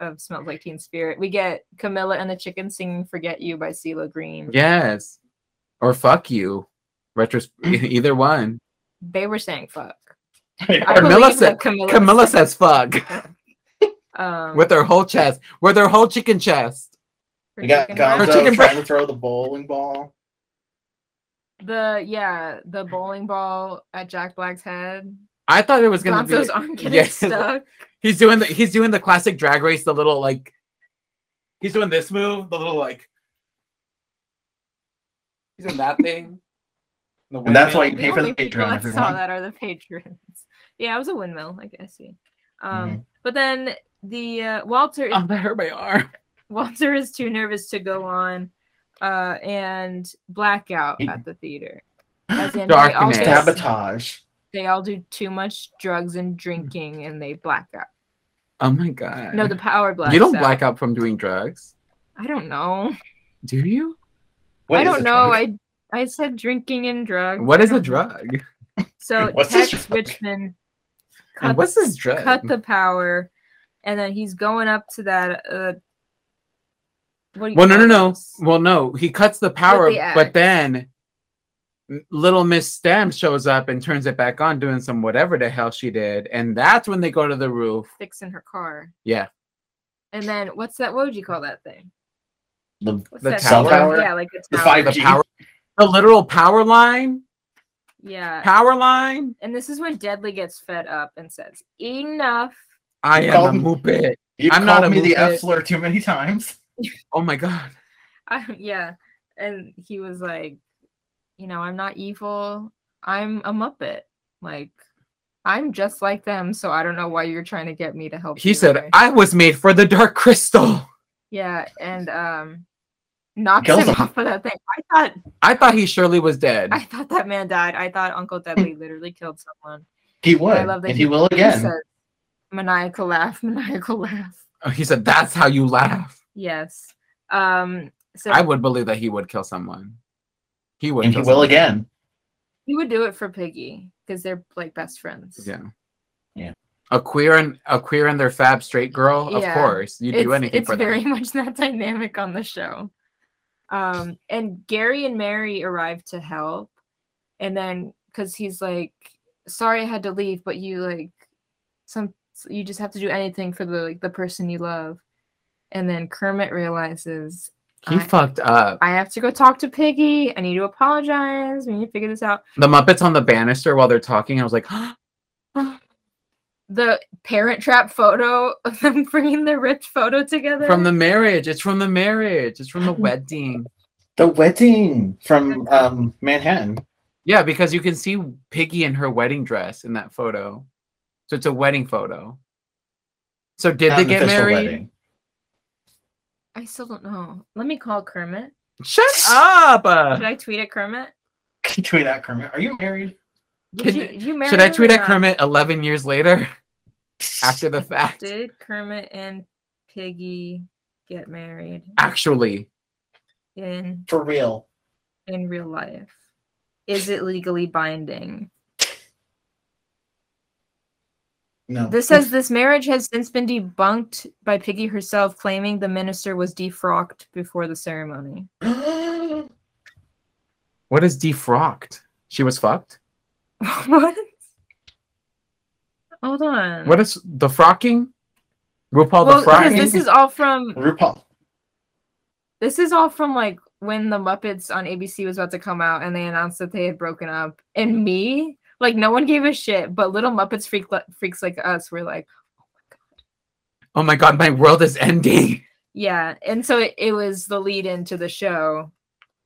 S6: of Smells Like Teen Spirit. We get Camilla and the Chicken singing "Forget You" by CeeLo Green.
S3: Yes. Or fuck you. Retros either one.
S6: They were saying "fuck." I
S5: Or
S3: Camilla
S6: believe
S3: said-
S6: that Camilla,
S3: Camilla says fuck.
S6: um,
S3: With her whole chest. With her whole chicken chest.
S6: her
S5: We got
S6: chicken breast.
S3: Or chicken
S5: Gonzo
S3: breast.
S5: trying to throw the bowling ball.
S6: the yeah the bowling ball at Jack Black's head.
S3: I thought it was gonna
S6: Gonzo's
S3: be.
S6: arm getting
S3: Yes.
S6: stuck.
S3: He's doing the he's doing the classic drag race, the little like. He's doing this move, the little like. He's doing that
S5: (laughs)
S3: thing. The
S5: And that's why you
S3: windmill.
S5: pay for
S6: only
S5: the
S6: people
S5: Patreon,
S6: that saw
S5: everyone.
S6: that are the patrons. Yeah, it was a windmill, I guess. Yeah. Um,
S5: Mm-hmm.
S6: But then the uh, Walter is,
S3: Oh, that hurt my arm.
S6: (laughs) Walter is too nervous to go on, uh, and blackout
S5: He-
S6: at the theater. As in, they all,
S3: Darkness.
S6: just,
S5: Sabotage.
S6: they all do too much drugs and drinking, and they black out.
S3: Oh my god.
S6: No, the power blacks.
S3: you don't
S6: out.
S3: black out from doing drugs,
S6: I don't know.
S3: do you?
S5: What
S6: I
S5: is
S6: don't
S5: a
S6: know.
S5: drug?
S6: I I said drinking and drugs.
S3: What
S6: I
S3: is a
S6: don't-
S3: drug?
S6: So
S5: What's this
S6: Tex
S5: drug?
S6: Richmond
S3: And
S6: cut
S3: what's this drug?
S6: cut the power, and then he's going up to that. Uh, what do (laughs) you
S3: well, no, no,
S6: call
S3: no.
S6: those?
S3: Well, no. He cuts the power,
S6: the axe.
S3: but then m- little Miss Stem shows up and turns it back on, doing some whatever the hell she did, and that's when they go to the roof.
S6: Fixing her car.
S3: Yeah.
S6: And then what's that? What would you call that thing?
S5: The-
S6: What's
S3: The
S6: that
S3: tower?
S6: thing?
S5: Tower?
S6: Yeah, like a
S5: The
S6: tower.
S5: five-
S3: the
S5: 5G.
S3: power the literal power line
S6: Yeah.
S3: power line
S6: And this is when Deadly gets fed up and says, "Enough."
S3: i
S5: You
S3: am a
S5: called-
S3: muppet
S5: You
S3: I'm
S5: called
S3: not a
S5: me the
S3: movement-
S5: F slur too many times.
S3: oh my god
S6: I, (laughs) yeah. And he was like, "You know, I'm not evil. I'm a Muppet. Like, I'm just like them. So I don't know why you're trying to get me to help."
S3: he
S6: you
S3: said
S6: or-
S3: i was made for the dark crystal
S6: Yeah, and um knocks
S5: Kills
S6: him
S5: him.
S6: off of that thing. I thought
S3: i thought he surely was dead
S6: I thought that man died. I thought Uncle Deadly literally killed someone.
S5: (laughs) He would,
S6: I love that
S5: and he will
S6: he
S5: again.
S6: says, maniacal laugh, (laughs) maniacal laugh.
S3: Oh, he said that's how you laugh
S6: Yes. Um so
S3: i would believe that he would kill someone he would
S5: and he
S3: kill
S5: will
S3: someone.
S5: again.
S6: he would do it for Piggy because they're like best friends.
S3: yeah
S5: Yeah.
S3: a queer and a queer and their fab straight girl
S6: Yeah.
S3: of course you
S6: it's,
S3: do anything
S6: it's
S3: for them
S6: very (laughs) much that dynamic on the show. Um, and Gary and Mary arrive to help, and then because he's like, "Sorry, I had to leave, but you like some you just have to do anything for the like the person you love." And then Kermit realizes
S3: he
S6: I-
S3: fucked up
S6: I have to go talk to Piggy. I need to apologize. We need to figure this out.
S3: the muppets on the banister while they're talking i was like (gasps)
S6: The Parent Trap photo (laughs) of them bringing the rich photo together
S3: from the marriage it's from the marriage it's
S6: (laughs)
S3: from the wedding
S5: The wedding from um, Manhattan.
S3: Yeah, because you can see Piggy in her wedding dress in that photo. So it's a wedding photo. So did
S5: Not
S3: they
S5: an
S3: get
S5: official
S3: married?
S5: wedding. (laughs)
S6: I still don't know. Let me call Kermit.
S3: Shut up! uh,
S6: Should I tweet at Kermit?
S5: Tweet at Kermit. Are you married?
S6: Did
S3: Can-
S6: you, you marry
S3: Should I
S6: him or
S3: tweet at
S6: not?
S3: Kermit 11 years later (laughs) after the fact?
S6: uh, Did Kermit and Piggy get married
S3: Actually,
S6: in
S5: For real.
S6: in real life? Is it legally binding?
S5: No.
S6: This says this marriage has since been debunked by Piggy herself, claiming the minister was defrocked before the ceremony. (laughs)
S3: What is defrocked? She was fucked.
S6: what? Hold on.
S3: What is the frocking? RuPaul
S6: well,
S3: the
S6: 'cause
S3: frocking.
S6: this is all from
S5: (gasps) RuPaul.
S6: this is all from like when the Muppets on ABC was about to come out and they announced that they had broken up. And me, like no one gave a shit, but little Muppets freak freaks like us were like,
S3: oh my god, my world is ending. (laughs)
S6: yeah. And so it, it was the lead into the show.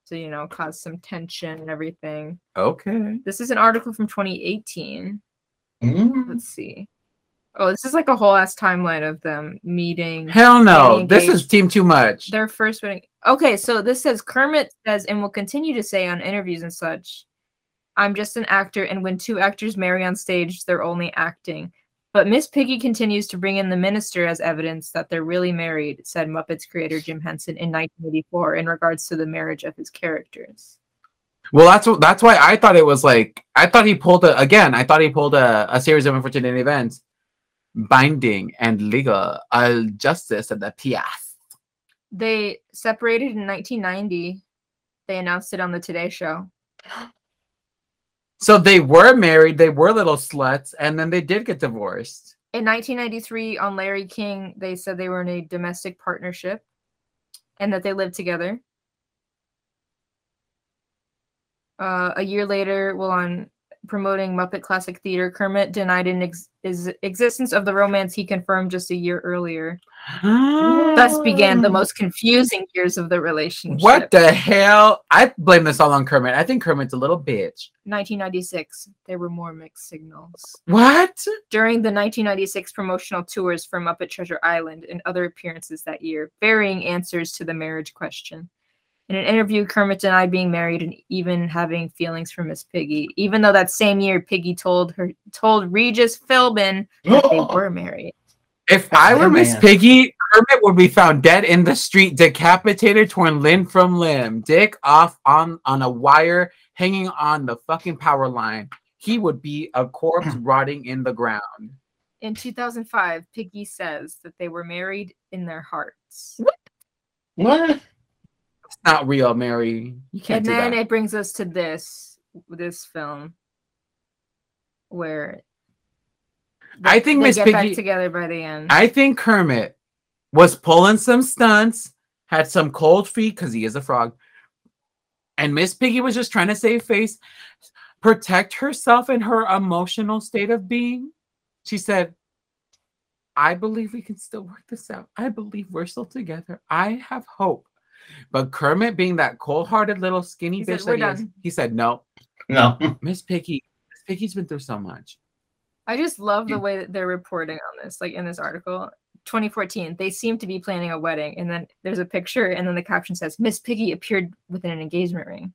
S6: So you know, caused some tension and everything.
S3: Okay.
S6: This is an article from 2018.
S5: Mm.
S6: Let's see. Oh, this is like a whole ass timeline of them meeting.
S3: Hell no.
S6: Getting
S3: This is
S6: engaged.
S3: team too much.
S6: their first wedding. Okay, so this says Kermit says and will continue to say on interviews and such, I'm just an actor, and when two actors marry on stage, they're only acting. But Miss Piggy continues to bring in the minister as evidence that they're really married, said Muppets creator Jim Henson in 1984 in regards to the marriage of his characters.
S3: Well, that's wh- that's why I thought it was like I thought he pulled a again. I thought he pulled a, a series of unfortunate events, binding and legal uh, justice at the pias.
S6: They separated in 1990. They announced it on the Today Show.
S3: So they were married. They were little sluts, and then they did get divorced.
S6: In 1993, on Larry King, they said they were in a domestic partnership and that they lived together. Uh, a year later, while on promoting Muppet Classic Theater, Kermit denied an ex- is existence of the romance he confirmed just a year earlier. Thus began the most confusing years of the relationship.
S3: What the hell? I blame this all on Kermit. I think Kermit's a little bitch.
S6: 1996, there were more mixed signals.
S3: What?
S6: during the 1996 promotional tours for Muppet Treasure Island and other appearances that year, varying answers to the marriage question. In an interview, Kermit denied being married and even having feelings for Miss Piggy, even though that same year Piggy told her told Regis Philbin that
S3: (gasps)
S6: they were married.
S3: If I
S5: Oh,
S3: were Miss
S5: man.
S3: Piggy, Kermit would be found dead in the street, decapitated, torn limb from limb, dick off on on a wire, hanging on the fucking power line. He would be a corpse rotting in the ground.
S6: In 2005, Piggy says that they were married in their hearts.
S5: What?
S3: It's not real, Mary. You can't
S6: and
S3: do
S6: then
S3: that.
S6: it brings us to this this film where
S3: I think
S6: they
S3: Miss
S6: get back
S3: Piggy.
S6: together by the end.
S3: I think Kermit was pulling some stunts, had some cold feet because he is a frog, and Miss Piggy was just trying to save face, protect herself in her emotional state of being. She said, "I believe we can still work this out. I believe we're still together. I have hope." But Kermit, being that cold-hearted little skinny
S6: He said,
S3: bitch,
S6: "We're
S3: that he, is,
S6: done."
S3: he said, "No,
S6: (laughs)
S5: No.
S3: Miss Piggy, Miss Piggy's been through so much."
S6: I just love
S3: Yeah.
S6: the way that they're reporting on this, like in this article. 2014, they seem to be planning a wedding, and then there's a picture, and then the caption says, Miss Piggy appeared with an engagement ring.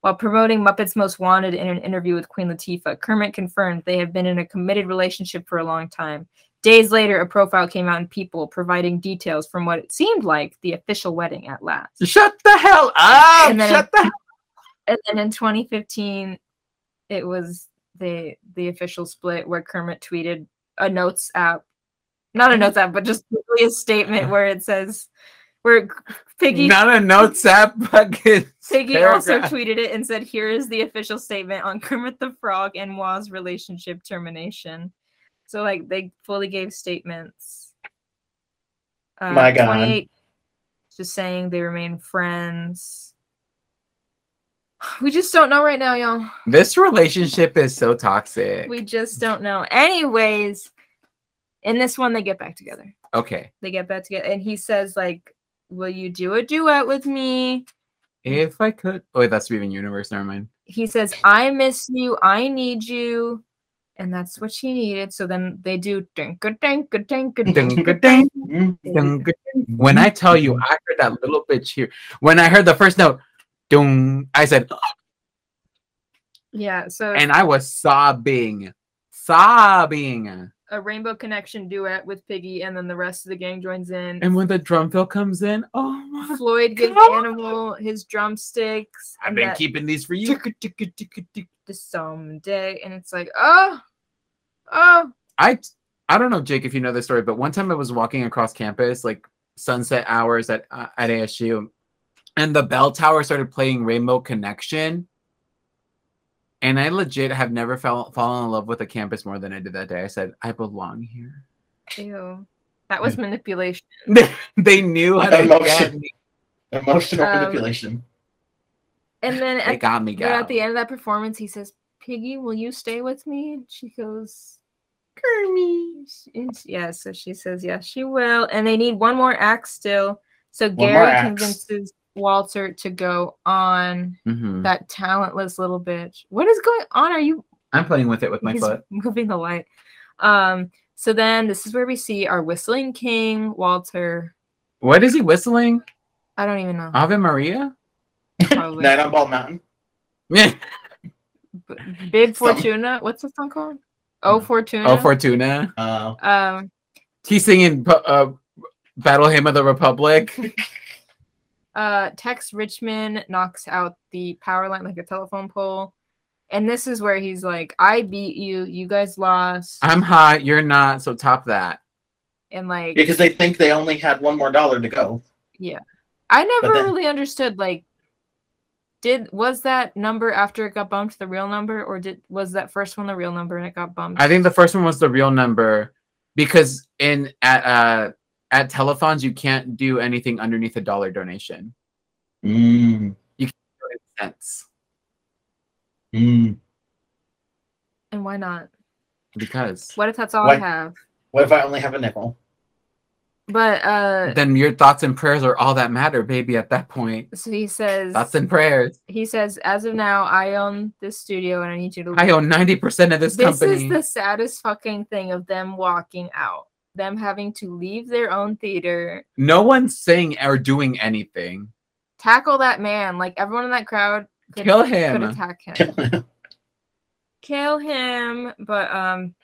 S6: While promoting Muppets Most Wanted in an interview with Queen Latifah, Kermit confirmed they have been in a committed relationship for a long time. Days later, a profile came out in People providing details from what it seemed like the official wedding at last.
S3: Shut the hell up!
S6: And then-
S3: Shut the
S6: And then in 2015, it was the the official split where Kermit tweeted a notes app, not a notes app, but just really a statement where it says where K- Piggy
S3: Not a notes app fucking.
S6: Piggy also
S3: paragraph.
S6: tweeted it and said, "Here is the official statement on Kermit the Frog and Waz relationship termination." So like they fully gave statements. Uh,
S5: My God.
S6: 28 Just saying they remain friends. (sighs) We just don't know right now, y'all.
S3: This relationship is so toxic.
S6: We just don't know. Anyways, in this one, they get back together.
S3: okay.
S6: They get back together, and he says, like, "Will you do a duet with me?"
S3: If I could. Oh, wait, that's Steven Universe. Never
S6: (laughs)
S3: mind.
S6: He says, "I miss you. I need you," and that's what she needed. So then they do. dinka, dinka, dinka, dinka,
S3: Dun-ga-ding, dun-ga-ding.
S5: Mm.
S3: When I tell you, I heard that little bitch here. When I heard the first note, doom, I said,
S6: Yeah. So
S3: and I was sobbing. Sobbing.
S6: a Rainbow Connection duet with Piggy, and then the rest of the gang joins in.
S3: And when the drum fill comes in, oh
S6: (laughs)
S3: my. (laughs)
S6: Floyd gives
S3: God.
S6: Animal his drumsticks.
S3: I've
S6: and
S3: been
S6: that-
S3: keeping these for you.
S6: the someday, and it's like, oh, oh.
S3: I I don't know, Jake, if you know this story, but one time I was walking across campus, like sunset hours at uh, at ASU, and the bell tower started playing Rainbow Connection. And I legit have never fell, fallen in love with a campus more than I did that day. I said, I belong here. (laughs)
S6: Ew. That was manipulation.
S3: they knew how to get
S5: Emotion.
S3: me.
S5: Emotional
S6: Um,
S5: manipulation.
S6: And then
S3: (laughs) They
S6: at,
S3: got me,
S6: then
S3: gal.
S6: at the end of that performance, he says, Piggy, will you stay with me? And she goes, Kermie. And she- yeah, so she says, Yes, she will. And they need one more act still. So
S5: more
S6: Gary
S5: act.
S6: convinces Walter to go on
S3: Mhm.
S6: that talentless little bitch. What is going on? Are you
S3: I'm playing with it with my
S6: He's
S3: foot.
S6: moving the light. Um, so then this is where we see our whistling king, Walter.
S3: What is he whistling?
S6: I don't even
S3: (laughs)
S6: know.
S3: Ave Maria?
S6: Probably.
S5: Night on Ball Mountain.
S6: B- Bib
S5: Some-
S6: Fortuna. What's the song called? Oh Fortuna.
S3: oh, Fortuna.
S5: Uh,
S6: um,
S3: He's singing pu- uh, Battle Hymn of the Republic.
S6: uh, Tex Richmond knocks out the power line like a telephone pole, and this is where he's like, "I beat you. You guys lost."
S3: I'm hot, you're not, so top that.
S6: and like,
S5: because they think they only had one more dollar to go.
S6: I
S5: but
S6: never
S5: then-
S6: really understood like. Did was that number after it got bumped the real number, or did was that first one the real number and it got bumped?
S3: I think the first one was the real number because in at uh at telethons you can't do anything underneath a dollar donation.
S5: Mm,
S3: So it makes sense
S5: mm.
S6: and why not?
S3: because
S6: What if that's all I
S5: What?
S6: have?
S5: What if I only have a nickel?
S6: But uh
S3: then your thoughts and prayers are all that matter, baby. At that point,
S6: so he says
S3: thoughts and prayers.
S6: he says, as of now, I own this studio and I need you to
S3: I own ninety percent of this,
S6: this
S3: company.
S6: is the saddest fucking thing of them walking out. Them having to leave their own theater,
S3: no one's saying or doing anything.
S6: tackle that man. Like everyone in that crowd could,
S3: Kill
S6: could
S3: him.
S6: attack him. Kill him. But um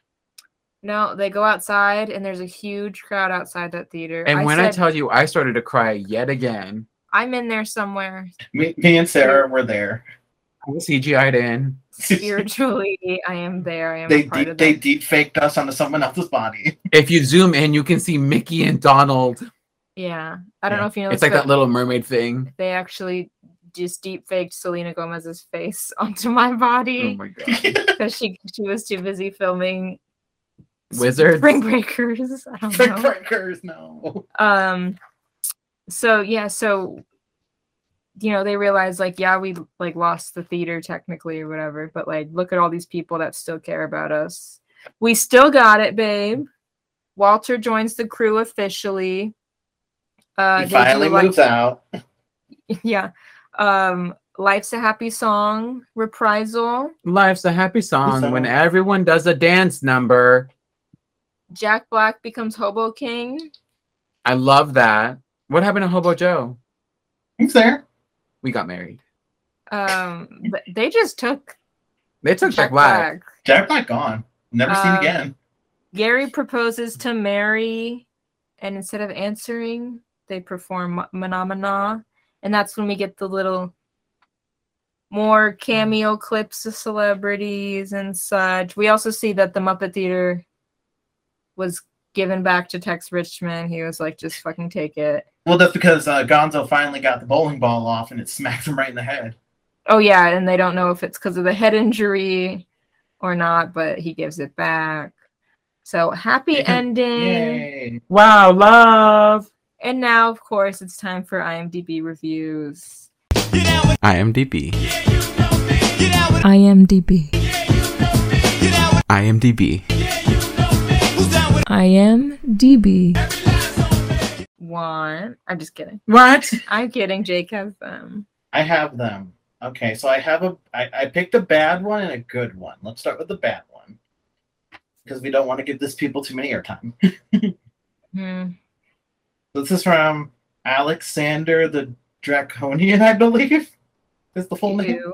S6: no, they go outside and there's a huge crowd outside that theater.
S3: And when I
S6: said,
S3: tell you, I started to cry yet again.
S6: I'm in
S5: (laughs)
S6: there somewhere
S5: me, me and Sarah were there.
S3: I was CGI'd in.
S5: (laughs)
S6: spiritually, I am there. I am
S5: they
S6: a part
S5: deep,
S6: of
S5: they
S6: that.
S5: deep faked us onto someone else's body. (laughs)
S3: If you zoom in, you can see Mickey and Donald.
S6: Yeah, I don't
S5: Yeah.
S6: know if you know.
S3: It's
S6: this,
S3: like that
S6: but
S3: Little Mermaid thing.
S6: They actually just deep faked Selena Gomez's face (laughs) onto my body
S3: Oh my god.
S6: because she she was too busy filming (laughs) s-
S3: Wizards?
S6: Spring Breakers. I don't know.
S5: Crackers, no.
S6: Um. So yeah, so you know they realize like yeah we like lost the theater technically or whatever, but like look at all these people that still care about us. We still got it, babe. Walter joins the crew officially. Uh,
S5: he
S6: they do,
S5: finally
S6: like-
S5: moves out.
S6: (laughs) yeah um life's a happy song reprisal
S3: Life's a happy song when
S5: song.
S3: everyone does a dance number.
S6: jack black becomes hobo king
S3: I love that. What happened to Hobo Joe?
S5: He's there.
S3: We got married.
S6: um th- they just took
S3: They took Jack Black.
S5: Jack Black gone. Never seen
S6: Um,
S5: again.
S6: gary proposes to mary and instead of answering they perform Ma- phenomena and that's when we get the little more cameo clips of celebrities and such we also see that the muppet theater was given back to tex richmond he was like just fucking take it
S5: Well, that's because uh, Gonzo finally got the bowling ball off and it smacked him right in the head.
S6: Oh yeah, and they don't know if it's because of the head injury or not, but he gives it back. So happy
S5: Yeah.
S6: ending.
S5: Yay.
S3: Wow, love.
S6: And now, of course, it's time for IMDb reviews.
S9: IMDb.
S2: IMDb.
S9: IMDb.
S2: IMDb.
S6: One. I'm just kidding.
S3: What?
S6: (laughs) I'm kidding. Um, Jake has them.
S5: I have them. Okay, so I have a. I, I picked a bad one and a good one. Let's start with the bad one because we don't want to give this people too many airtime. (laughs)
S6: Hmm.
S5: This is from Alexander the Draconian, I believe. Is the full name?
S6: Two.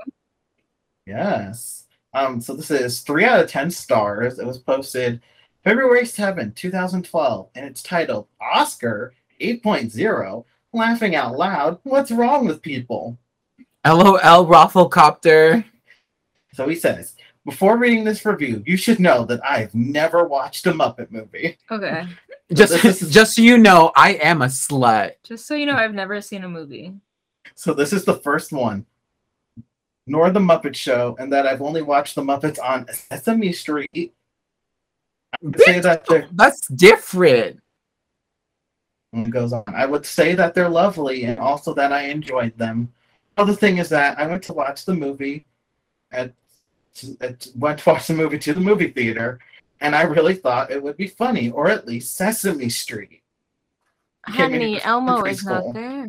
S5: Yes. Um, so this is three out of ten stars. It was posted February 7, 2012, and it's titled Oscar 8.0 Laughing Out Loud. What's wrong with people?
S3: LOL Rafflecopter.
S5: So he says, Before reading this review, you should know that I've never watched a Muppet movie. (laughs)
S6: Okay.
S3: Just,
S5: This is-
S3: just so you know, I am a slut.
S6: Just so you know, I've never seen a movie.
S5: So this is the first one. Nor the Muppet Show, and that I've only watched the Muppets on Sesame Street. Say that they're
S3: That's different.
S5: and it goes on. I would say that they're lovely and also that I enjoyed them. Other thing is that I went to watch the movie at, at went to watch the movie to the movie theater and I really thought it would be funny, or at least Sesame Street. Can't even
S6: Honey,
S5: pres-
S6: Elmo is
S5: preschool.
S6: not there.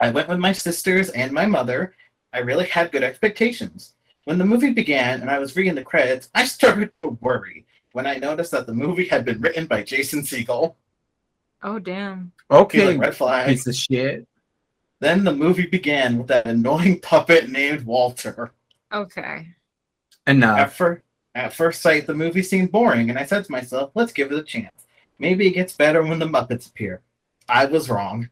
S5: I went with my sisters and my mother. I really had good expectations. When the movie began and I was reading the credits, I started to worry when I noticed that the movie had been written by Jason Segel.
S6: Oh damn.
S3: Okay,
S5: red flag.
S3: piece of shit.
S5: Then the movie began with that annoying (laughs) puppet named Walter.
S6: Okay.
S3: Enough.
S5: At, fir- at first sight, the movie seemed boring, and I said to myself, let's give it a chance. Maybe it gets better when the Muppets appear. I was wrong,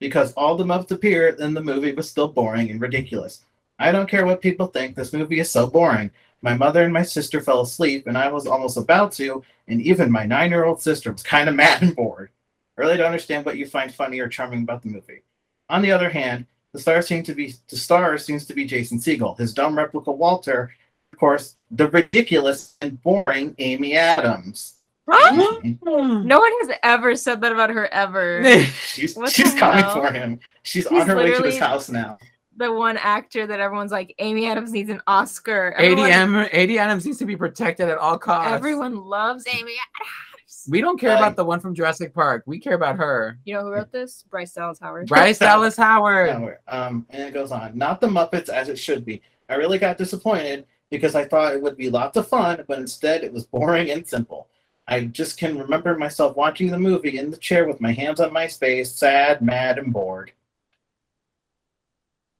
S5: because all the Muppets appeared, and the movie was still boring and ridiculous. I don't care what people think, this movie is so boring. My mother and my sister fell asleep, and I was almost about to, and even my nine year old sister was kind of (laughs) mad and bored. I really don't understand what you find funny or charming about the movie. On the other hand, the star seems to be the star seems to be Jason Segel. His dumb replica Walter of course, the ridiculous and boring Amy Adams. Hmm.
S6: No one has ever said that about
S5: (laughs)
S6: her
S3: (laughs)
S6: ever.
S5: She's
S6: What
S5: she's
S6: the
S5: coming
S6: hell?
S5: for him. She's
S6: He's
S5: on her way to
S6: literally-
S5: his house now.
S6: the one actor that everyone's like, Amy Adams needs an Oscar. Everyone,
S3: ADM, AD Adams needs to be protected at all costs.
S6: everyone loves Amy Adams.
S3: we don't care
S5: I-
S3: about the one from Jurassic Park. We care about her.
S6: You know who wrote this? Bryce Dallas Howard.
S3: Bryce Dallas Howard.
S5: Now, Um, and it goes on. Not the Muppets as it should be. I really got disappointed because I thought it would be lots of fun, but instead it was boring and simple. I just can remember myself watching the movie in the chair with my hands on my face, sad, mad, and bored.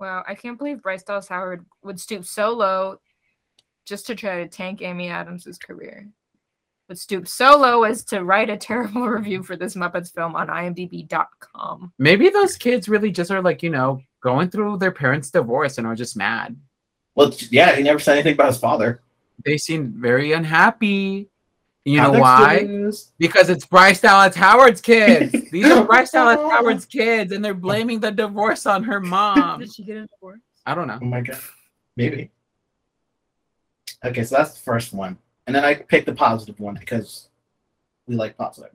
S6: Wow, I can't believe Bryce Dallas Howard would stoop so low just to try to tank Amy Adams' career. Would stoop so low as to write a terrible (laughs) review for this Muppets film on IMDb.com.
S3: Maybe those kids really just are like, you know, going through their parents' divorce and are just mad.
S5: Well, yeah, he never said anything about his father.
S3: They seem very unhappy. You know
S5: Context
S3: why?
S5: is-
S3: Because it's Bryce Dallas
S5: (laughs)
S3: Howard's kids. These are Bryce Dallas Howard's kids, and they're blaming the divorce on her
S5: Um, (laughs)
S3: mom.
S6: Did she get a divorce?
S3: I don't know.
S5: Oh my god. Maybe. Okay, so that's the first one. And then I picked the positive one because we like positive.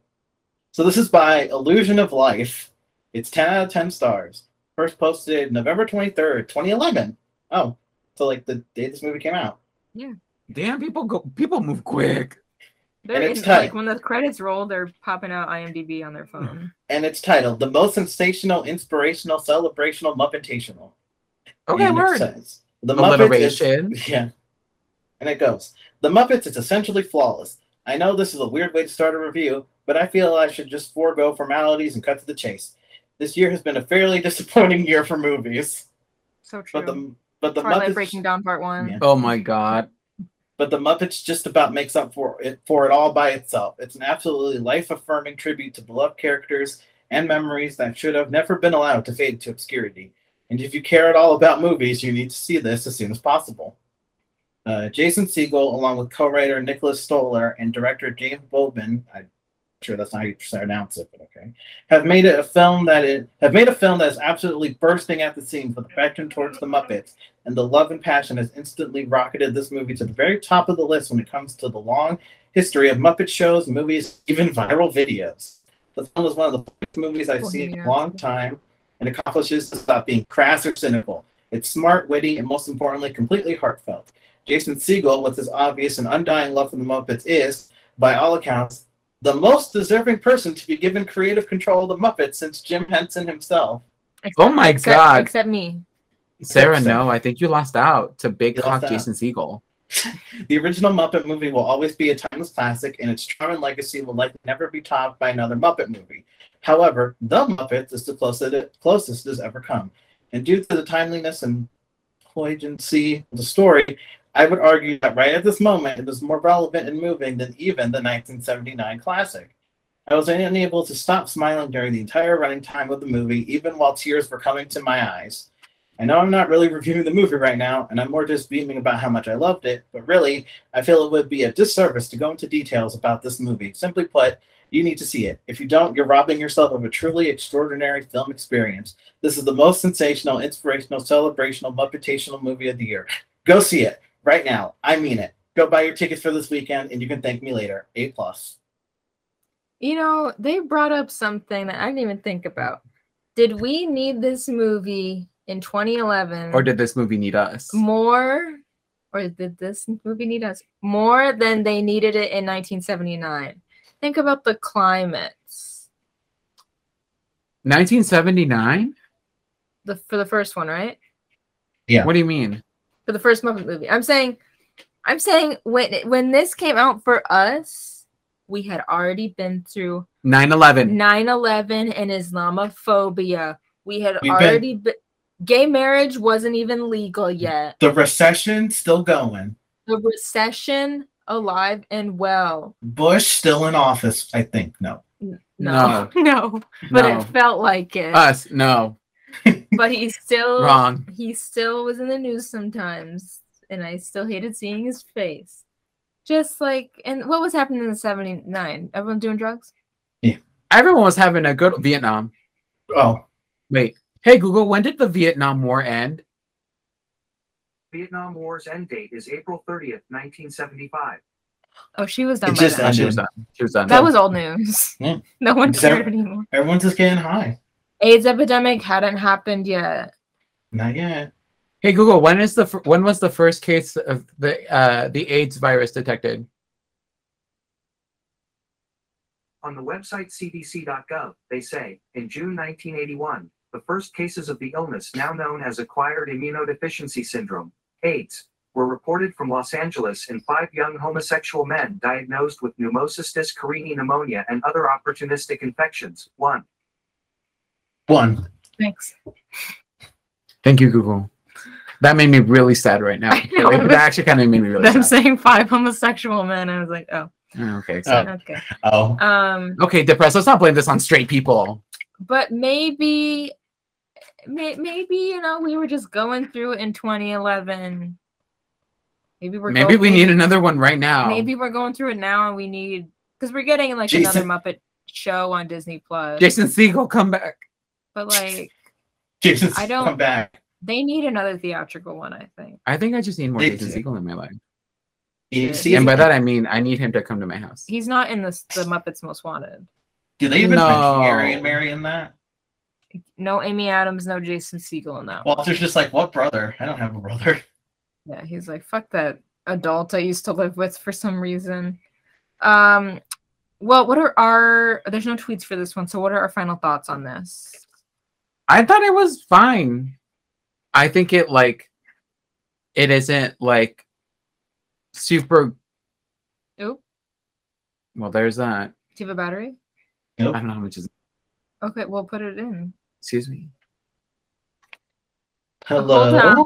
S5: So this is by Illusion of Life. It's 10 out of 10 stars. First posted November 23rd, 2011. Oh, so like the day this movie came out.
S3: Damn, people go. People move quick.
S6: They're
S5: And it's
S6: in- like
S5: tight.
S6: when the credits roll, they're popping out IMDb on their phone.
S5: And it's titled The Most Sensational, Inspirational, Celebrational, Muppetational.
S3: Okay,
S5: And it
S3: word.
S5: says, uh, The Muppets is
S3: Alliteration.
S5: Yeah. And it goes The Muppets is essentially flawless. I know this is a weird way to start a review, but I feel I should just forego formalities and cut to the chase. This year has been a fairly (laughs) disappointing year for movies.
S6: So true.
S5: But the but the
S6: Twilight
S5: Muppets
S6: Breaking Down Part 1.
S5: Yeah. (laughs)
S3: Oh my god.
S5: but the Muppets just about makes up for it for it all by itself. It's an absolutely life-affirming tribute to beloved characters and memories that should have never been allowed to fade to obscurity. And if you care at all about movies, you need to see this as soon as possible. Uh, Jason Segel, along with co-writer Nicholas Stoller and director James Bowman, I'm sure that's not how you pronounce it, but okay, have made it a film that it have made a film that is absolutely bursting at the seams with affection towards the Muppets and the love and passion has instantly rocketed this movie to the very top of the list when it comes to the long history of Muppet shows, movies, even viral videos. The film was one of the first movies I've seen in a long time and accomplishes this without being crass or cynical. It's smart, witty, and most importantly, completely heartfelt. Jason Segel, with his obvious and undying love for the Muppets, is, by all accounts, the most deserving person to be given creative control of the Muppets since Jim Henson himself.
S3: Oh my
S6: Except-
S3: god.
S6: Except me.
S3: Sarah,
S5: Except-
S3: no, I think you lost out to
S5: uh,
S3: big
S5: You
S3: cock
S5: lost out.
S3: Jason Siegel.
S5: The original Muppet movie will always be a timeless classic, and its charm and legacy will likely never be topped by another Muppet movie. However, The Muppets is the closest it, closest it has ever come. And due to the timeliness and poignancy of the story, I would argue that right at this moment, it is more relevant and moving than even the 1979 classic. I was unable to stop smiling during the entire running time of the movie, even while tears were coming to my eyes. I know I'm not really reviewing the movie right now, and I'm more just beaming about how much I loved it, but really, I feel it would be a disservice to go into details about this movie. Simply put, you need to see it. If you don't, you're robbing yourself of a truly extraordinary film experience. This is the most sensational, inspirational, celebrational, muppetational movie of the year. Go see it right now. I mean it. Go buy your tickets for this weekend, and you can thank me later. A plus.
S6: You know, they brought up something that I didn't even think about. Did we need this movie in 2011
S3: Or did this movie need us?
S5: Mm.
S6: more or did this movie need us more than they needed it in 1979? Think about the climates.
S3: 1979?
S6: The for the first one, right?
S5: Yeah.
S3: What do you mean?
S6: For the first Muppet movie. I'm saying I'm saying when when this came out for us, we had already been through
S3: 9 11.
S6: 9-11 and islamophobia we had
S5: We've been-
S6: already been... gay marriage wasn't even legal yet
S5: The recession still going.
S6: the recession alive and well
S5: Bush still in office, I think. No.
S6: no (laughs) no, but it felt like it
S3: Us, no.
S6: but he still
S3: Wrong.
S6: he still was in the news sometimes and i still hated seeing his face just like and what was happening in 79 everyone doing drugs
S3: Everyone was having a good Vietnam.
S5: Oh,
S3: Wait. Hey, Google, when did the Vietnam War end?
S10: Vietnam War's end date is April 30th, 1975.
S6: oh she was done
S5: It
S6: by
S5: just
S6: that.
S3: Oh, she was
S5: Ended.
S3: done. She was done.
S6: that was old news
S5: (laughs) Yeah.
S6: (laughs) no one
S5: Is that-
S6: cared anymore
S5: everyone's just getting high.
S6: AIDS epidemic hadn't happened yet.
S5: Not yet.
S3: hey, Google, when is the fir- when was the first case of the uh, the AIDS virus detected?
S10: On the website cdc.gov, they say, in June 1981, the first cases of the illness now known as acquired immunodeficiency syndrome, AIDS, were reported from Los Angeles in five young homosexual men diagnosed with pneumocystis carini pneumonia and other opportunistic infections. One.
S5: One.
S6: Thanks.
S3: Thank you, Google. That made me really sad right
S6: (laughs)
S3: now.
S6: I know.
S3: That actually kind of made me really
S6: I'm
S3: sad.
S6: saying five homosexual men. I was like, oh,
S3: Oh, okay.
S5: Oh.
S6: okay.
S5: Oh.
S6: Um,
S3: Okay, depressed. Let's not blame this on straight people.
S6: but maybe, may, maybe you know, we were just going through it in 2011. Maybe we're
S3: Maybe
S6: go-
S3: we need another one right now.
S6: Maybe we're going through it now, and we need because we're getting like another
S5: Jason-
S6: Muppet show on Disney Plus.
S3: Jason Siegel, come back.
S6: But like,
S5: Jesus,
S6: I don't-
S5: come back.
S6: they need another theatrical one. I think.
S3: I think I just need more
S5: Me
S3: Jason
S5: too.
S3: Siegel in my life.
S5: You
S6: Shit.
S5: see,
S3: And by that I mean I need him to come to my house.
S6: He's not in this the Muppets Most Wanted.
S5: do they even
S3: No.
S5: mention Gary and Mary in that?
S6: No Amy Adams, no Jason Siegel in that one.
S5: Walter's just like, what brother? I don't have a brother.
S6: Yeah, he's like, fuck that adult I used to live with for some reason. Um, well, what are our? There's no tweets for this one, so what are our final thoughts on this?
S3: I thought it was fine. I think it like it isn't like super
S6: Oop,
S3: well there's that.
S6: do you have a battery?
S3: I
S5: Nope.
S3: don't know how much is
S6: Okay, we'll put it in.
S3: excuse me.
S5: (laughs) Hello.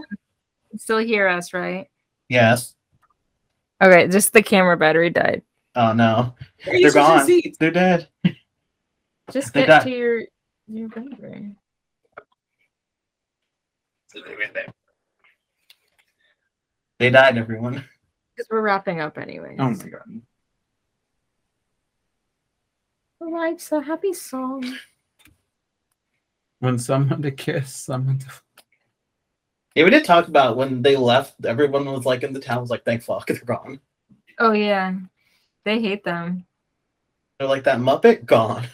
S6: You Still hear us, right?
S5: Yes.
S6: Okay, just the camera battery died.
S5: Oh no.
S3: you
S5: They're
S3: switching
S5: gone.
S3: seats?
S5: They're dead.
S6: Just
S5: They
S6: get
S5: died.
S6: to your your battery.
S5: They died, everyone.
S6: Because we're wrapping up anyway.
S3: Oh my god.
S6: Life's a Oh, happy song.
S3: When someone to kiss, someone to
S5: Yeah, we did talk about when they left, everyone was like in the town was like, thank fuck, they're gone.
S6: Oh yeah, they hate them.
S5: They're like that Muppet gone.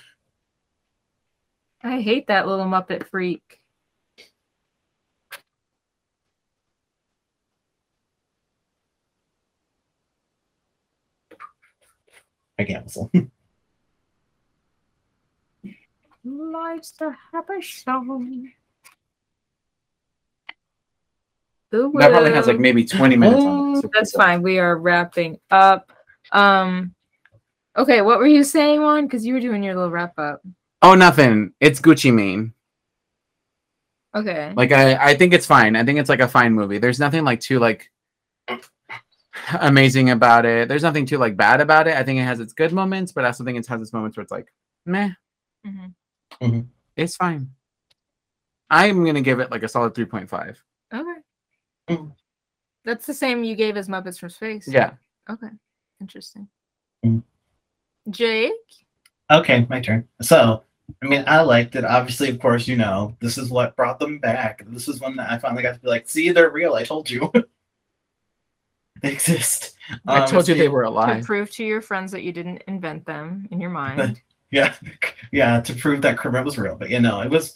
S6: I hate that little Muppet freak.
S5: I cancel.
S6: Life's the happy song. Boo
S3: That probably has like
S6: woo.
S3: maybe 20 minutes on it. so
S6: That's
S3: cool.
S6: fine. We are wrapping up. Um, okay, what were you saying, Juan? Because you were doing your little wrap up.
S3: Oh nothing. It's Gucci Mane.
S6: Okay.
S3: Like I, I think it's fine. I think it's like a fine movie. There's nothing like too like amazing about it. There's nothing too like bad about it. I think it has its good moments, but I also
S5: Mm-hmm.
S3: think it has its moments where it's like, meh,
S6: Mhm.
S5: Mhm.
S3: it's fine. I'm gonna give it like a solid 3.5.
S6: Okay.
S5: Mm.
S6: That's the same you gave as Muppets from Space.
S3: Yeah.
S6: Okay. Interesting.
S5: Mm.
S6: Jake?
S5: Okay, my turn. So, I mean, I liked it. Obviously, of course, you know, this is what brought them back. This is when I finally got to be like, see, they're real. I told you. (laughs) they exist.
S3: I
S5: Um,
S3: told you they
S5: see-
S3: were
S6: To
S3: alive.
S6: prove to your friends that you didn't invent them in your mind.
S5: Yeah, yeah, to prove that Kermit was real. But, you know, it was.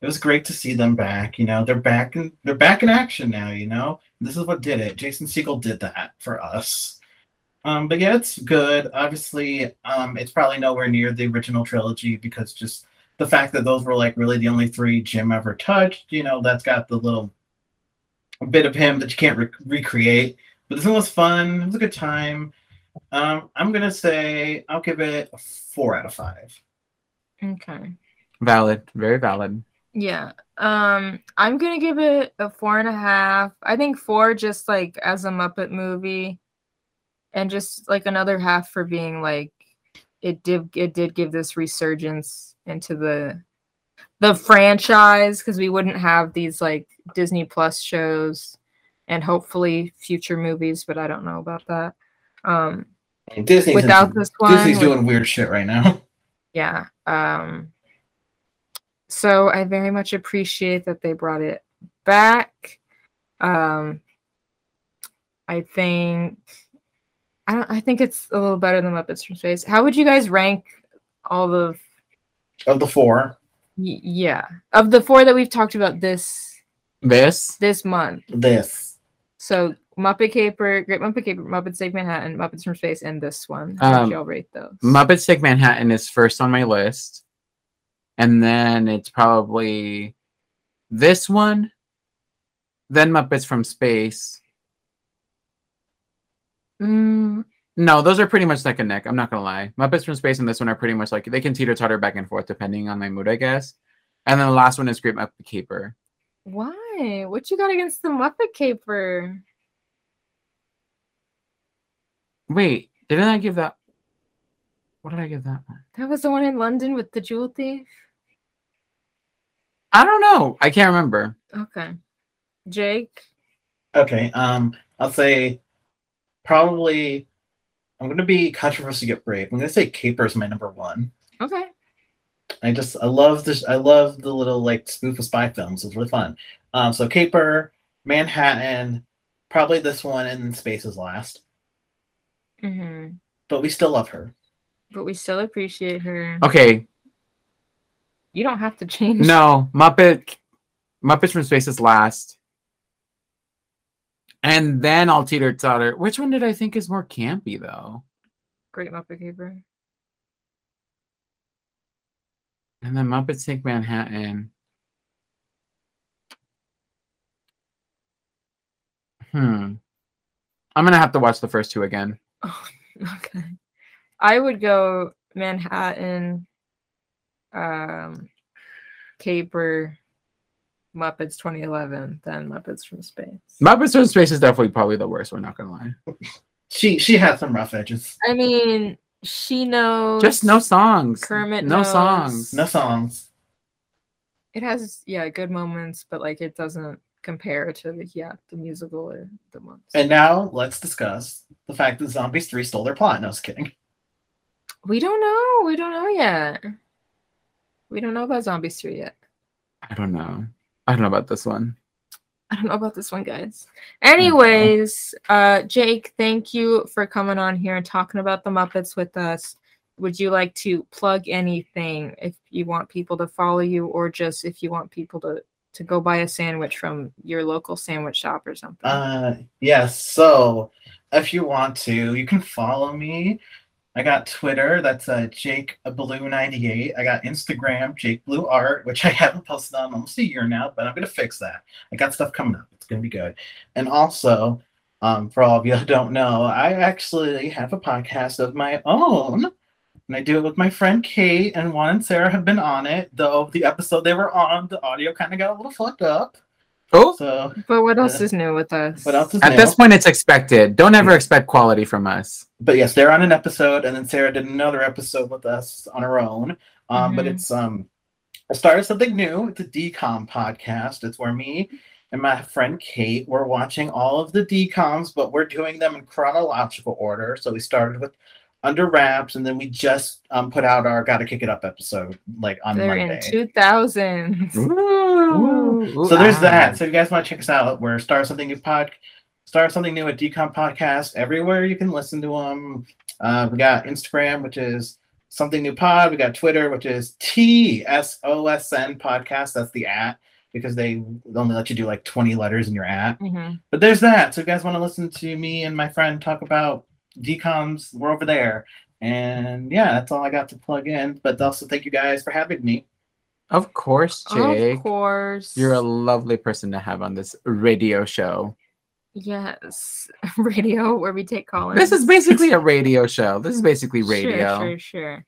S5: It was great to see them back. You know, they're back in they're back in action now. You know, this is what did it. Jason Siegel did that for us. Um, but yeah, it's good. Obviously, um, it's probably nowhere near the original trilogy because just the fact that those were like really the only three Jim ever touched, you know, that's got the little bit of him that you can't re- recreate. But this one was fun. It was a good time. Um, I'm gonna say I'll give it a four out of five.
S6: Okay.
S3: Valid, very valid.
S6: Yeah. Um, I'm gonna give it a four and a half. I think four just like as a Muppet movie, and just like another half for being like it did it did give this resurgence into the the franchise because we wouldn't have these like Disney Plus shows and hopefully future movies, but I don't know about that. Um,
S5: And Disney's
S6: without this one,
S5: Disney's
S6: with-
S5: doing weird shit right now. (laughs)
S6: yeah um so i very much appreciate that they brought it back um i think i don't i think it's a little better than muppets from space how would you guys rank all of
S5: Of the four,
S6: y- yeah of the four that we've talked about this
S3: This
S6: this month
S5: this
S6: so muppet caper great muppet caper muppets take manhattan muppets from space and this one how
S3: Um,
S6: would y'all rate those
S3: Muppets Take Manhattan is first on my list, and then it's probably this one, then Muppets from Space.
S6: Mm,
S3: No, those are pretty much neck and neck. I'm not gonna lie. Muppets from Space and this one are pretty much like they can teeter totter back and forth depending on my mood, I guess. And then the last one is Great Muppet Keeper.
S6: why what you got against the muppet caper
S3: Wait, didn't I give that? What did I give that one?
S6: That was the one in London with the jewel thief.
S3: I don't know. I can't remember.
S6: Okay. Jake.
S5: Okay. Um, I'll say probably I'm gonna be controversy get brave. I'm gonna say Caper is my number one.
S6: Okay.
S5: I just I love this I love the little like spoof of spy films. It's really fun. Um so Caper, Manhattan, probably this one and then Space is last.
S6: hmm
S5: But we still love her.
S6: But we still appreciate her.
S3: Okay,
S6: You don't have to change.
S3: no Muppet Muppets from Space is last, and then I'll teeter totter. Which one did I think is more campy though?
S6: Great Muppet Caper.
S3: And then Muppets Take Manhattan. Hmm. I'm gonna have to watch the first two again.
S6: Oh, (laughs) okay. I would go Manhattan, um, Caper, Muppets 2011, then Muppets from Space.
S3: Muppets from Space is definitely probably the worst. We're not gonna lie.
S5: She she had some rough edges.
S6: I mean, she knows.
S3: Just no songs.
S6: Kermit
S3: No
S6: knows.
S3: songs.
S5: No songs.
S6: it has yeah good moments but like it doesn't compare to the yeah the musical or the ones
S5: And now let's discuss the fact that Zombies 3 stole their plot. No, I was kidding.
S6: we don't know we don't know yet we don't know about zombies 3 yet
S3: I don't know. I don't know about this one.
S6: i don't know about this one guys
S5: Mm-hmm.
S6: anyways uh jake thank you for coming on here and talking about the muppets with us would you like to plug anything if you want people to follow you or just if you want people to to go buy a sandwich from your local sandwich shop or something
S5: Uh, yes. So, if you want to, you can follow me. I got Twitter. That's uh, Jake Blue ninety eight. I got Instagram, Jake Blue Art, which (laughs) I haven't posted on almost a year now, but I'm gonna fix that. I got stuff coming up. It's gonna be good. And also, um, for all of you (laughs) who don't know, I actually have a podcast of my own. And I do it with my friend Kate and Juan and Sarah have been on it, though the episode they were on, the audio kind of got a little fucked up.
S3: Oh,
S5: So
S6: but what else
S5: uh,
S6: is new with us
S5: what else is
S3: at
S5: new?
S3: this point, it's expected. Don't ever expect quality from us.
S5: but yes, they're on an episode, and then Sarah did another episode with us on her own. Um, But
S6: Mhm.
S5: it's um, I started something new. It's a DCOM podcast. It's where me and my friend Kate we're watching all of the DCOMs, but we're doing them in chronological order. So we started with Under Wraps, and then we just um, put out our Gotta Kick It Up episode like on
S6: They're
S5: Monday.
S6: in 2000s.
S5: so
S3: ah.
S5: there's that. So if you guys want to check us out, we're Start Something New Pod, Start Something New at Decom Podcast. Everywhere you can listen to them. Uh, we got Instagram, which is Something New Pod. We got Twitter, which is T S O S N Podcast. That's the at because they only let you do like 20 letters in your at.
S6: Mhm.
S5: But there's that. So if you guys want to listen to me and my friend talk about DComs, we're over there. And yeah, that's all I got to plug in. But also thank you guys for having me.
S11: Of course, Jake.
S6: Of course.
S11: You're a lovely person to have on this radio show.
S6: Yes. (laughs) Radio where we take callers.
S11: This is basically a radio show. This is basically radio.
S6: Sure, sure, sure.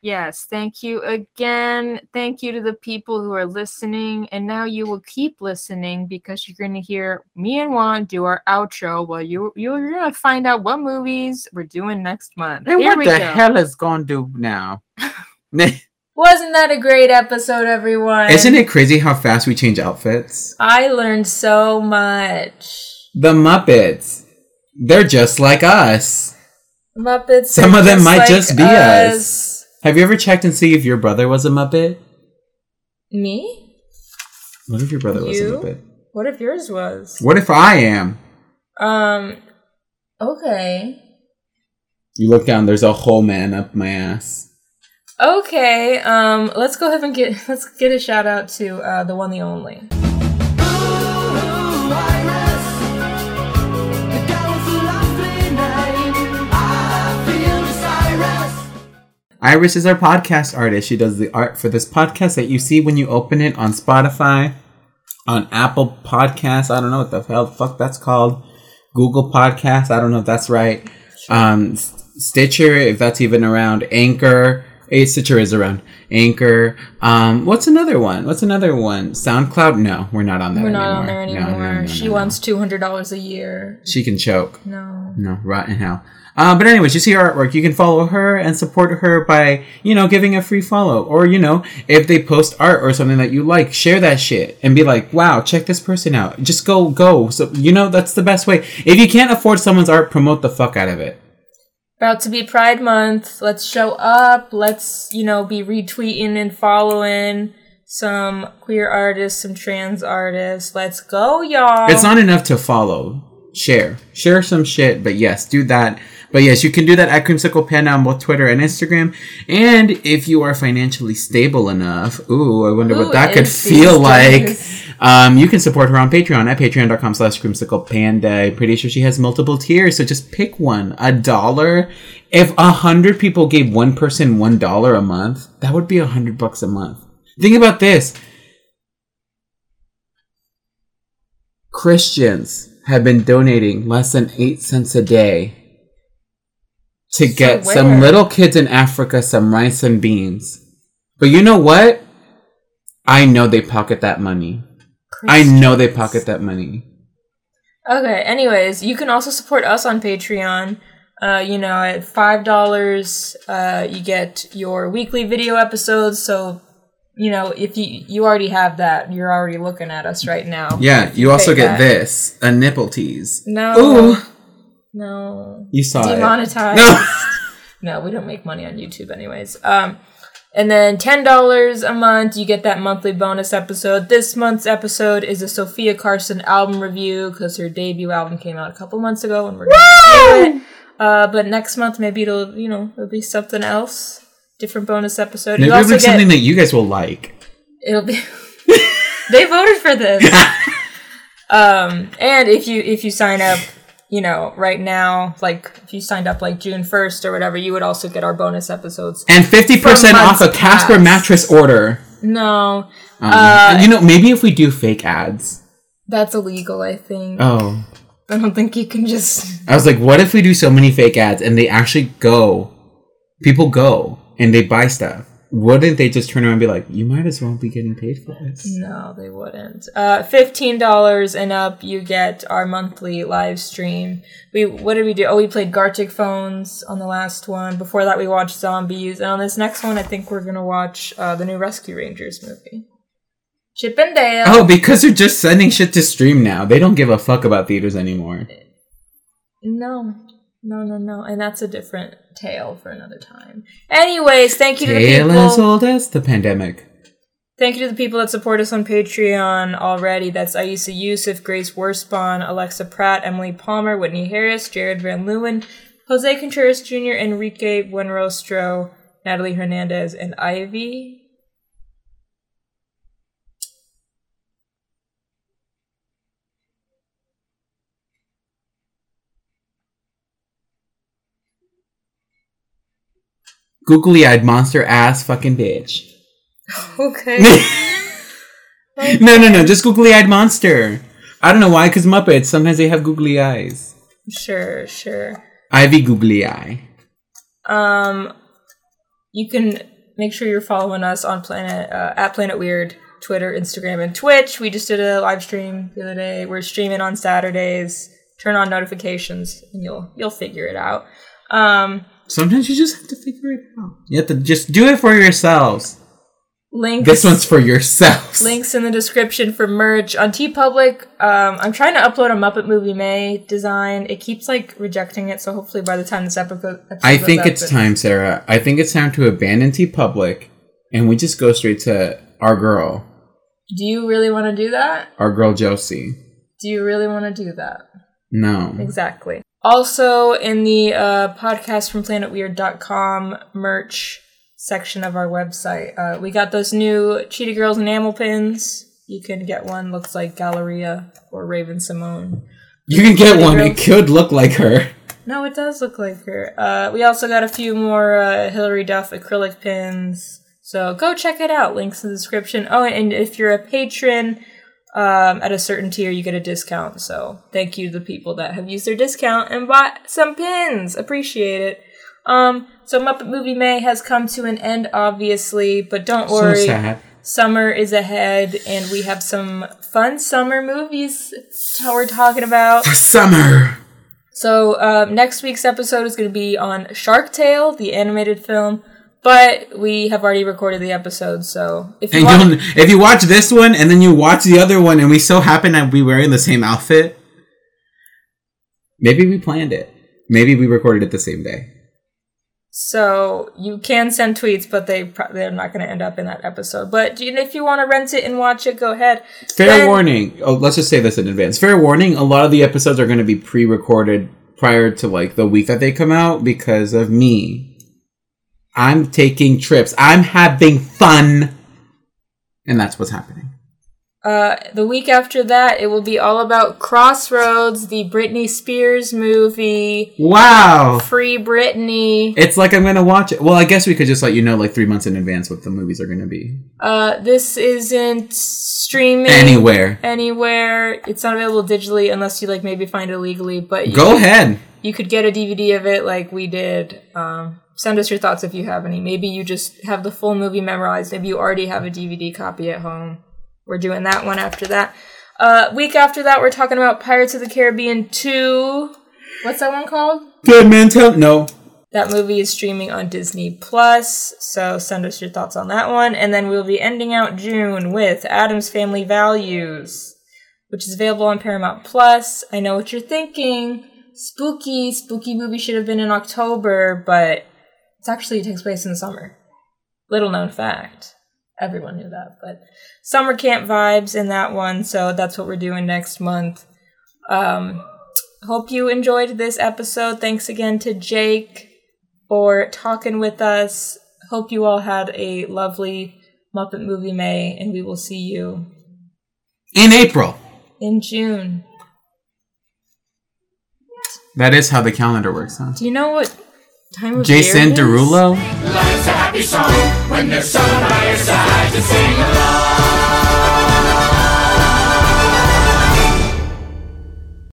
S6: Yes, thank you again. Thank you to the people who are listening. And now you will keep listening because you're going to hear me and Juan do our outro while you, you're going to find out what movies we're doing next month.
S11: And
S6: Here
S11: what
S6: we
S11: the
S6: go.
S11: hell is gonna do
S6: (laughs)
S11: now?
S2: Wasn't that a great episode, everyone?
S3: Isn't it crazy how fast we change outfits?
S2: I learned so much.
S3: The Muppets. They're just like us.
S2: Muppets.
S3: Some
S2: are
S3: of them might
S2: like
S3: just be us. Have you ever checked and see if your brother was a Muppet?
S2: Me?
S3: What if your brother was a
S2: You?
S3: Muppet?
S2: What if yours was?
S3: What if I am?
S2: Um. Okay.
S3: You look down, there's a whole man up my ass.
S2: Okay. Um. Let's go ahead and get (laughs) let's get a shout out to uh, the one, the only.
S3: Iris is our podcast artist. She does the art for this podcast that you see when you open it on Spotify, on Apple Podcasts. I don't know what the hell fuck that's called. Google Podcasts. I don't know if that's right. Um, S- Stitcher, if that's even around. Anchor. Eh, Stitcher is around. Anchor. Um, what's another one? What's another one? SoundCloud? No, we're not on that
S2: We're
S3: anymore.
S2: not on there
S3: No, no,
S2: anymore.
S3: no, no,
S2: she
S3: no.
S2: wants two hundred dollars a year.
S3: She can choke.
S2: No.
S3: No, rotten hell. Uh, but anyways, you see her artwork. You can follow her and support her by, you know, giving a free follow. Or, you know, if they post art or something that you like, share that shit and be like, wow, check this person out. Just go, go. So, you know, that's the best way. If you can't afford someone's art, promote the fuck out of it.
S2: About to be Pride Month. Let's show up. Let's you know be retweeting and following some queer artists, some trans artists. Let's go, y'all.
S3: It's not enough to follow. Share. Share some shit, but yes, do that. But yes, you can do that at Creamsicle Panda on both Twitter and Instagram. And if you are financially stable enough, ooh, I wonder
S2: Who
S3: what that could
S2: is these
S3: feel like.
S2: days?
S3: Um, you can support her on Patreon at patreon.com slash creamsicle panda. I'm pretty sure she has multiple tiers, so just pick one. A dollar. If a hundred people gave one person one dollar a month, that would be a hundred bucks a month. Think about this. Christians have been donating less than eight cents a day to
S2: So
S3: get
S2: where?
S3: some little kids in Africa some rice and beans. But you know what? I know they pocket that money. I know they pocket that money.
S2: Okay, anyways, you can also support us on Patreon. Uh, you know, at $5, uh, you get your weekly video episodes. So, you know, if you you already have that, you're already looking at us right now.
S3: Yeah, you
S2: also
S3: also get
S2: get that.
S3: this a nipple tease.
S2: No.
S3: Ooh.
S2: No.
S3: You saw
S2: Demonetized.
S3: it. (laughs) No.
S2: No, we don't make money on YouTube, anyways. Um, and then ten dollars a month, you get that monthly bonus episode. This month's episode is a Sophia Carson album review because her debut album came out a couple months ago, and we're gonna review it. Uh, but next month, maybe it'll you know it'll be something else, different bonus episode.
S3: Maybe
S2: you also
S3: it'll be
S2: get
S3: something that you guys will like.
S2: it'll be. they voted for this. um, and if you if you sign up, you know, right now, like if you signed up like June first or whatever, you would also get our bonus episodes.
S3: And 50%
S2: For
S3: off a
S2: months
S3: Casper
S2: past.
S3: mattress order.
S2: No,
S3: Um,
S2: Uh,
S3: and you know, maybe if we do fake ads.
S2: that's illegal. I think
S3: Oh.
S2: I don't think you can just.
S3: I was like, what if we do so many fake ads and they actually go? People go and they buy stuff. wouldn't they just turn around and be like, you might as well be getting paid for this?
S2: No, they wouldn't. Uh, fifteen dollars and up, you get our monthly live stream. We what did we do? Oh, we played Gartic Phones on the last one. Before that, we watched Zombies, and on this next one, I think we're gonna watch uh, the new Rescue Rangers movie. Chip and Dale.
S3: Oh, because they're just sending shit to stream now. They don't give a fuck about theaters anymore.
S2: No, no, no, no, and that's a different tale for another time. Anyways, thank you to the
S3: Tale
S2: people.
S3: as old as the pandemic.
S2: Thank you to the people that support us on Patreon already. That's Ayusa Yusuf, Grace Worspawn, Alexa Pratt, Emily Palmer, Whitney Harris, Jared Van Leeuwen, Jose Contreras Jr., Enrique Buenrostro, Natalie Hernandez, and Ivy. (laughs)
S3: Googly eyed monster ass fucking bitch. (laughs)
S2: Okay.
S3: No, no, no, just googly eyed monster. I don't know why, because Muppets, sometimes they have googly eyes.
S2: sure, sure.
S3: Ivy googly eye.
S2: Um, you can make sure you're following us on Planet uh, at Planet Weird Twitter, Instagram, and Twitch. We just did a live stream the other day. We're streaming on Saturdays. Turn on notifications, and you'll you'll figure it out. Um,
S3: Sometimes you just have to figure it out. You have to just do it for yourselves.
S2: links.
S3: This one's for yourselves.
S2: Links in the description for merch on TeePublic. Um, I'm trying to upload a Muppet Movie May design. It keeps like rejecting it, so hopefully by the time this episode, episode
S3: I
S2: goes
S3: think
S2: up,
S3: it's time, Sarah. I think it's time to abandon T Public and we just go straight to our girl,
S2: Do you really want to do that?
S3: our girl Josie.
S2: Do you really want to do that?
S3: No.
S2: Exactly. Also, in the uh, podcast from planetweird.com merch section of our website, uh, we got those new Cheetah Girls enamel pins. You can get one, looks like Galleria or Raven Simone.
S3: You can get
S2: Pretty
S3: one.
S2: girl.
S3: It could look like her.
S2: No, it does look like her. Uh, we also got a few more uh, Hillary Duff acrylic pins. So go check it out. Links in the description. Oh, and if you're a patron um, at a certain tier, you get a discount. So thank you to the people that have used their discount and bought some pins. Appreciate it. Um, so Muppet Movie May has come to an end, obviously, but don't
S3: So
S2: worry.
S3: sad.
S2: Summer is ahead, and we have some fun summer movies that we're talking about.
S3: Summer.
S2: So um, next week's episode is going to be on Shark Tale, the animated film. But we have already recorded the episode, so if you
S3: And
S2: want,
S3: you'll, if you watch this one and then you watch the other one and we so happen to be wearing the same outfit, maybe we planned it. Maybe we recorded it the same day.
S2: so you can send tweets, but they pro- they're not going to end up in that episode. But you- if you want to rent it and watch it, go ahead.
S3: Fair
S2: Then-
S3: warning. Oh, let's just say this in advance. Fair warning. A lot of the episodes are going to be pre-recorded prior to like the week that they come out because of me. I'm taking trips. I'm having fun, and that's what's happening.
S2: Uh, the week after that, it will be all about Crossroads, the Britney Spears movie,
S3: Wow.
S2: Free Britney.
S3: It's like I'm gonna watch it. Well, I guess we could just let you know like three months in advance what the movies are gonna be.
S2: Uh, this isn't streaming
S3: Anywhere.
S2: anywhere. It's not available digitally unless you like maybe find it legally. But you,
S3: Go ahead.
S2: you could get a DVD of it, like we did. Um, send us your thoughts if you have any. Maybe you just have the full movie memorized. Maybe you already have a DVD copy at home. We're doing that one after that. Uh, week after that, we're talking about Pirates of the Caribbean Two. What's that one called?
S3: Dead man tell no.
S2: That movie is streaming on Disney Plus, so send us your thoughts on that one. And then we'll be ending out June with Adam's Family Values, which is available on Paramount Plus. I know what you're thinking. Spooky, spooky movie should have been in October, but it's actually it takes place in the summer. Little known fact. Everyone knew that, but summer camp vibes in that one, so that's what we're doing next month. Um, hope you enjoyed this episode. Thanks again to Jake for talking with us. Hope you all had a lovely Muppet Movie May, and we will see you
S3: In April.
S2: in June.
S3: That is how the calendar works, huh?
S2: Do you know what time of
S3: Jason
S2: year it is?
S3: Derulo.
S12: Life's a happy song when there's someone by your side to sing along.